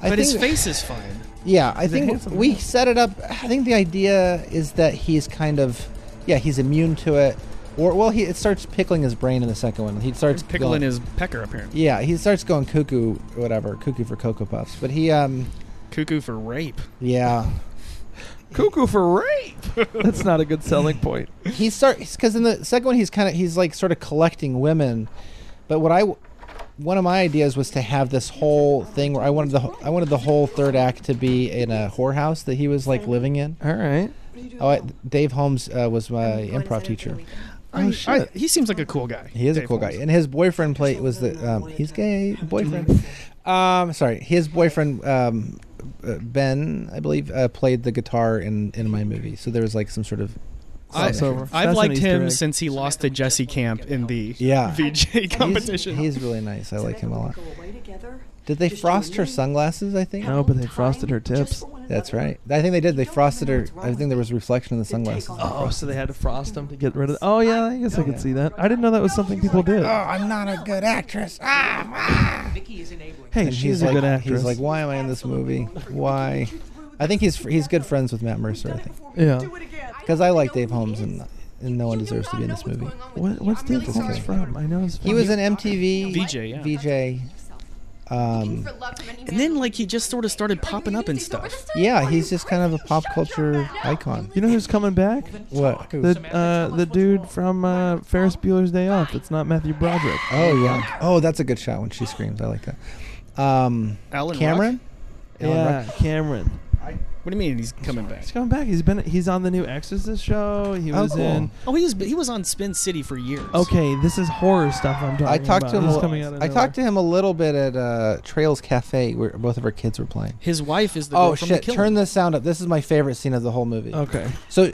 [SPEAKER 4] I
[SPEAKER 3] but his
[SPEAKER 4] think-
[SPEAKER 3] face is fine.
[SPEAKER 4] Yeah, I
[SPEAKER 2] He's a
[SPEAKER 4] think
[SPEAKER 2] handsome
[SPEAKER 4] we
[SPEAKER 2] guy.
[SPEAKER 4] set it up. I think the idea is that he's kind of, yeah, he's immune to it, or well, he it starts pickling his brain in the second one. He starts
[SPEAKER 3] Pickling
[SPEAKER 4] going-
[SPEAKER 3] his pecker, apparently.
[SPEAKER 4] Yeah, he starts going cuckoo, or whatever, cuckoo for cocoa puffs. But he, um,
[SPEAKER 3] Cuckoo for rape.
[SPEAKER 4] yeah,
[SPEAKER 2] Cuckoo for rape. [LAUGHS] That's not a good selling
[SPEAKER 4] [LAUGHS]
[SPEAKER 2] point.
[SPEAKER 4] he starts because in the second one he's kind of he's like sort of collecting women but what i w- one of my ideas was to have this whole thing where i wanted the wh- i wanted the whole third act to be in a whorehouse that he was like living in
[SPEAKER 2] All right.
[SPEAKER 4] oh I, dave holmes uh, was my
[SPEAKER 5] Go inside
[SPEAKER 4] improv
[SPEAKER 5] over the
[SPEAKER 4] teacher
[SPEAKER 5] weekend.
[SPEAKER 3] I- I- he seems like a cool guy.
[SPEAKER 4] he is a
[SPEAKER 3] Dave
[SPEAKER 4] cool guy
[SPEAKER 3] Holmes.
[SPEAKER 4] and his boyfriend play was the um, he's gay boyfriend um sorry his boyfriend um uh, ben i believe uh, played the guitar in in my movie so there was like some sort of
[SPEAKER 3] I,
[SPEAKER 2] Crossover. That's
[SPEAKER 3] I've
[SPEAKER 2] an
[SPEAKER 3] liked
[SPEAKER 2] Easter
[SPEAKER 3] him
[SPEAKER 2] egg.
[SPEAKER 3] since he lost to Jesse Camp in the [LAUGHS]
[SPEAKER 4] yeah
[SPEAKER 3] VJ competition.
[SPEAKER 4] He's, he's really nice. I like him a lot.
[SPEAKER 11] away together?
[SPEAKER 4] Did they frost her sunglasses? I think.
[SPEAKER 2] No, but they frosted her tips.
[SPEAKER 4] That's right. I think they did. They frosted her. I think there was reflection in the sunglasses.
[SPEAKER 2] Oh, so they had to frost them to get rid of. Oh yeah, I guess I could see that. I didn't know that was something people did.
[SPEAKER 4] "Ah."
[SPEAKER 9] I'm not a good actress. Ah,
[SPEAKER 7] Vicky is enabling.
[SPEAKER 2] Hey,
[SPEAKER 4] And
[SPEAKER 2] she's
[SPEAKER 4] he's
[SPEAKER 2] a
[SPEAKER 4] like,
[SPEAKER 2] good actress.
[SPEAKER 4] He's like, why am I in this movie? Why? I think he's he's good friends with Matt Mercer. I think
[SPEAKER 2] yeah.
[SPEAKER 4] because I like Dave Holmes and and no one
[SPEAKER 5] You do
[SPEAKER 4] deserves to
[SPEAKER 5] not
[SPEAKER 4] be in
[SPEAKER 5] know
[SPEAKER 4] this
[SPEAKER 5] what's
[SPEAKER 4] movie.
[SPEAKER 5] going on with
[SPEAKER 2] What,
[SPEAKER 5] you.
[SPEAKER 2] what's
[SPEAKER 5] I'm
[SPEAKER 2] the
[SPEAKER 5] really
[SPEAKER 2] influence
[SPEAKER 5] sorry.
[SPEAKER 2] from? I know it's
[SPEAKER 4] He was
[SPEAKER 2] funny.
[SPEAKER 4] an MTV
[SPEAKER 3] VJ, yeah.
[SPEAKER 4] VJ. Um,
[SPEAKER 3] And then like he just sort of started popping up and stuff.
[SPEAKER 4] yeah, he's just kind of a pop culture icon.
[SPEAKER 2] You know who's coming back?
[SPEAKER 4] What? Who?
[SPEAKER 2] The uh, the dude from uh, Ferris Bueller's Day Off. It's not Matthew Broderick.
[SPEAKER 4] Oh yeah. Oh, that's a good shot when she screams. I like that. Um,
[SPEAKER 3] Alan Rock?
[SPEAKER 4] Cameron. Alan
[SPEAKER 2] Yeah,
[SPEAKER 4] Rock?
[SPEAKER 2] Cameron.
[SPEAKER 3] What do you mean he's coming back?
[SPEAKER 2] He's coming back. He's been he's on the new Exorcist show. He
[SPEAKER 4] Oh,
[SPEAKER 2] was
[SPEAKER 4] cool.
[SPEAKER 2] in.
[SPEAKER 3] Oh, he was he was on Spin City for years.
[SPEAKER 2] Okay, this is horror stuff. I'm talking
[SPEAKER 4] I talked
[SPEAKER 2] about.
[SPEAKER 4] to him.
[SPEAKER 2] This
[SPEAKER 4] A
[SPEAKER 2] is coming out
[SPEAKER 4] little,
[SPEAKER 2] of
[SPEAKER 4] I
[SPEAKER 2] nowhere.
[SPEAKER 4] talked to him a little bit at uh, Trails Cafe, where both of our kids were playing.
[SPEAKER 3] His wife is the girl
[SPEAKER 4] Oh
[SPEAKER 3] from
[SPEAKER 4] shit!
[SPEAKER 3] the killing.
[SPEAKER 4] Turn the sound up. This is my favorite scene of the whole movie.
[SPEAKER 2] Okay.
[SPEAKER 4] So,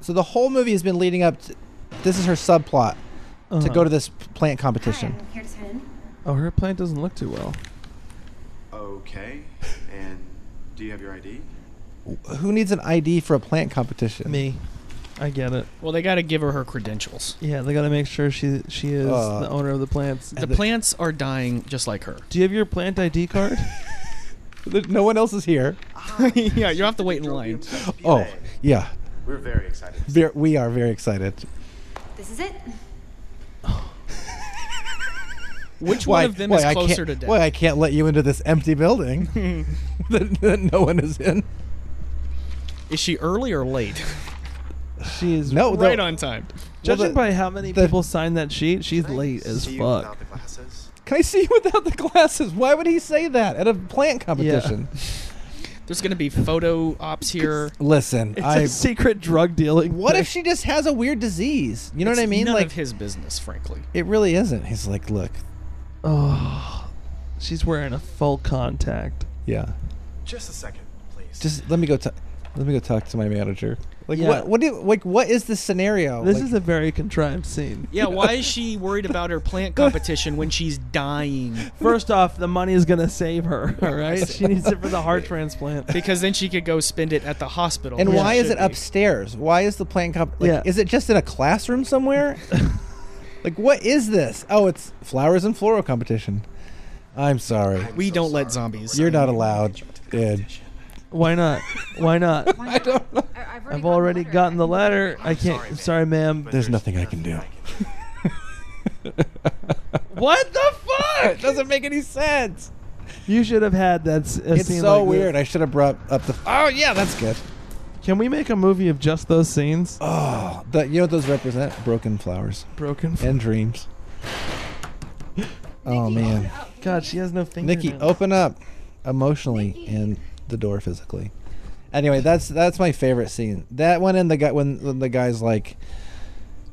[SPEAKER 4] so the whole movie has been leading up. To, this is her subplot to
[SPEAKER 3] Uh-huh.
[SPEAKER 4] go to this plant competition.
[SPEAKER 6] Here to turn.
[SPEAKER 2] Uh-huh. Oh, her plant doesn't look too well.
[SPEAKER 11] Okay. And do you have your ID?
[SPEAKER 4] Who needs an ID for a plant competition?
[SPEAKER 2] Me, I get it.
[SPEAKER 3] Well, they got to give her her credentials.
[SPEAKER 2] Yeah, they got to make sure she she is
[SPEAKER 4] Uh,
[SPEAKER 2] the owner of the plants.
[SPEAKER 3] The plants are dying just like her.
[SPEAKER 2] Do you have your plant ID
[SPEAKER 4] [LAUGHS]
[SPEAKER 2] card?
[SPEAKER 4] There- No one else is here.
[SPEAKER 3] [LAUGHS] yeah, you have to wait in line.
[SPEAKER 4] Oh, yeah.
[SPEAKER 11] We're very excited.
[SPEAKER 4] Ver- we are very excited.
[SPEAKER 6] This is it.
[SPEAKER 3] Which
[SPEAKER 4] Why-
[SPEAKER 3] one of them
[SPEAKER 4] why
[SPEAKER 3] is
[SPEAKER 4] I can't-
[SPEAKER 3] closer to death?
[SPEAKER 4] Why I can't let you into this
[SPEAKER 3] [LAUGHS]
[SPEAKER 4] empty building [LAUGHS] that, that no one is in.
[SPEAKER 3] Is she early or
[SPEAKER 4] [LAUGHS]
[SPEAKER 3] late?
[SPEAKER 2] She is
[SPEAKER 4] No, the-
[SPEAKER 3] right on time.
[SPEAKER 2] Judging
[SPEAKER 4] the-
[SPEAKER 2] by how many
[SPEAKER 4] the-
[SPEAKER 2] people signed that sheet, she's late as
[SPEAKER 11] See you
[SPEAKER 2] fuck.
[SPEAKER 11] without the glasses.
[SPEAKER 4] Can I see you [LAUGHS] without the glasses? Why would he say that at a plant competition?
[SPEAKER 3] There's gonna be photo ops here.
[SPEAKER 4] Listen,
[SPEAKER 2] [LAUGHS] It's
[SPEAKER 4] I.
[SPEAKER 2] a secret drug dealing.
[SPEAKER 4] What
[SPEAKER 2] thing.
[SPEAKER 4] if she just has a weird disease? You know what I
[SPEAKER 3] It's
[SPEAKER 4] mean?
[SPEAKER 3] None
[SPEAKER 4] Like
[SPEAKER 3] of his business,
[SPEAKER 4] [LAUGHS]
[SPEAKER 3] frankly.
[SPEAKER 4] it really isn't. He's like, look,
[SPEAKER 2] Oh, she's wearing a full contact.
[SPEAKER 4] yeah,
[SPEAKER 11] Just a second, please.
[SPEAKER 4] just let me go. ta- let me go talk to my manager. Like
[SPEAKER 2] Yeah.
[SPEAKER 4] what? What do? Like what is this scenario?
[SPEAKER 2] This
[SPEAKER 4] Like,
[SPEAKER 2] is a very contrived scene.
[SPEAKER 3] Yeah, why
[SPEAKER 4] [LAUGHS]
[SPEAKER 3] is she worried about her plant competition when she's dying?
[SPEAKER 2] First off, the money is gonna
[SPEAKER 11] [LAUGHS]
[SPEAKER 2] save her. All right, she needs it for the heart transplant.
[SPEAKER 3] Because then she could go spend it at the hospital.
[SPEAKER 4] And
[SPEAKER 3] where
[SPEAKER 4] why
[SPEAKER 3] she
[SPEAKER 4] is
[SPEAKER 3] should
[SPEAKER 4] it
[SPEAKER 3] be.
[SPEAKER 4] upstairs? Why is the plant comp? Like,
[SPEAKER 2] Yeah.
[SPEAKER 4] Is it just in a classroom somewhere? like, what is this? Oh, it's flowers and floral competition. I'm sorry,
[SPEAKER 3] We don't let zombies.
[SPEAKER 4] you're not allowed in.
[SPEAKER 2] Why not?
[SPEAKER 11] [LAUGHS]
[SPEAKER 2] Why not?
[SPEAKER 6] I don't know. I, have
[SPEAKER 2] I've already gotten the letter. I can't.
[SPEAKER 11] sorry,
[SPEAKER 2] I'm sorry, ma'am.
[SPEAKER 11] But
[SPEAKER 4] There's nothing I can do.
[SPEAKER 2] What the fuck?
[SPEAKER 4] It doesn't make any sense.
[SPEAKER 2] You should have had that. s- a
[SPEAKER 4] It's
[SPEAKER 2] scene
[SPEAKER 4] so
[SPEAKER 2] like this.
[SPEAKER 4] weird. I should have brought up the. Oh yeah, that's good.
[SPEAKER 2] Can we make a movie of just those scenes?
[SPEAKER 4] Oh, the, you know what those represent? Broken flowers
[SPEAKER 2] Broken. f-
[SPEAKER 4] and dreams. Oh man,
[SPEAKER 2] God, she has no fingers.
[SPEAKER 4] Nikki, open up emotionally and the door physically. Anyway, that's that's my favorite scene. That one and the guy when, when the guy's like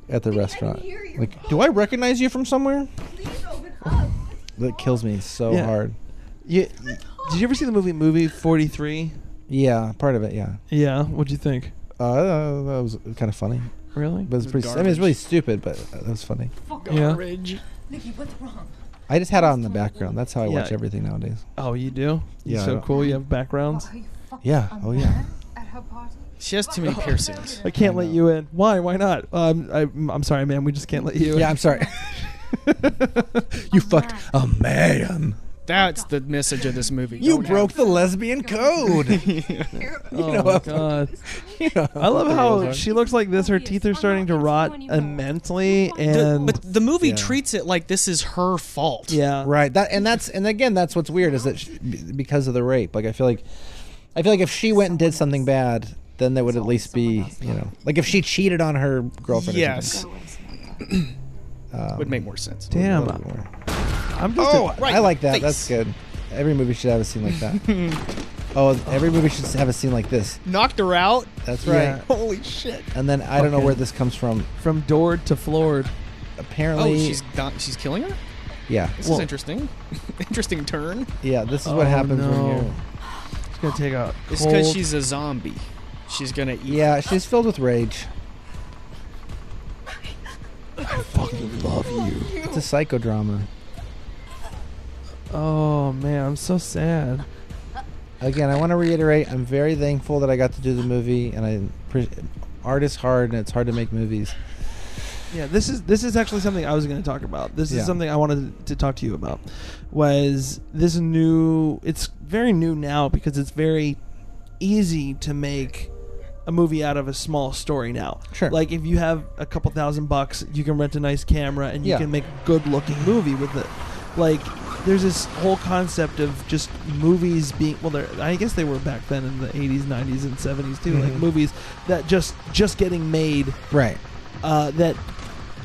[SPEAKER 4] at the restaurant.
[SPEAKER 5] hear your
[SPEAKER 4] Like, do I recognize you from somewhere?
[SPEAKER 5] Please open
[SPEAKER 2] Oh.
[SPEAKER 5] up.
[SPEAKER 4] That kills me so
[SPEAKER 2] Yeah.
[SPEAKER 4] hard.
[SPEAKER 2] You, did you ever see the movie Movie Forty Three?
[SPEAKER 4] Yeah, part of it. Yeah,
[SPEAKER 2] Yeah. What'd you think?
[SPEAKER 4] uh, that was kind of funny.
[SPEAKER 2] Really?
[SPEAKER 4] But it's pretty. I mean, it's really stupid, but that was funny.
[SPEAKER 2] Yeah.
[SPEAKER 3] Ridge.
[SPEAKER 5] Nikki, what's wrong?
[SPEAKER 4] I just had it on the background. That's how I
[SPEAKER 2] Yeah.
[SPEAKER 4] watch everything nowadays.
[SPEAKER 2] Oh, you do? You're
[SPEAKER 4] Yeah, I
[SPEAKER 2] so
[SPEAKER 4] don't-
[SPEAKER 2] cool. You have backgrounds.
[SPEAKER 5] Are you fucking
[SPEAKER 4] Yeah.
[SPEAKER 5] a
[SPEAKER 4] Oh yeah.
[SPEAKER 5] man At her party?
[SPEAKER 3] [LAUGHS] She has too many
[SPEAKER 4] [LAUGHS]
[SPEAKER 3] piercings.
[SPEAKER 2] I can't
[SPEAKER 4] I
[SPEAKER 2] let
[SPEAKER 4] know.
[SPEAKER 2] you in. Why? Why not? Um, I, I'm sorry, ma'am. We just can't let you in. [LAUGHS]
[SPEAKER 4] [LAUGHS] Yeah, I'm sorry. [LAUGHS] you fucked a man.
[SPEAKER 3] That's the message of this movie.
[SPEAKER 4] You
[SPEAKER 3] Don't have-
[SPEAKER 4] broke the lesbian
[SPEAKER 2] [LAUGHS]
[SPEAKER 4] code. [LAUGHS] you
[SPEAKER 2] oh
[SPEAKER 4] know,
[SPEAKER 2] my
[SPEAKER 4] I'm-
[SPEAKER 2] god.
[SPEAKER 4] know,
[SPEAKER 2] I love
[SPEAKER 4] the
[SPEAKER 2] how
[SPEAKER 4] rules are.
[SPEAKER 2] she looks like this. Her teeth are starting to rot immensely,
[SPEAKER 3] The-
[SPEAKER 2] and
[SPEAKER 3] but the movie
[SPEAKER 4] Yeah.
[SPEAKER 3] treats it like this is her
[SPEAKER 2] [LAUGHS]
[SPEAKER 3] fault.
[SPEAKER 2] yeah,
[SPEAKER 4] right that and that's and again that's what's weird is that she, because of the rape. Like I feel like I feel like if she went and did something bad, then that would at least be you know like if she cheated on her girlfriend.
[SPEAKER 3] Yes.
[SPEAKER 5] Oh.
[SPEAKER 4] Um,
[SPEAKER 3] Would make more sense.
[SPEAKER 4] Or something.
[SPEAKER 2] Damn,
[SPEAKER 4] A little bit more.
[SPEAKER 2] I'm just.
[SPEAKER 4] Oh,
[SPEAKER 2] a-
[SPEAKER 3] right
[SPEAKER 4] I
[SPEAKER 3] in
[SPEAKER 4] like
[SPEAKER 3] the
[SPEAKER 4] that. That's
[SPEAKER 3] face.
[SPEAKER 4] good. Every movie should have a scene like that. oh, every movie should have a scene like this.
[SPEAKER 3] Knocked her out. [LAUGHS]
[SPEAKER 4] That's right.
[SPEAKER 2] Yeah.
[SPEAKER 3] Holy shit.
[SPEAKER 4] And then I don't know
[SPEAKER 2] Okay. Oh,
[SPEAKER 4] where this comes from.
[SPEAKER 2] from doored to floored.
[SPEAKER 4] Apparently,
[SPEAKER 3] Oh, she's di- she's killing her.
[SPEAKER 4] yeah,
[SPEAKER 3] This
[SPEAKER 2] Well-
[SPEAKER 3] is interesting. [LAUGHS] interesting turn.
[SPEAKER 4] yeah. This is what
[SPEAKER 2] Oh,
[SPEAKER 4] happens
[SPEAKER 2] no.
[SPEAKER 4] when
[SPEAKER 2] It's gonna take a.
[SPEAKER 3] It's because
[SPEAKER 2] cold-
[SPEAKER 3] she's a zombie. She's gonna eat.
[SPEAKER 4] you're. Yeah, she's filled with rage. I fucking love you. It's a psychodrama.
[SPEAKER 2] Oh man, I'm so sad.
[SPEAKER 4] Again, I want to reiterate. I'm very thankful that I got to do the movie, and I pre- art is hard, and it's hard to make movies.
[SPEAKER 2] Yeah, this is this is actually something I was going to talk about. This
[SPEAKER 4] Yeah.
[SPEAKER 2] is something I wanted to talk to you about. Was this new? It's very new now because it's very easy to make a movie out of a small story now.
[SPEAKER 4] Sure.
[SPEAKER 2] Like if you have a couple thousand bucks, you can rent a nice camera and you
[SPEAKER 4] Yeah.
[SPEAKER 2] can make a good looking movie with it. Like there's this whole concept of just movies being well, there. I guess they were back then in the 80s, 90s, and 70s too. Like
[SPEAKER 4] Mhm.
[SPEAKER 2] movies that just just getting made
[SPEAKER 4] Right.
[SPEAKER 2] uh, that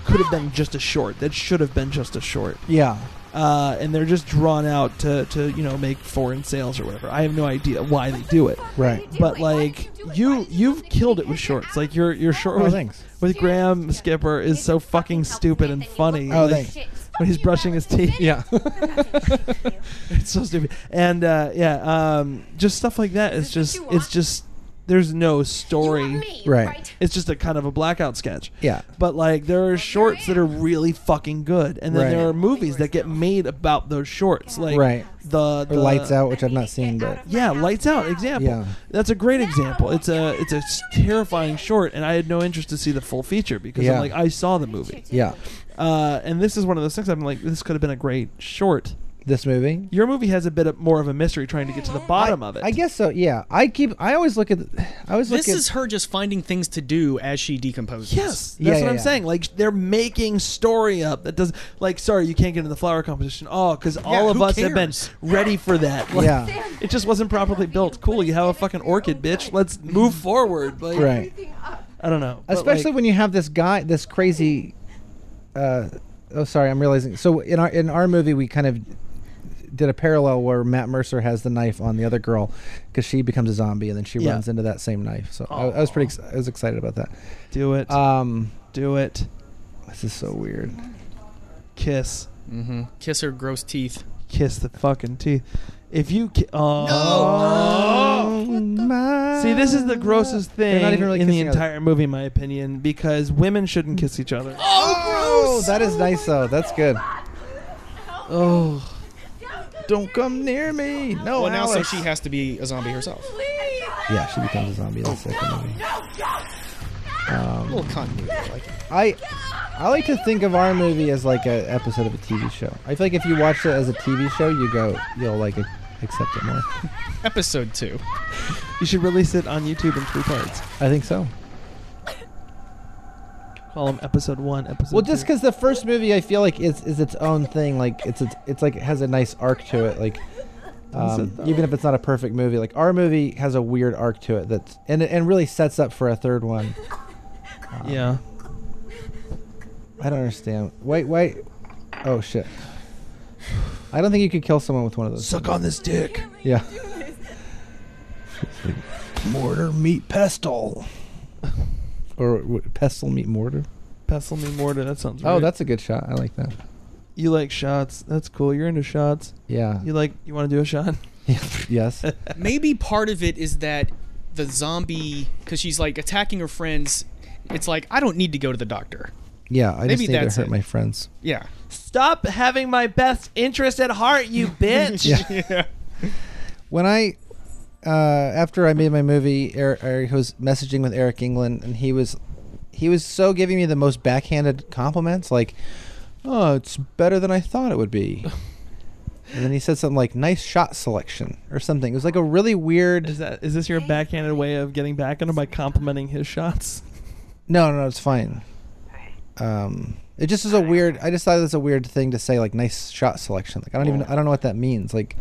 [SPEAKER 2] could have been just a short. That should have been just a short
[SPEAKER 4] Yeah.
[SPEAKER 2] uh, and they're just drawn out to, to you know make foreign sales or whatever. I have no idea why they do it,
[SPEAKER 4] Right.
[SPEAKER 2] but like you you've killed it with shorts. Like your your short
[SPEAKER 4] Oh,
[SPEAKER 2] with,
[SPEAKER 4] thanks.
[SPEAKER 2] with Graham Skipper is so fucking stupid and funny.
[SPEAKER 4] Oh,
[SPEAKER 2] Like,
[SPEAKER 4] thanks.
[SPEAKER 2] when he's brushing his teeth. [LAUGHS]
[SPEAKER 4] Yeah.
[SPEAKER 2] it's so stupid. And uh, yeah, um, just stuff like that. It's just it's just there's no story.
[SPEAKER 4] Right.
[SPEAKER 2] It's just a kind of a blackout sketch.
[SPEAKER 4] Yeah.
[SPEAKER 2] But like there are shorts that are really fucking good, and then
[SPEAKER 4] Right.
[SPEAKER 2] there are movies that get made about those shorts, like
[SPEAKER 4] Right.
[SPEAKER 2] the, the
[SPEAKER 4] Or lights out, which I've not seen, but
[SPEAKER 2] Yeah, lights out example.
[SPEAKER 4] Yeah.
[SPEAKER 2] That's a great example. It's a it's a s- terrifying short, and I had no interest to see the full feature because
[SPEAKER 4] Yeah.
[SPEAKER 2] I'm like I saw the movie,
[SPEAKER 4] yeah.
[SPEAKER 2] uh, and this is one of those things I'm like this could have been a great short.
[SPEAKER 4] This movie.
[SPEAKER 2] Your movie has a bit of, more of a mystery trying to get to the bottom of it.
[SPEAKER 4] I guess so. Yeah. I keep. I always look at. I always look
[SPEAKER 3] This
[SPEAKER 4] at.
[SPEAKER 3] is her just finding things to do as she decomposes.
[SPEAKER 2] Yes, that's
[SPEAKER 4] Yeah,
[SPEAKER 2] what
[SPEAKER 4] yeah,
[SPEAKER 2] I'm
[SPEAKER 4] yeah.
[SPEAKER 2] saying. Like they're making story up that does. Like, sorry, you can't get in the flower competition. Oh, because all of
[SPEAKER 3] who
[SPEAKER 2] us have been
[SPEAKER 3] cares?
[SPEAKER 2] ready for that. Like,
[SPEAKER 4] Yeah.
[SPEAKER 2] it just wasn't properly built. Cool, you have a fucking orchid, bitch. Let's move forward. Like,
[SPEAKER 4] right.
[SPEAKER 2] I don't know. But,
[SPEAKER 4] Especially
[SPEAKER 2] like,
[SPEAKER 4] when you have this guy, this crazy. Uh, oh, sorry. I'm realizing. So in our in our movie, we kind of did a parallel where Matt Mercer has the knife on the other girl because she becomes a zombie and then she
[SPEAKER 2] Yeah.
[SPEAKER 4] runs into that same knife. So I, I was pretty. Ex- I was excited about that.
[SPEAKER 2] do it,
[SPEAKER 4] Um,
[SPEAKER 2] do it,
[SPEAKER 4] this is so weird.
[SPEAKER 2] kiss,
[SPEAKER 3] Mm-hmm. Kiss her gross teeth.
[SPEAKER 2] kiss the fucking teeth. If you ki- oh. See, this is the grossest
[SPEAKER 4] They're
[SPEAKER 2] thing
[SPEAKER 4] not even really
[SPEAKER 2] in the
[SPEAKER 4] kissing each other.
[SPEAKER 2] entire movie, in my opinion, because women shouldn't kiss each
[SPEAKER 3] [GASPS]
[SPEAKER 2] other.
[SPEAKER 4] Oh, that is nice though. That's good.
[SPEAKER 2] Oh,
[SPEAKER 4] Don't come near me. No,
[SPEAKER 3] Well, Oh, now so
[SPEAKER 4] Alex.
[SPEAKER 3] she has to be a zombie [LAUGHS] herself.
[SPEAKER 4] yeah, she becomes a zombie. That's the
[SPEAKER 3] Oh,
[SPEAKER 4] second movie.
[SPEAKER 3] A little continuity. Like,
[SPEAKER 4] I I like to think of our movie as like an episode of a TV show. I feel like if you watch it as a TV show, you go you'll like ac- accept it more. [LAUGHS]
[SPEAKER 3] episode two.
[SPEAKER 2] you should release it on YouTube in three parts.
[SPEAKER 4] I think so.
[SPEAKER 2] Call them episode one, episode.
[SPEAKER 4] Well, just
[SPEAKER 2] two.
[SPEAKER 4] because the first movie, I feel like is is its own thing. Like it's it's, it's like it has a nice arc to it. Like um, even if it's not a perfect movie, like our movie has a weird arc to it that's and it- and really sets up for a third one.
[SPEAKER 2] yeah,
[SPEAKER 4] I don't understand. Wait, wait. Oh shit. I don't think you could kill someone with one of those.
[SPEAKER 2] suck on this dick. [LAUGHS]
[SPEAKER 4] Yeah.
[SPEAKER 9] Mortar, meat, pestle.
[SPEAKER 4] Or w- pestle meat mortar.
[SPEAKER 2] Pestle me more to that sounds.
[SPEAKER 4] Oh,
[SPEAKER 2] weird.
[SPEAKER 4] that's a good shot. I like that.
[SPEAKER 2] you like shots. That's cool. You're into shots.
[SPEAKER 4] Yeah.
[SPEAKER 2] You like you want to do a shot?
[SPEAKER 4] yes.
[SPEAKER 3] Maybe part of it is that the zombie, because she's like attacking her friends. It's like I don't need to go to the doctor.
[SPEAKER 4] Yeah. I
[SPEAKER 3] Maybe
[SPEAKER 4] just need to
[SPEAKER 3] that's
[SPEAKER 4] hurt
[SPEAKER 3] it.
[SPEAKER 4] my friends.
[SPEAKER 3] Yeah.
[SPEAKER 2] Stop having my best interest at heart, [LAUGHS] you bitch.
[SPEAKER 3] [LAUGHS]
[SPEAKER 4] When I, uh, after I made my movie, Eric, I was messaging with Eric England, and he was, he was so giving me the most backhanded compliments, like, "Oh, it's better than I thought it
[SPEAKER 3] [LAUGHS]
[SPEAKER 4] would be." and then he said something like "nice shot selection" or something. It was like a really weird.
[SPEAKER 2] Is that is this your backhanded way of getting back at him by complimenting his shots? [LAUGHS]
[SPEAKER 4] No, no, no, it's fine. Um, it just is a weird. I just thought it was a weird thing to say, like nice shot selection. Like I don't even. I don't know what that means. Like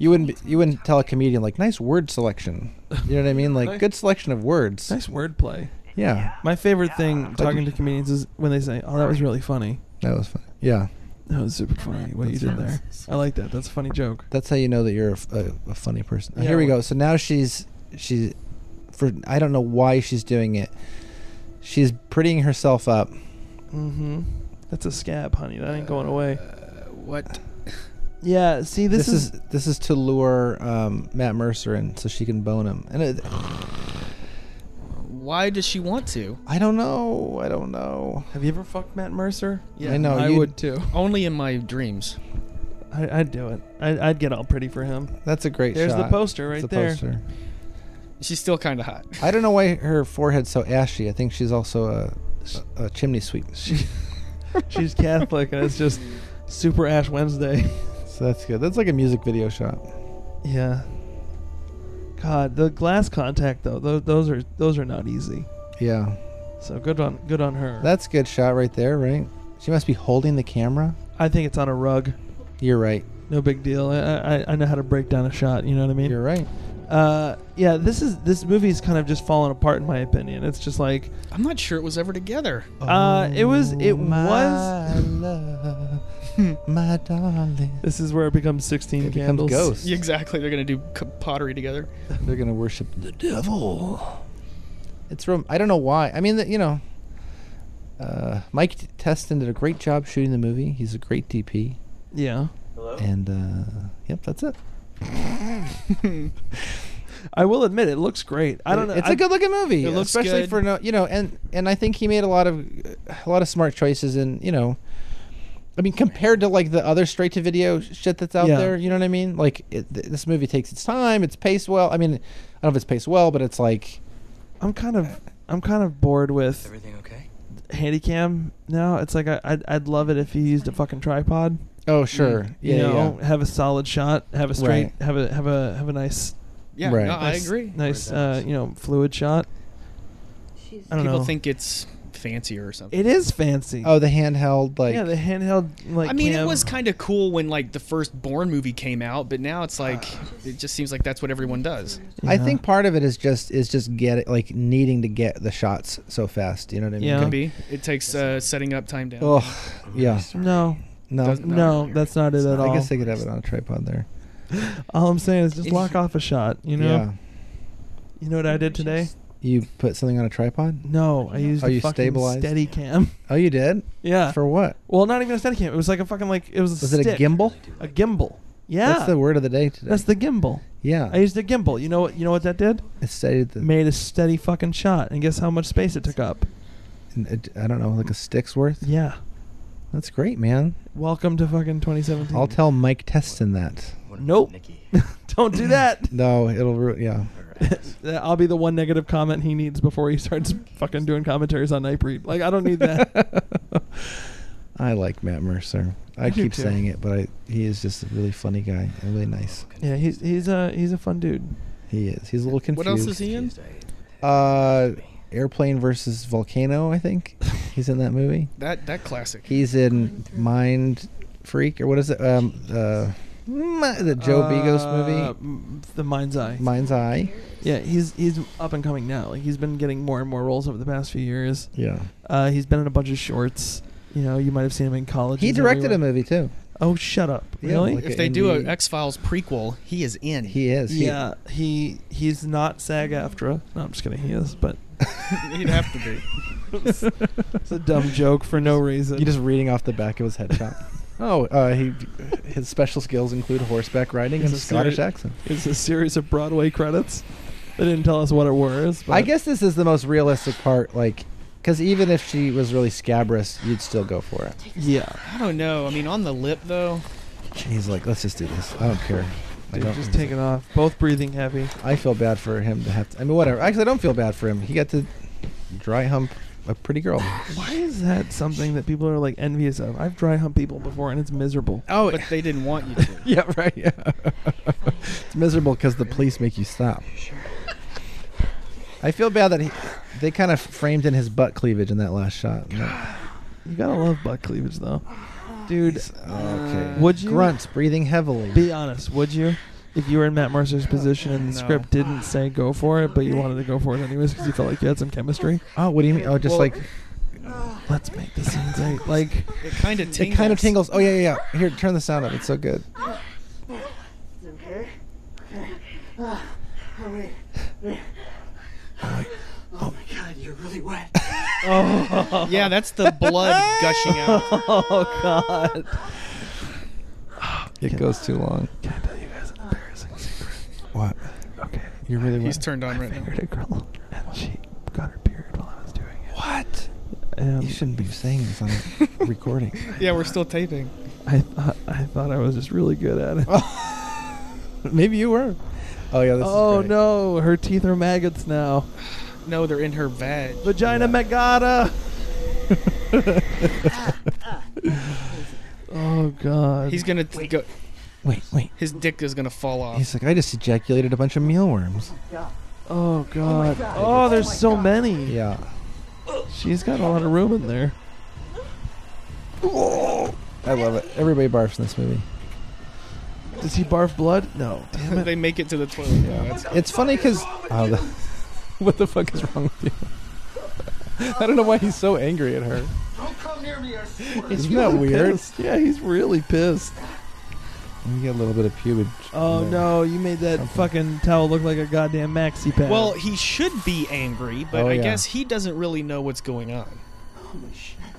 [SPEAKER 4] you wouldn't. Be, you wouldn't tell a comedian like nice word selection. You know what I mean? Like good selection of words.
[SPEAKER 2] Nice wordplay.
[SPEAKER 4] Yeah,
[SPEAKER 2] My favorite thing talking to comedians is when they say, "Oh, that was really funny."
[SPEAKER 4] that was funny. Yeah,
[SPEAKER 2] That was super funny. What you did there. I like that. That's a funny joke.
[SPEAKER 4] that's how you know that you're a, f- a- a funny person. Uh,
[SPEAKER 2] Yeah,
[SPEAKER 4] Here we
[SPEAKER 2] well-
[SPEAKER 4] go. So now she's she's for. I don't know why she's doing it. She's prettying herself up.
[SPEAKER 2] Mm-hmm. That's a scab, honey. That ain't going away.
[SPEAKER 3] Uh, What?
[SPEAKER 2] Yeah. See,
[SPEAKER 4] This,
[SPEAKER 2] this, is,
[SPEAKER 4] is, this is to lure um, Matt Mercer in so she can bone him. And it,
[SPEAKER 3] Why does she want to?
[SPEAKER 4] I don't know. I don't know.
[SPEAKER 2] Have you ever fucked Matt Mercer?
[SPEAKER 4] I know,
[SPEAKER 2] I
[SPEAKER 4] you-
[SPEAKER 2] would too.
[SPEAKER 3] Only in my dreams.
[SPEAKER 2] I, I'd do it. I, I'd get all pretty for him.
[SPEAKER 4] That's a great
[SPEAKER 2] There's
[SPEAKER 4] shot.
[SPEAKER 2] the poster
[SPEAKER 4] It's
[SPEAKER 2] right
[SPEAKER 4] a
[SPEAKER 2] there.
[SPEAKER 4] poster.
[SPEAKER 3] She's still kind of hot. [LAUGHS]
[SPEAKER 4] I don't know why her forehead's so ashy. I think she's also a, a, a
[SPEAKER 2] [LAUGHS]
[SPEAKER 4] chimney sweep. [LAUGHS]
[SPEAKER 2] She's Catholic, and it's just Super
[SPEAKER 4] [LAUGHS]
[SPEAKER 2] Ash Wednesday.
[SPEAKER 4] so that's good. That's like a music video shot.
[SPEAKER 2] Yeah. God, the glass contact though, those, those are those are not easy.
[SPEAKER 4] Yeah.
[SPEAKER 2] So good on good on her.
[SPEAKER 4] That's a good shot right there, right? She must be holding the camera.
[SPEAKER 2] I think it's on a rug.
[SPEAKER 4] You're right.
[SPEAKER 2] No big deal. I, I, I know how to break down a shot. You know what I mean?
[SPEAKER 4] You're right.
[SPEAKER 2] Uh, yeah. This is this movie's kind of just fallen apart in my opinion. It's just like
[SPEAKER 3] I'm not sure it was ever together. [LAUGHS]
[SPEAKER 2] uh, it was it
[SPEAKER 4] Oh, my
[SPEAKER 2] was.
[SPEAKER 4] love, [LAUGHS] my darling.
[SPEAKER 2] This is where it becomes 16
[SPEAKER 4] It becomes
[SPEAKER 2] candles.
[SPEAKER 4] ghosts.
[SPEAKER 3] Yeah, exactly. They're gonna do c- pottery together. [LAUGHS]
[SPEAKER 4] They're gonna worship the devil. It's rom- I don't know why. I mean, that you know, uh, Mike T- Teston did a great job shooting the movie. He's a great DP.
[SPEAKER 2] Yeah.
[SPEAKER 7] Hello?
[SPEAKER 4] And uh, yep, that's it.
[SPEAKER 2] I will admit it looks great. I don't know.
[SPEAKER 4] It's
[SPEAKER 2] I-
[SPEAKER 4] a good-looking movie,
[SPEAKER 3] It looks
[SPEAKER 4] especially
[SPEAKER 3] good.
[SPEAKER 4] for no, you know, and and I think he made a lot of a lot of smart choices, and you know, I mean, compared to like the other straight-to-video shit that's out
[SPEAKER 2] Yeah.
[SPEAKER 4] there, you know what I mean? Like it, th- this movie takes its time, it's paced well. I mean, I don't know if it's paced well, but it's like
[SPEAKER 2] I'm kind of I'm kind of bored with
[SPEAKER 10] Everything okay?
[SPEAKER 2] handycam now. It's like I I'd, I'd love it if he used a fucking tripod.
[SPEAKER 4] oh sure, yeah,
[SPEAKER 2] Mm, You know,
[SPEAKER 4] yeah.
[SPEAKER 2] have a solid shot, have a straight,
[SPEAKER 4] Right.
[SPEAKER 2] have a have a have a nice
[SPEAKER 3] Yeah,
[SPEAKER 4] Right.
[SPEAKER 3] no, I
[SPEAKER 2] nice-
[SPEAKER 3] agree.
[SPEAKER 2] Nice,
[SPEAKER 10] Or that.
[SPEAKER 2] uh, you know, fluid shot.
[SPEAKER 5] She's
[SPEAKER 2] I don't
[SPEAKER 3] People
[SPEAKER 2] know.
[SPEAKER 3] think it's fancier or something.
[SPEAKER 2] it is fancy.
[SPEAKER 4] Oh, the handheld like
[SPEAKER 2] yeah, the handheld like.
[SPEAKER 3] I mean,
[SPEAKER 2] cam.
[SPEAKER 3] it was kind of cool when like the first Born movie came out, but now it's like it just seems like that's what everyone does.
[SPEAKER 4] I
[SPEAKER 2] Yeah.
[SPEAKER 4] think part of it is just is just get it like needing to get the shots so fast. You know what I mean?
[SPEAKER 2] Yeah.
[SPEAKER 3] Could be. It takes uh, setting up time down.
[SPEAKER 4] Oh, yeah.
[SPEAKER 2] No,
[SPEAKER 4] No,
[SPEAKER 3] Doesn't-
[SPEAKER 2] no, that's not it at all.
[SPEAKER 4] I guess they could have it on a tripod there.
[SPEAKER 2] all I'm saying is just
[SPEAKER 10] If-
[SPEAKER 2] lock off a shot. You know,
[SPEAKER 4] Yeah.
[SPEAKER 2] you know what I did today?
[SPEAKER 4] You put something on a tripod?
[SPEAKER 2] No, I used
[SPEAKER 4] Are
[SPEAKER 2] a
[SPEAKER 4] you
[SPEAKER 2] fucking
[SPEAKER 4] stabilized?
[SPEAKER 2] steady
[SPEAKER 4] [LAUGHS]
[SPEAKER 2] cam.
[SPEAKER 4] Oh, you did?
[SPEAKER 2] yeah.
[SPEAKER 4] For what?
[SPEAKER 2] well, not even a steady cam. It was like a fucking like it was a
[SPEAKER 4] Was it a
[SPEAKER 2] stick.
[SPEAKER 4] gimbal?
[SPEAKER 2] A gimbal. Yeah.
[SPEAKER 4] That's the word of the day today.
[SPEAKER 2] That's the gimbal.
[SPEAKER 4] yeah.
[SPEAKER 2] I used a gimbal. You know what? You know what that did?
[SPEAKER 4] it stated the.
[SPEAKER 2] Made a steady fucking shot, and guess how much space it took up?
[SPEAKER 4] it- I don't know, like a stick's worth.
[SPEAKER 2] Yeah.
[SPEAKER 4] That's great, man.
[SPEAKER 2] Welcome to fucking 2017.
[SPEAKER 4] I'll tell Mike Teston that.
[SPEAKER 10] What about
[SPEAKER 2] Nope.
[SPEAKER 10] Nikki?
[SPEAKER 2] [LAUGHS] Don't do
[SPEAKER 4] [LAUGHS]
[SPEAKER 2] that. [LAUGHS]
[SPEAKER 4] No, it'll ruin. Yeah.
[SPEAKER 10] Her ass.
[SPEAKER 2] I'll be the one negative comment he needs before he
[SPEAKER 4] [LAUGHS]
[SPEAKER 2] starts fucking doing commentaries on Nightbreed. Like I don't need that.
[SPEAKER 4] I like Matt Mercer. I,
[SPEAKER 2] I do
[SPEAKER 4] keep
[SPEAKER 2] too.
[SPEAKER 4] saying it, but I, he is just a really funny guy and really nice.
[SPEAKER 2] yeah, he's he's a he's a fun dude.
[SPEAKER 4] He is. He's a little
[SPEAKER 3] What
[SPEAKER 4] confused.
[SPEAKER 3] else is he in?
[SPEAKER 4] Uh, Airplane versus Volcano, I think. He's in that movie.
[SPEAKER 3] That that classic.
[SPEAKER 4] He's in Mind Freak, or what is it? Um, uh, Mi- the Joe
[SPEAKER 3] Uh,
[SPEAKER 4] Bigos movie,
[SPEAKER 2] movie, Uh, The Mind's Eye.
[SPEAKER 4] Mind's Eye.
[SPEAKER 2] yeah, he's he's up and coming now. Like he's been getting more and more roles over the past few years.
[SPEAKER 4] Yeah.
[SPEAKER 2] Uh, he's been in a bunch of shorts. You know, you might have seen him in college.
[SPEAKER 4] He directed a movie too.
[SPEAKER 2] Oh, shut up!
[SPEAKER 4] Yeah,
[SPEAKER 2] Really?
[SPEAKER 4] like
[SPEAKER 3] if they
[SPEAKER 4] in
[SPEAKER 3] do a
[SPEAKER 4] the-
[SPEAKER 3] X Files prequel, he is in. [LAUGHS]
[SPEAKER 4] He is. He,
[SPEAKER 2] yeah, he he's not SAG-AFTRA. No, I'm just kidding. He is,
[SPEAKER 4] [LAUGHS]
[SPEAKER 2] but
[SPEAKER 3] He'd have to be.
[SPEAKER 2] it's a dumb joke for no reason.
[SPEAKER 4] You're just reading off the back of his headshot. oh, uh, he his special skills include horseback riding and
[SPEAKER 2] He's
[SPEAKER 4] a
[SPEAKER 2] a
[SPEAKER 4] Scottish
[SPEAKER 2] serious-
[SPEAKER 4] accent.
[SPEAKER 2] It's a series of Broadway credits. They didn't tell us what it was. But
[SPEAKER 4] I guess this is the most realistic part, like, because even if she was really scabrous, you'd still go for it.
[SPEAKER 2] Yeah.
[SPEAKER 3] I don't know. Oh, I mean, on the lip though.
[SPEAKER 4] He's like, let's just do this. I don't care. I
[SPEAKER 2] Dude,
[SPEAKER 4] don't,
[SPEAKER 2] just take it off. Both breathing heavy.
[SPEAKER 4] I feel bad for him to have to. I mean, whatever. Actually, I don't feel bad for him. He got to dry hump a pretty girl.
[SPEAKER 2] Why is that something that people are like envious of? I've dry humped people before and it's miserable.
[SPEAKER 4] Oh,
[SPEAKER 3] But they didn't want you to.
[SPEAKER 4] [LAUGHS] [LAUGHS] yeah, right. Yeah. it's miserable because the police make you stop. I feel bad that he, they kind of framed in his butt cleavage in that last shot.
[SPEAKER 2] You gotta love butt cleavage though, dude.
[SPEAKER 4] Okay.
[SPEAKER 2] Would you-
[SPEAKER 4] grunts breathing heavily?
[SPEAKER 2] Be honest, would you? If you were in Matt Mercer's position and the
[SPEAKER 3] No.
[SPEAKER 2] script didn't say go for it, but you wanted to go for it anyways because you felt like you had some chemistry,
[SPEAKER 4] oh, what do you mean? Oh,
[SPEAKER 3] Well,
[SPEAKER 4] just like
[SPEAKER 2] let's make the scenes eight. Like,
[SPEAKER 3] It kind of tingles.
[SPEAKER 4] it kind of tingles. Oh yeah, yeah, yeah. Here, turn the sound up. It's so good.
[SPEAKER 3] Yeah, that's the blood
[SPEAKER 2] [LAUGHS]
[SPEAKER 3] gushing out.
[SPEAKER 2] oh god.
[SPEAKER 4] It goes too long.
[SPEAKER 2] Can I tell you guys an embarrassing secret?
[SPEAKER 4] What?
[SPEAKER 2] Okay.
[SPEAKER 4] You really
[SPEAKER 3] He's
[SPEAKER 4] want?
[SPEAKER 3] turned on right now.
[SPEAKER 2] fingered a girl and she got her period while I was doing it.
[SPEAKER 4] what?
[SPEAKER 2] And
[SPEAKER 4] You shouldn't be saying this on a recording.
[SPEAKER 3] Yeah, we're still taping.
[SPEAKER 2] I thought I thought I was just really good at it. Oh,
[SPEAKER 4] [LAUGHS] Maybe you were. Oh yeah. This is great.
[SPEAKER 2] no, her teeth are maggots now.
[SPEAKER 3] No, they're in her vag.
[SPEAKER 2] Vagina [LAUGHS] magata. oh god. Oh,
[SPEAKER 3] He's gonna t- go.
[SPEAKER 4] Wait, wait.
[SPEAKER 3] His dick is gonna fall off.
[SPEAKER 4] He's like, I just ejaculated a bunch of mealworms.
[SPEAKER 2] Oh god. Oh, there's so many.
[SPEAKER 4] Yeah.
[SPEAKER 2] She's got a lot of room in there.
[SPEAKER 4] I love it. Everybody barfs in this movie.
[SPEAKER 2] Does he barf blood? No.
[SPEAKER 3] [LAUGHS]
[SPEAKER 2] Damn it.
[SPEAKER 3] they make it to the toilet. Yeah, that's-
[SPEAKER 4] It's funny because. Oh, the, [LAUGHS] what the fuck is wrong with you? I don't know why he's so angry at her.
[SPEAKER 9] Don't come near me, I swear.
[SPEAKER 4] Isn't that weird?
[SPEAKER 2] Pissed. Yeah, he's really pissed.
[SPEAKER 4] You get a little bit of pubage.
[SPEAKER 2] Oh
[SPEAKER 4] in there.
[SPEAKER 2] no, you made that fucking towel look like a goddamn maxi pad.
[SPEAKER 3] Well, he should be angry, but
[SPEAKER 4] Oh,
[SPEAKER 3] I
[SPEAKER 4] yeah.
[SPEAKER 3] guess he doesn't really know what's going on.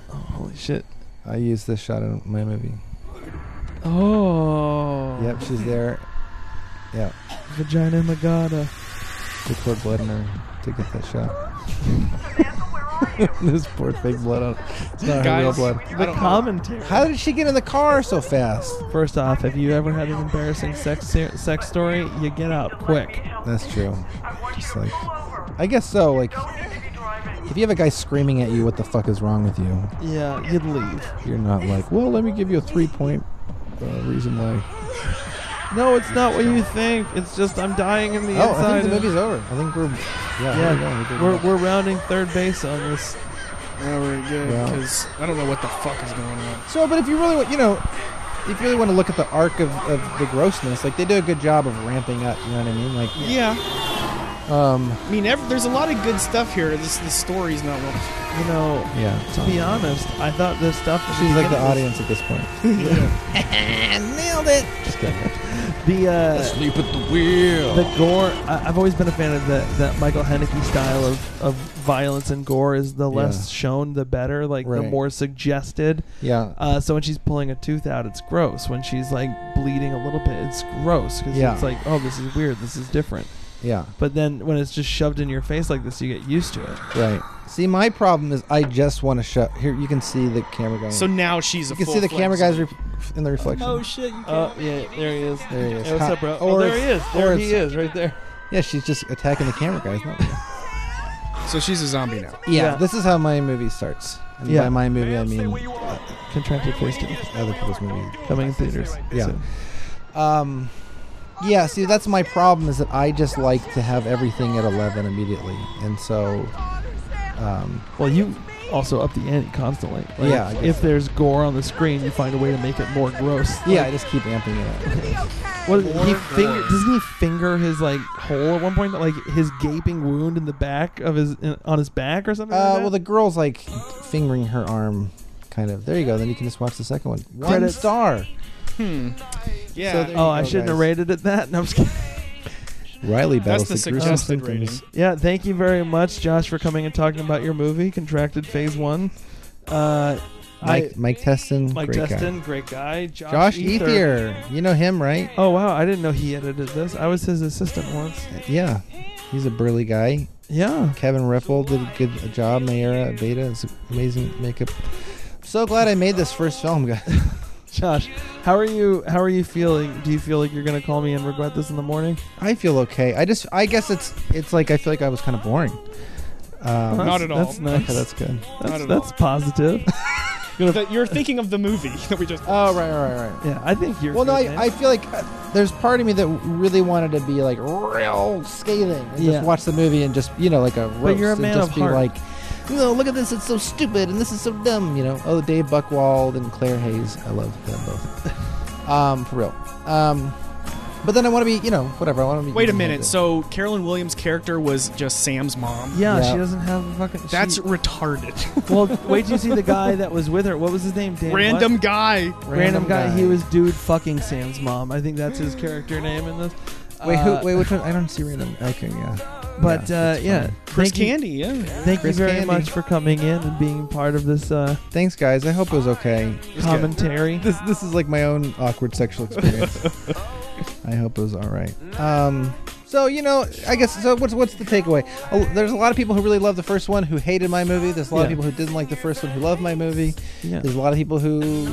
[SPEAKER 2] holy shit.
[SPEAKER 4] I used this shot in my movie.
[SPEAKER 2] Oh.
[SPEAKER 4] Yep, she's there. Yeah,
[SPEAKER 2] Vagina Magada.
[SPEAKER 4] they poured blood in her to get that shot. this poor fake blood on. It's not her Uh, real
[SPEAKER 3] Guys,
[SPEAKER 4] blood.
[SPEAKER 3] I
[SPEAKER 2] The
[SPEAKER 3] don't know.
[SPEAKER 2] commentary.
[SPEAKER 4] How did she get in the car so fast?
[SPEAKER 2] First off, if you ever had an embarrassing sex ser- sex story, you get out quick.
[SPEAKER 4] That's true. Just like, I guess so. Like, if you have a guy screaming at you, what the fuck is wrong with you?
[SPEAKER 2] Yeah, you'd leave.
[SPEAKER 4] You're not like, well, let me give you a three point uh, reason why.
[SPEAKER 2] No, it's not what you think. It's just I'm dying in the
[SPEAKER 4] Oh,
[SPEAKER 2] inside.
[SPEAKER 4] I think the
[SPEAKER 2] and-
[SPEAKER 4] movie's over. I think we're yeah,
[SPEAKER 2] yeah,
[SPEAKER 4] we're,
[SPEAKER 2] we're, we're rounding third base on this.
[SPEAKER 3] Oh, we're good
[SPEAKER 4] Yeah.
[SPEAKER 3] because I don't know what the fuck is going on.
[SPEAKER 4] so. But if you really want, you know, if you really want to look at the arc of, of the grossness, like they do a good job of ramping up. You know what I mean? Like,
[SPEAKER 3] Yeah,
[SPEAKER 4] um,
[SPEAKER 3] I mean, ev- there's a lot of good stuff here. This the story's not well.
[SPEAKER 2] You know,
[SPEAKER 4] yeah.
[SPEAKER 2] to be honest, I thought this stuff. at
[SPEAKER 4] She's like the
[SPEAKER 2] beginning was-
[SPEAKER 4] audience at this point.
[SPEAKER 9] Nailed it.
[SPEAKER 4] Just kidding.
[SPEAKER 2] The uh,
[SPEAKER 9] Sleep at the wheel.
[SPEAKER 2] the gore. I, I've always been a fan of that that Michael Haneke style of, of violence and gore. Is the less shown, the better. Like the
[SPEAKER 4] Right.
[SPEAKER 2] more suggested.
[SPEAKER 4] Yeah.
[SPEAKER 2] Uh, so when she's pulling a tooth out, it's gross. When she's like bleeding a little bit, it's gross because
[SPEAKER 4] Yeah.
[SPEAKER 2] it's like, oh, this is weird. This is different.
[SPEAKER 4] Yeah.
[SPEAKER 2] But then when it's just shoved in your face like this, you get used to it.
[SPEAKER 4] Right. See, my problem is I just want to shut. Here, you can see the camera guy.
[SPEAKER 3] So now she's a.
[SPEAKER 4] you can see the camera guys re- in the reflection.
[SPEAKER 3] shit! You
[SPEAKER 2] Oh yeah, there he is.
[SPEAKER 4] Uh, There he is.
[SPEAKER 2] Hey, what's
[SPEAKER 4] Hi-
[SPEAKER 2] up, bro?
[SPEAKER 4] or
[SPEAKER 2] Oh, there he
[SPEAKER 4] it's-
[SPEAKER 2] is.
[SPEAKER 4] or
[SPEAKER 2] There he
[SPEAKER 4] it's-
[SPEAKER 2] is, right there.
[SPEAKER 4] Yeah, she's just attacking the camera guy. Isn't that weird?
[SPEAKER 3] so she's a zombie now.
[SPEAKER 4] yeah,
[SPEAKER 2] Yeah.
[SPEAKER 4] This is how my movie starts. And
[SPEAKER 2] Yeah.
[SPEAKER 4] by my movie, I mean uh,
[SPEAKER 2] Contracted face two,
[SPEAKER 4] other people's movies.
[SPEAKER 2] coming in theaters.
[SPEAKER 4] Yeah.
[SPEAKER 2] soon.
[SPEAKER 4] Um, yeah. See, that's my problem is that I just like to have everything at eleven immediately, and so. Um,
[SPEAKER 2] Well, you also up the ante constantly. Like,
[SPEAKER 4] Yeah, I guess
[SPEAKER 2] If
[SPEAKER 4] so.
[SPEAKER 2] there's gore on the screen, you find a way to make it more gross.
[SPEAKER 4] yeah, I just keep amping it up.
[SPEAKER 2] What is it? he finger? Doesn't he finger his like hole at one point? Like his gaping wound in the back of his in, on his back or something.
[SPEAKER 4] Uh,
[SPEAKER 2] like
[SPEAKER 4] well,
[SPEAKER 2] that?
[SPEAKER 4] the girl's like fingering her arm, kind of. There you go. Then you can just watch the second one. One
[SPEAKER 2] Credits.
[SPEAKER 4] star.
[SPEAKER 3] Hmm.
[SPEAKER 4] So
[SPEAKER 3] Yeah.
[SPEAKER 4] there
[SPEAKER 2] oh,
[SPEAKER 4] you
[SPEAKER 2] I
[SPEAKER 4] go,
[SPEAKER 2] shouldn't have
[SPEAKER 4] guys.
[SPEAKER 2] rated it that. No, I'm just kidding.
[SPEAKER 4] Riley
[SPEAKER 3] That's
[SPEAKER 4] battles
[SPEAKER 3] the
[SPEAKER 4] gruesome
[SPEAKER 3] suggested
[SPEAKER 4] symptoms.
[SPEAKER 2] Yeah, thank you very much, Josh, for coming and talking about your movie, Contracted Phase One. Uh,
[SPEAKER 4] Mike,
[SPEAKER 2] I,
[SPEAKER 4] Mike Teston,
[SPEAKER 2] Mike
[SPEAKER 4] great guy.
[SPEAKER 2] Teston, great guy. Josh,
[SPEAKER 4] Josh
[SPEAKER 2] Ether.
[SPEAKER 4] Ethier. You know him, right?
[SPEAKER 2] Oh wow, I didn't know he edited this. I was his assistant once.
[SPEAKER 4] Yeah. He's a burly guy.
[SPEAKER 2] Yeah.
[SPEAKER 4] Kevin Riffle did a good job. Mayera Beta is amazing makeup. So glad I made this first film, guys. [LAUGHS]
[SPEAKER 2] Josh, how are you? How are you feeling? Do you feel like you're gonna call me and regret this in the morning?
[SPEAKER 4] I feel okay. I just, I guess it's, it's like I feel like I was kind of boring.
[SPEAKER 2] Well,
[SPEAKER 4] Um,
[SPEAKER 2] that's-
[SPEAKER 3] at all.
[SPEAKER 2] That's nice.
[SPEAKER 4] okay, that's good.
[SPEAKER 2] that's,
[SPEAKER 3] at
[SPEAKER 2] that's positive.
[SPEAKER 3] That you're thinking of the movie that we just.
[SPEAKER 4] Oh right, right,
[SPEAKER 2] [LAUGHS]
[SPEAKER 4] right.
[SPEAKER 2] yeah, I think you're.
[SPEAKER 4] Well, no,
[SPEAKER 2] good, man.
[SPEAKER 4] I, I feel like uh, there's part of me that really wanted to be like real scathing and
[SPEAKER 2] Yeah.
[SPEAKER 4] just watch the movie and just you know like a roast
[SPEAKER 2] you're a man
[SPEAKER 4] and just
[SPEAKER 2] of
[SPEAKER 4] be
[SPEAKER 2] heart.
[SPEAKER 4] like, no, look at this, it's so stupid and this is so dumb, you know. Oh, Dave Buckwald and Claire Hayes, I love them both. [LAUGHS] um, for real. Um, but then I want to be, you know, whatever. I want to be.
[SPEAKER 3] Wait a
[SPEAKER 4] you know,
[SPEAKER 3] minute.
[SPEAKER 4] the-
[SPEAKER 3] So Carolyn Williams' character was just Sam's mom.
[SPEAKER 2] Yeah,
[SPEAKER 4] Yeah.
[SPEAKER 2] she doesn't have a fucking.
[SPEAKER 3] That's
[SPEAKER 2] she, [LAUGHS]
[SPEAKER 3] retarded.
[SPEAKER 2] well. Wait till you see the guy that was with her. What was his name? Dan what?
[SPEAKER 3] Random guy.
[SPEAKER 2] Random, guy. He was dude fucking Sam's mom. I think that's his character name in this.
[SPEAKER 4] Wait, who,
[SPEAKER 2] Uh,
[SPEAKER 4] wait, which one? I don't see random. Okay, yeah.
[SPEAKER 2] But yeah, uh,
[SPEAKER 4] Yeah, that's
[SPEAKER 2] yeah.
[SPEAKER 4] funny.
[SPEAKER 3] Chris
[SPEAKER 2] thank you-
[SPEAKER 3] Candy. Yeah.
[SPEAKER 2] Thank
[SPEAKER 4] Chris
[SPEAKER 2] you very
[SPEAKER 4] Candy.
[SPEAKER 2] much for coming in and being part of this uh,
[SPEAKER 4] Thanks, guys. I hope it was okay.
[SPEAKER 2] commentary.
[SPEAKER 4] This this is like my own awkward sexual experience. I hope it was all right. Um, so you know, I guess so. What's what's the takeaway? Oh, there's a lot of people who really love the first one who hated my movie. There's a lot of
[SPEAKER 2] Yeah.
[SPEAKER 4] people who didn't like the first one who love my movie.
[SPEAKER 2] Yeah.
[SPEAKER 4] There's a lot of people who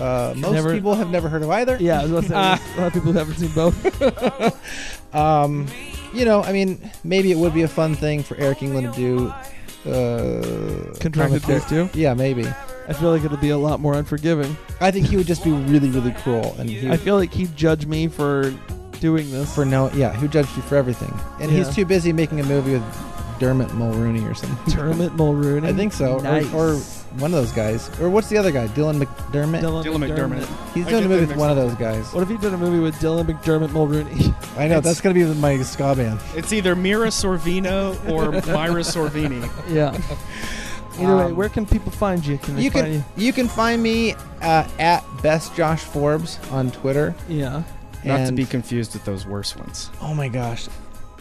[SPEAKER 4] uh, most
[SPEAKER 2] Never-
[SPEAKER 4] people have never heard of either.
[SPEAKER 2] Yeah, uh, I was about to say, a lot of people who haven't seen [LAUGHS] both.
[SPEAKER 4] Um, you know, I mean, maybe it would be a fun thing for Eric England to do. uh,
[SPEAKER 2] Contracted
[SPEAKER 4] commentary.
[SPEAKER 2] these two?
[SPEAKER 4] Yeah, maybe.
[SPEAKER 2] I feel like it'll be a lot more unforgiving.
[SPEAKER 4] I think he would just be really, really cruel, and he
[SPEAKER 2] I feel like he'd judge me for doing this.
[SPEAKER 4] for no, yeah, who judged you for everything? And
[SPEAKER 2] Yeah.
[SPEAKER 4] he's too busy making a movie with Dermot Mulrooney or something. [LAUGHS]
[SPEAKER 2] Dermot Mulrooney.
[SPEAKER 4] I think so,
[SPEAKER 2] Nice.
[SPEAKER 4] or, or one of those guys, or what's the other guy? Dylan McDermott.
[SPEAKER 2] Dylan,
[SPEAKER 3] Dylan McDermott.
[SPEAKER 4] He's
[SPEAKER 3] I
[SPEAKER 4] doing
[SPEAKER 3] get that
[SPEAKER 4] a movie with
[SPEAKER 3] mixed
[SPEAKER 4] one of
[SPEAKER 3] up.
[SPEAKER 4] those guys.
[SPEAKER 2] What if he did a movie with Dylan McDermott Mulrooney?
[SPEAKER 4] I know that's gonna be my ska band.
[SPEAKER 3] It's either Mira Sorvino or Myra Sorvini.
[SPEAKER 2] [LAUGHS] yeah. Either way,
[SPEAKER 4] Um,
[SPEAKER 2] where can people find you? Can they
[SPEAKER 4] You
[SPEAKER 2] find
[SPEAKER 4] can you can find me uh, at best Josh Forbes on Twitter.
[SPEAKER 2] you? Yeah.
[SPEAKER 3] Not to
[SPEAKER 4] And-
[SPEAKER 3] be confused with those worse ones.
[SPEAKER 4] Oh my gosh.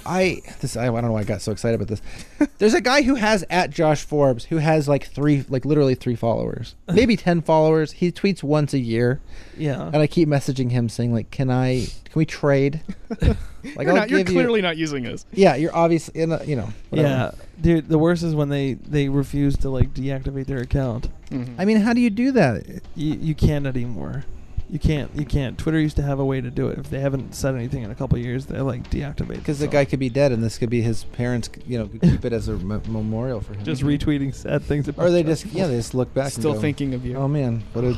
[SPEAKER 4] I this I, I don't know why I got so excited about this. [LAUGHS] There's a guy who has at Josh Forbes who has like three like literally
[SPEAKER 2] [LAUGHS]
[SPEAKER 4] three followers. Maybe 10 followers. He tweets once a year
[SPEAKER 3] [LAUGHS]
[SPEAKER 2] Yeah.
[SPEAKER 4] and I keep messaging him saying like can I can we trade? like
[SPEAKER 3] You're, not, you're
[SPEAKER 4] give you-
[SPEAKER 3] clearly not using us.
[SPEAKER 4] Yeah, you're obviously in a, you know. Whatever.
[SPEAKER 2] Yeah, dude. The worst is when they they refuse to like deactivate their account.
[SPEAKER 4] Mm-hmm.
[SPEAKER 3] Mm-hmm.
[SPEAKER 4] I mean, how do you do that?
[SPEAKER 2] You you can't anymore. You can't. You can't. Twitter used to have a way to do it. If they haven't said anything in a couple years, they like deactivate.
[SPEAKER 4] Because the
[SPEAKER 2] itself.
[SPEAKER 4] guy could be dead, and this could be his parents. You know, keep it as a me- memorial for him.
[SPEAKER 2] just retweeting sad things. About
[SPEAKER 4] or they
[SPEAKER 2] Josh
[SPEAKER 4] just yeah, they just look back.
[SPEAKER 3] Still
[SPEAKER 4] and go,
[SPEAKER 3] thinking of you.
[SPEAKER 4] Oh man, what a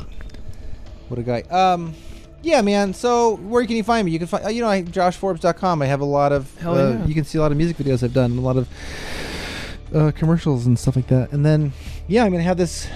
[SPEAKER 4] what a guy. Um, yeah, man. So where can you find me? You can find uh, you know I joshforbes.com. I have a lot of
[SPEAKER 2] Hell
[SPEAKER 4] uh,
[SPEAKER 2] yeah.
[SPEAKER 4] you can see a lot of music videos I've done, a lot of uh, commercials and stuff like that. And then yeah, I'm gonna have this.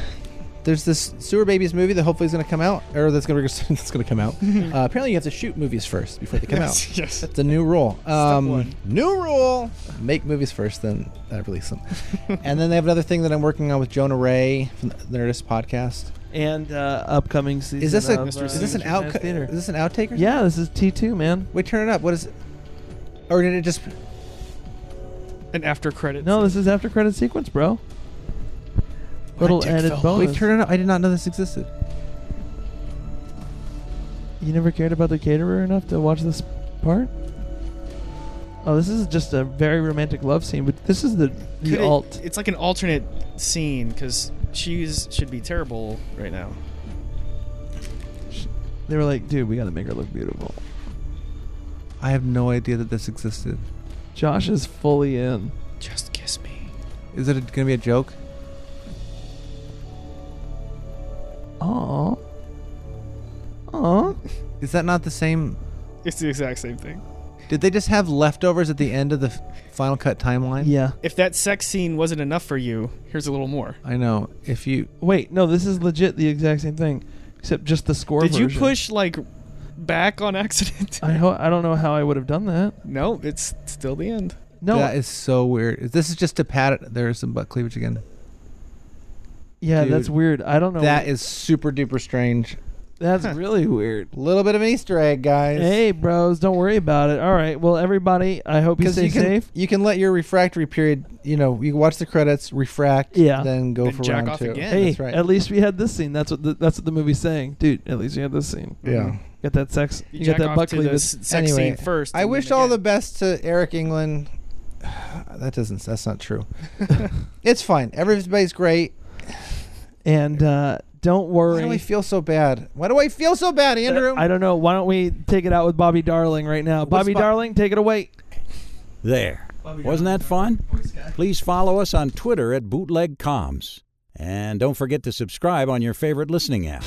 [SPEAKER 4] There's this sewer babies movie that hopefully is gonna come out, or that's gonna [LAUGHS] that's gonna come out. uh, apparently, you have to shoot movies first before they come
[SPEAKER 3] [LAUGHS]
[SPEAKER 4] out.
[SPEAKER 3] yes.
[SPEAKER 4] It's a new rule. Um,
[SPEAKER 3] one.
[SPEAKER 4] New rule: make movies first, then uh, release them. and then they have another thing that I'm working on with Jonah Ray from the Nerdist podcast.
[SPEAKER 2] and uh, upcoming season.
[SPEAKER 4] Is this a
[SPEAKER 2] of,
[SPEAKER 4] is
[SPEAKER 2] uh,
[SPEAKER 4] this an
[SPEAKER 2] Mr.
[SPEAKER 4] out
[SPEAKER 2] Nice
[SPEAKER 4] is
[SPEAKER 2] Theater.
[SPEAKER 4] this an outtake? Or something?
[SPEAKER 2] Yeah, this is T two man.
[SPEAKER 4] Wait, turn it up. What is? it? Or did it just?
[SPEAKER 3] And after credits.
[SPEAKER 2] No, this is after credit sequence, bro. Little
[SPEAKER 3] dick
[SPEAKER 2] added
[SPEAKER 3] fell.
[SPEAKER 2] bonus.
[SPEAKER 4] Wait, turn Oh, it up. I did not know this existed.
[SPEAKER 2] you never cared about the caterer enough to watch this part. Oh, this is just a very romantic love scene, but this is the the
[SPEAKER 3] Could it-
[SPEAKER 2] alt.
[SPEAKER 3] it's like an alternate scene because she's should be terrible right now.
[SPEAKER 2] They were like, dude, we gotta make her look beautiful.
[SPEAKER 4] I have no idea that this existed.
[SPEAKER 2] Josh is fully in.
[SPEAKER 3] Just kiss me.
[SPEAKER 4] Is it going to be a joke?
[SPEAKER 2] Aw. Aw.
[SPEAKER 4] Is that not the same?
[SPEAKER 3] It's the exact same thing.
[SPEAKER 4] Did they just have leftovers at the end of the f- Final Cut timeline?
[SPEAKER 2] Yeah.
[SPEAKER 3] If that sex scene wasn't enough for you, here's a little more.
[SPEAKER 4] I know. If you
[SPEAKER 2] Wait, no, this is legit the exact same thing, except just the score.
[SPEAKER 3] Did you
[SPEAKER 2] version.
[SPEAKER 3] push like back on accident?
[SPEAKER 2] I ho- I don't know how I would have done that.
[SPEAKER 3] [LAUGHS] no, it's still the end.
[SPEAKER 2] No.
[SPEAKER 4] That is so weird. This is just to pat it. There is some butt cleavage again.
[SPEAKER 2] yeah,
[SPEAKER 4] dude,
[SPEAKER 2] that's weird. I don't know.
[SPEAKER 4] That is super duper strange. [LAUGHS]
[SPEAKER 2] that's really weird.
[SPEAKER 4] Little bit of an Easter egg, guys.
[SPEAKER 2] Hey, bros, don't worry about it. All right. Well, everybody, I hope you
[SPEAKER 4] because
[SPEAKER 2] stay
[SPEAKER 4] you can
[SPEAKER 2] safe.
[SPEAKER 4] you can let your refractory period. You know, you watch the credits, refract,
[SPEAKER 2] Yeah.
[SPEAKER 4] then go
[SPEAKER 3] Then
[SPEAKER 4] for
[SPEAKER 3] jack
[SPEAKER 4] round
[SPEAKER 3] off
[SPEAKER 4] two.
[SPEAKER 3] again.
[SPEAKER 2] Hey,
[SPEAKER 4] that's right.
[SPEAKER 2] at least we had this scene. That's what the, that's what the movie's saying, dude. At least we had this scene.
[SPEAKER 4] yeah.
[SPEAKER 2] Got that sex. You,
[SPEAKER 3] jack
[SPEAKER 2] got that
[SPEAKER 3] off
[SPEAKER 2] buck
[SPEAKER 3] to the
[SPEAKER 2] cleavage.
[SPEAKER 3] s- sex
[SPEAKER 4] Anyway,
[SPEAKER 3] scene first.
[SPEAKER 4] I
[SPEAKER 3] and
[SPEAKER 4] wish
[SPEAKER 3] then
[SPEAKER 4] all the
[SPEAKER 3] again.
[SPEAKER 4] best to Eric England. [SIGHS] that doesn't. That's
[SPEAKER 2] [LAUGHS]
[SPEAKER 4] not true. it's fine. Everybody's great.
[SPEAKER 2] and uh, don't
[SPEAKER 4] Why
[SPEAKER 2] worry.
[SPEAKER 4] do I feel so bad? Why do I feel so bad, Andrew?
[SPEAKER 2] I don't know. Why don't we take it out with Bobby Darling right now? Bobby
[SPEAKER 4] Bo-
[SPEAKER 2] Darling, take it away.
[SPEAKER 1] There. Wasn't that fun? Please follow us on Twitter at bootlegcoms. And don't forget to subscribe on your favorite listening app.